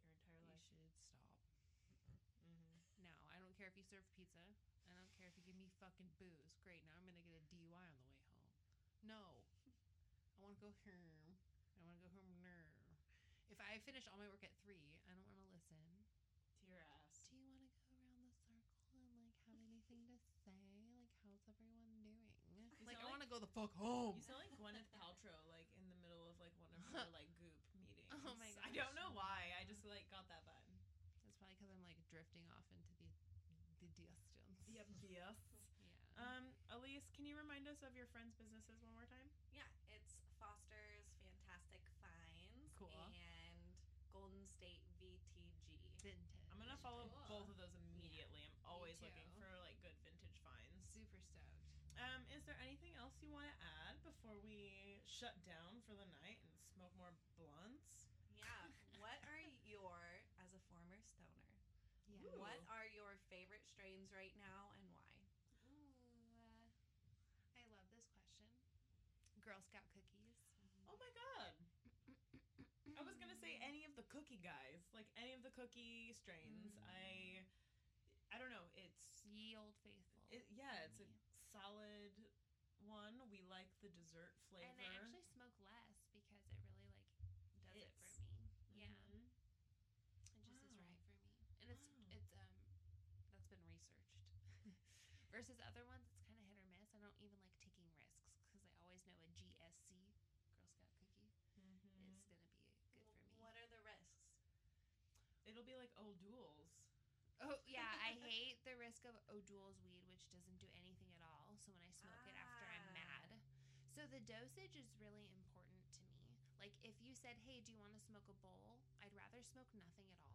your entire life.
should stop.
Mm-hmm.
No, I don't care if you serve pizza. I don't care if you give me fucking booze. Great, now I'm gonna get a DUI on the way home. No, I want to go home. I want to go home now. If I finish all my work at three, I don't want to listen.
To your ass.
Do you want to go around the circle and like have anything to say? Like, how's everyone doing?
You
like, I
sound
want
like
to to go the fuck home.
You sound like Gwyneth Paltrow, like in the middle of like one of her like goop meetings.
Oh my
I don't know why. I just like got that vibe.
That's probably because I'm like drifting off into the the distance.
Yes.
Yeah.
Um, Elise, can you remind us of your friends' businesses one more time?
Yeah, it's Foster's Fantastic Finds
Cool.
and Golden State VTG.
vintage.
I'm gonna follow
Cool.
both of those immediately. I'm always looking
too.
for like good vintage finds.
Super stoked.
Um, is there anything else you want to add before we shut down for the night and smoke more blunts?
Yeah, what are your, as a former stoner,
Yeah.
Ooh.
what are your favorite strains right now and why?
Ooh, uh, I love this question. Girl Scout cookies.
Oh my god. I was gonna say any of the cookie guys, like any of the cookie strains. I, I don't know. It's
Ye old faithful.
it, yeah, it's a solid one. We like the dessert flavor.
and I actually smoke less because it really like does it for
It's-
me. Yeah,
Mhm.
it just is
Wow.
right for me,
Wow.
and it's it's um that's been researched. Versus other ones, it's kind of hit or miss. I don't even like taking risks because I always know a GSC Girl Scout cookie
Mhm.
is gonna be good for me.
What are the risks?
It'll be like old duels.
Oh yeah, I hate the risk of O'Doul's weed, which doesn't do anything at all. So when I smoke it after, I'm
Ah.
mad. So the dosage is really important to me. Like if you said, "Hey, do you want to smoke a bowl?" I'd rather smoke nothing at all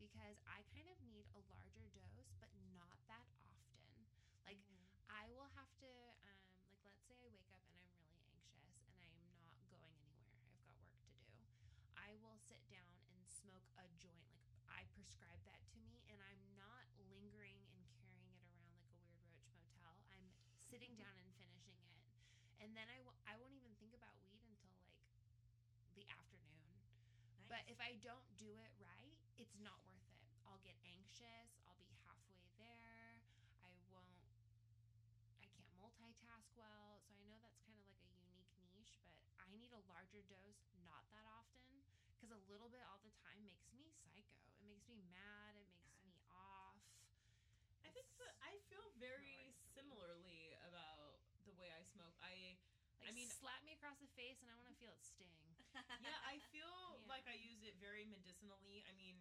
because I kind of need a larger dose, but not that often. Like
Mm-hmm.
I will have to, um, like, let's say I wake up and I'm really anxious and I am not going anywhere. I've got work to do. I will sit down and smoke a joint. Like, I prescribe that to me and I'm not lingering and carrying it around like a weird roach motel. I'm sitting down and finishing it. And then I w- I won't even think about weed until like the afternoon.
Nice.
But if I don't do it right, it's not worth it. I'll get anxious. I'll be halfway there. I won't, I can't multitask well. So I know that's kind of like a unique niche, but I need a larger dose, not that often, because a little bit all the time makes me psycho. It makes me mad. It makes me off.
I think
It's
that I feel very
hard for me.
similarly about the way I smoke. I
Like,
I mean-
slap me across the face and I want to feel it sting.
yeah, I feel
Yeah.
like I use it very medicinally. I mean,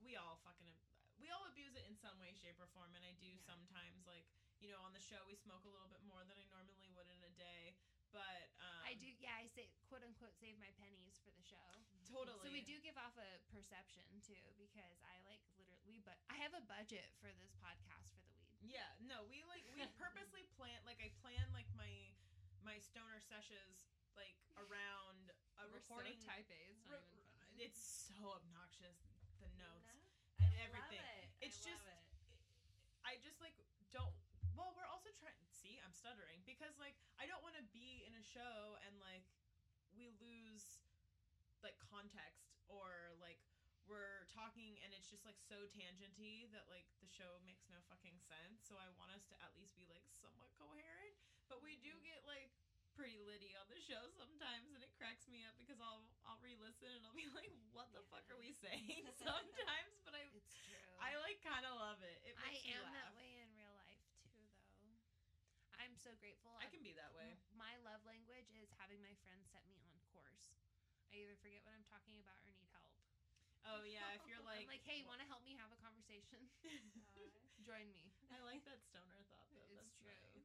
we all fucking ab- we all abuse it in some way, shape, or form, and I do
Yeah.
sometimes. Like you know, on the show, we smoke a little bit more than I normally would in a day, but um,
I do, yeah, I say, quote unquote, save my pennies for the show.
totally.
So we do give off a perception too, because I like literally, but I have a budget for this podcast for the weed.
Yeah, no, we like we purposely plan like I plan like my my stoner sessions like around a
We're so
recording
type A. It's not
re-
even funny.
It's so obnoxious the notes.
I
and
love
everything.
it.
It's
I
just-
love it.
I just like don't. Well, we're also trying. See, I'm stuttering because like I don't want to be in a show and like we lose like context or like we're talking and it's just like so tangenty that like the show makes no fucking sense. So I want us to at least be like somewhat coherent, but we do get like pretty litty on the show sometimes and it cracks me up because I'll I'll re-listen and I'll be like what the fuck
Yeah.
are we saying sometimes but I
It's true.
I like kind of love it. It
I
makes me
am
laugh.
that way in real life too, though. I'm so grateful.
I can be that way.
My love language is having my friends set me on course. I either forget what I'm talking about or need help.
Oh yeah, if you're like,
I'm like, hey, want to help me have a conversation? Join me.
I like that stoner thought though. that's
It's true.
nice.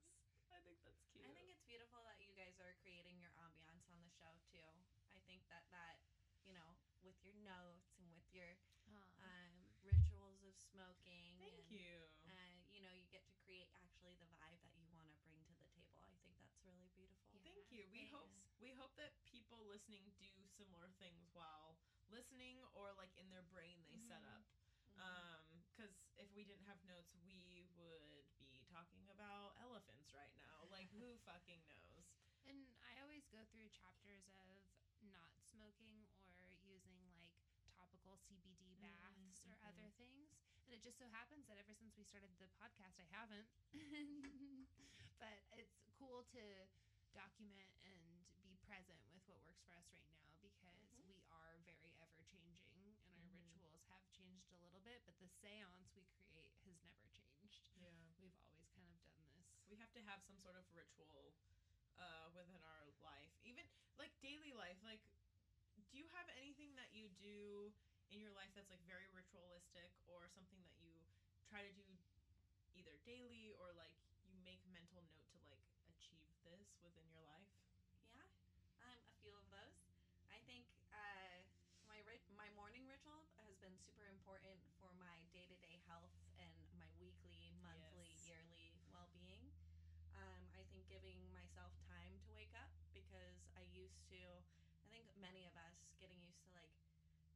I think that's cute.
I think it's beautiful that you guys are creating your ambiance on the show too. I think that that you know with your notes and with your
Aw.
um, rituals of smoking.
Uh-huh. Thank
and,
you.
Uh, you know, you get to create actually the vibe that you want to bring to the table. I think that's really beautiful.
Yeah.
Thank you. We
thanks.
hope we hope that people listening do similar things while listening or like in their brain they set
Mhm.
up.
Mhm.
Um, because if we didn't have notes, we would be talking about elephants right now. Like who fucking knows?
And I always go through chapters of not smoking or using like topical CBD
Mm,
baths or
mm-hmm.
mhm.
other things. And it just so happens that ever since we started the podcast, I haven't. but it's cool to document and be present with what works for us right now because
Mhm.
we are very ever changing and our
Mhm.
Mm-hmm.
rituals have changed a little bit, but the seance we create has never changed.
Yeah.
We've always kind of done this.
We have to have some sort of ritual uh, within our life, even like daily life. Like, do you have anything that you do in your life that's like very ritualistic or something that you try to do either daily or like you make mental note to like achieve this within your life?
Yeah, um, a few of those. I think uh, my rit- my morning ritual has been super important for my day to day health and my weekly, monthly,
Yes.
yearly well being. Um, I think giving myself time to wake up because I used to. I think many of us getting used to like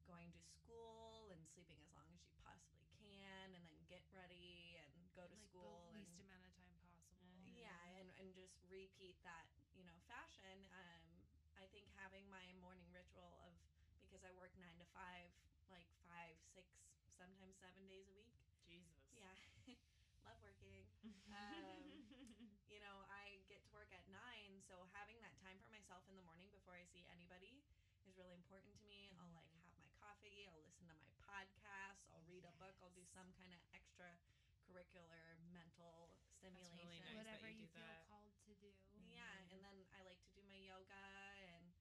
going to school and sleeping as long as you possibly can, and then get ready and go to
like
school
the
and
least amount of time possible.
Mhm.
yeah and, and just repeat that you know fashion um i think having my morning ritual of because i work nine to five like five six sometimes seven days a week
Jesus.
yeah love working Um, you know i get to work at nine so having that time for myself in the morning before i see anybody is really important to me i'll like have my coffee i'll listen to my podcast i'll read a book i'll do some kind of extra curricular mental stimulation
nice that
Whatever
you
you,
do
feel
that.
called to do.
yeah, and then I like to do my yoga and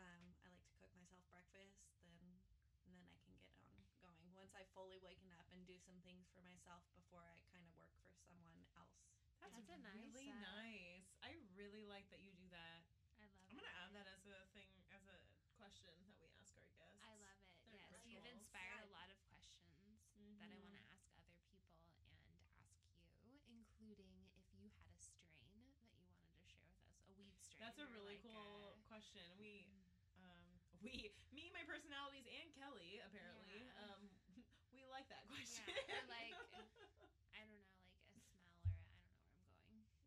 um, I like to cook myself breakfast. Then and then I can get on going once I fully waken up and do some things for myself before I kind of work for someone else.
that's,
That's a nice,
really
uh,
nice. I really like that you do that.
I love
I'm gonna
it.
add that as a thing, as a question that we ask our guests.
I love it.
They're Mm-hmm.
yes, you've
rituals.
inspired
Yeah.
a lot of questions that I want to ask other people and ask you, including if you had a strain that you wanted to share with us, a Mm-hmm. weave strain.
That's a
or
really
like
cool
a-
question. We, um, we, me, my personalities, and Kelly apparently,
Yeah.
um, we like that question.
or like- I don't know, like a smell or I don't know where I'm going.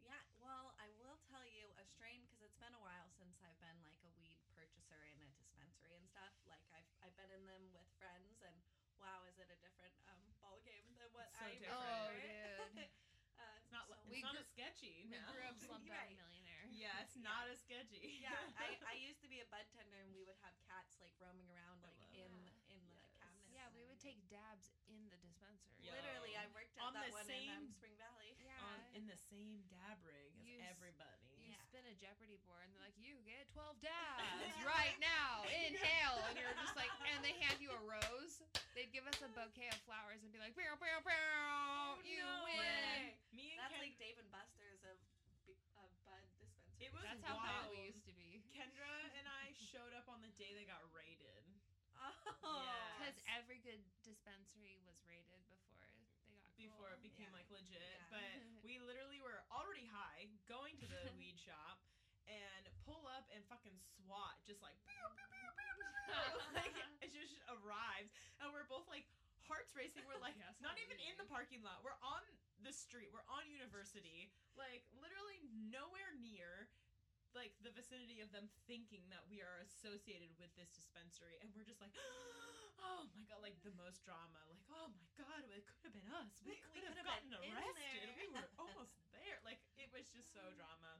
Yeah, well, I will tell you a strain because it's been a while since I've been like a weed purchaser in a dispensary and stuff. Like I've I've been in them with friends, and wow, is it a different um, ball game than what
It's so
I
different. Oh,
remember. uh,
it's not, li-
so-
it's
We
not
grew-
as sketchy.
We
no.
grew up
slum-
slumdog
Right.
millionaire.
Yeah, it's
Yeah.
not as sketchy.
yeah, I, I used to be a bud tender, and we would have cats like roaming around
I
like
love
in
that.
in the
Yes.
cabinets.
Yeah,
and
we would
everything.
take dabs in the dispensary.
Yo.
Literally, I worked at
On
that
the
one in um,
same-
Spring Valley.
Yeah.
On, in the same dab rig as
You s-
everybody.
you
Yeah.
spin a Jeopardy board and they're like, you get 12 dabs right now. Inhale. And you're just like, and they hand you a rose. They'd give us a bouquet of flowers and be like, bow, bow, bow.
Oh,
You
oh, no way.
win.
Me and
That's
Ken-
like Dave and Buster's of, b- of bud dispensary.
It was
That's how bad
wild.
we used to be.
Kendra and I showed up on the day they got raided.
oh
Yeah.
Because
Yes.
every good dispensary was rated before they got
before it
cool.
became
Yeah.
like legit.
Yeah.
But we literally were already high, going to the weed shop, and pull up and fucking SWAT just like, pew, pew, pew, pew,
Uh-huh.
pew, like it just arrives, and we're both like hearts racing. We're like
Yeah, it's
not
not
even in
easy.
the parking lot. We're on the street. We're on University. Like literally nowhere near. Like the vicinity of them thinking that we are associated with this dispensary, and we're just like, oh my god, like the most drama. Like, oh my god, it could have been us. We,
We-
could
we
have
could have
gotten
been in
arrested.
there."
We were almost there. Like, it was just so drama.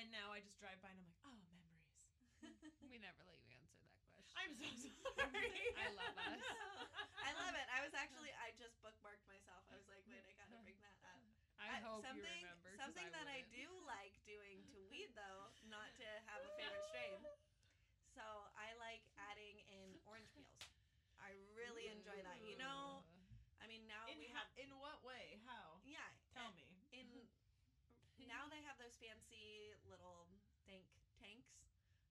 And now I just drive by and I'm like, oh, memories.
we never let you answer that question.
I'm so sorry.
I love us.
I love it. I was actually I just bookmarked myself. I was like, wait, I gotta bring that up.
I
Uh,
hope
something
you remember. 'cause
something that I
wouldn't.
do like doing to weed though, not to have a favorite strain. So I like adding in orange peels. I really enjoy that. You know,
Ooh.
I mean now
In,
we
ho-
have
in what way? How?
yeah. uh,
Tell me.
In now they have those fancy little tank tanks.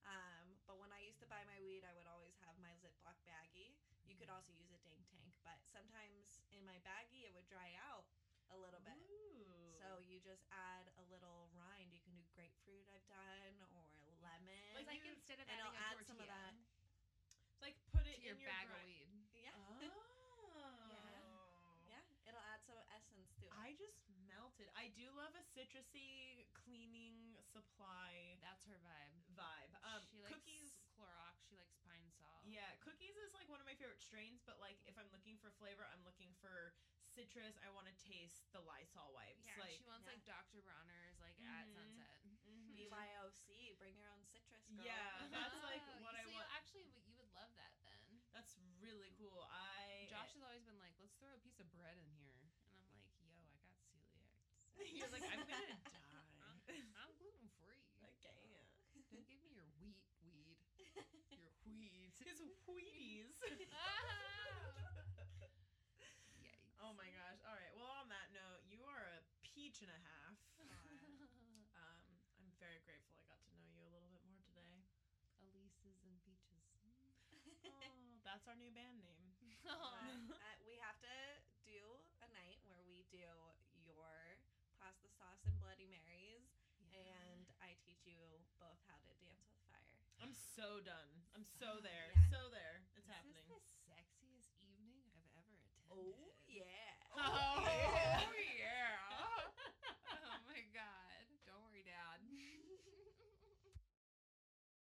Um, but when I used to buy my weed, I would always have my Ziploc baggie. You could also use a dank tank, but sometimes in my baggie it would dry out a little bit.
Ooh.
So you just add a little rind. You can do grapefruit. I've done or lemon.
It's like
you-
instead of
and I'll
adding
add
a tortilla
some of that
like put it
to your
in
bag
your
of
gri-
weed.
yeah,
Oh.
yeah. It'll add some essence to it.
I just melted. I do love a citrusy cleaning supply
That's her vibe.
vibe. Um,
she likes
cookies.
Clorox. She likes pine salt.
Yeah, cookies is like one of my favorite strains, but like if I'm looking for flavor, I'm looking for citrus. I want to taste the Lysol wipes.
Yeah,
like,
she wants
Yeah.
like Dr. Bronner's like at
Mhm.
sunset.
Mhm.
BYOC. Bring your own citrus. Girl.
Yeah, Uh, that's like
Oh,
what I
so you
want.
Actually, w- you would love that then.
That's really cool. I
Josh has always been like, let's throw a piece of bread in here, and I'm like, yo, I got celiac.
He was like, I'm gonna die.
I'm gluten free.
like Oh pooch and a half.
Elises
Um, I'm very grateful I got to know you a little bit more today.
and peaches.
Oh, that's our new band name.
But, uh, we have to do a night where we do your pasta sauce and Bloody Marys, and I teach you both how to dance with fire.
I'm so done. I'm so there.
Yeah.
So there. It's
This
happening.
is the sexiest evening I've ever attended.
Oh
Oh,
Oh,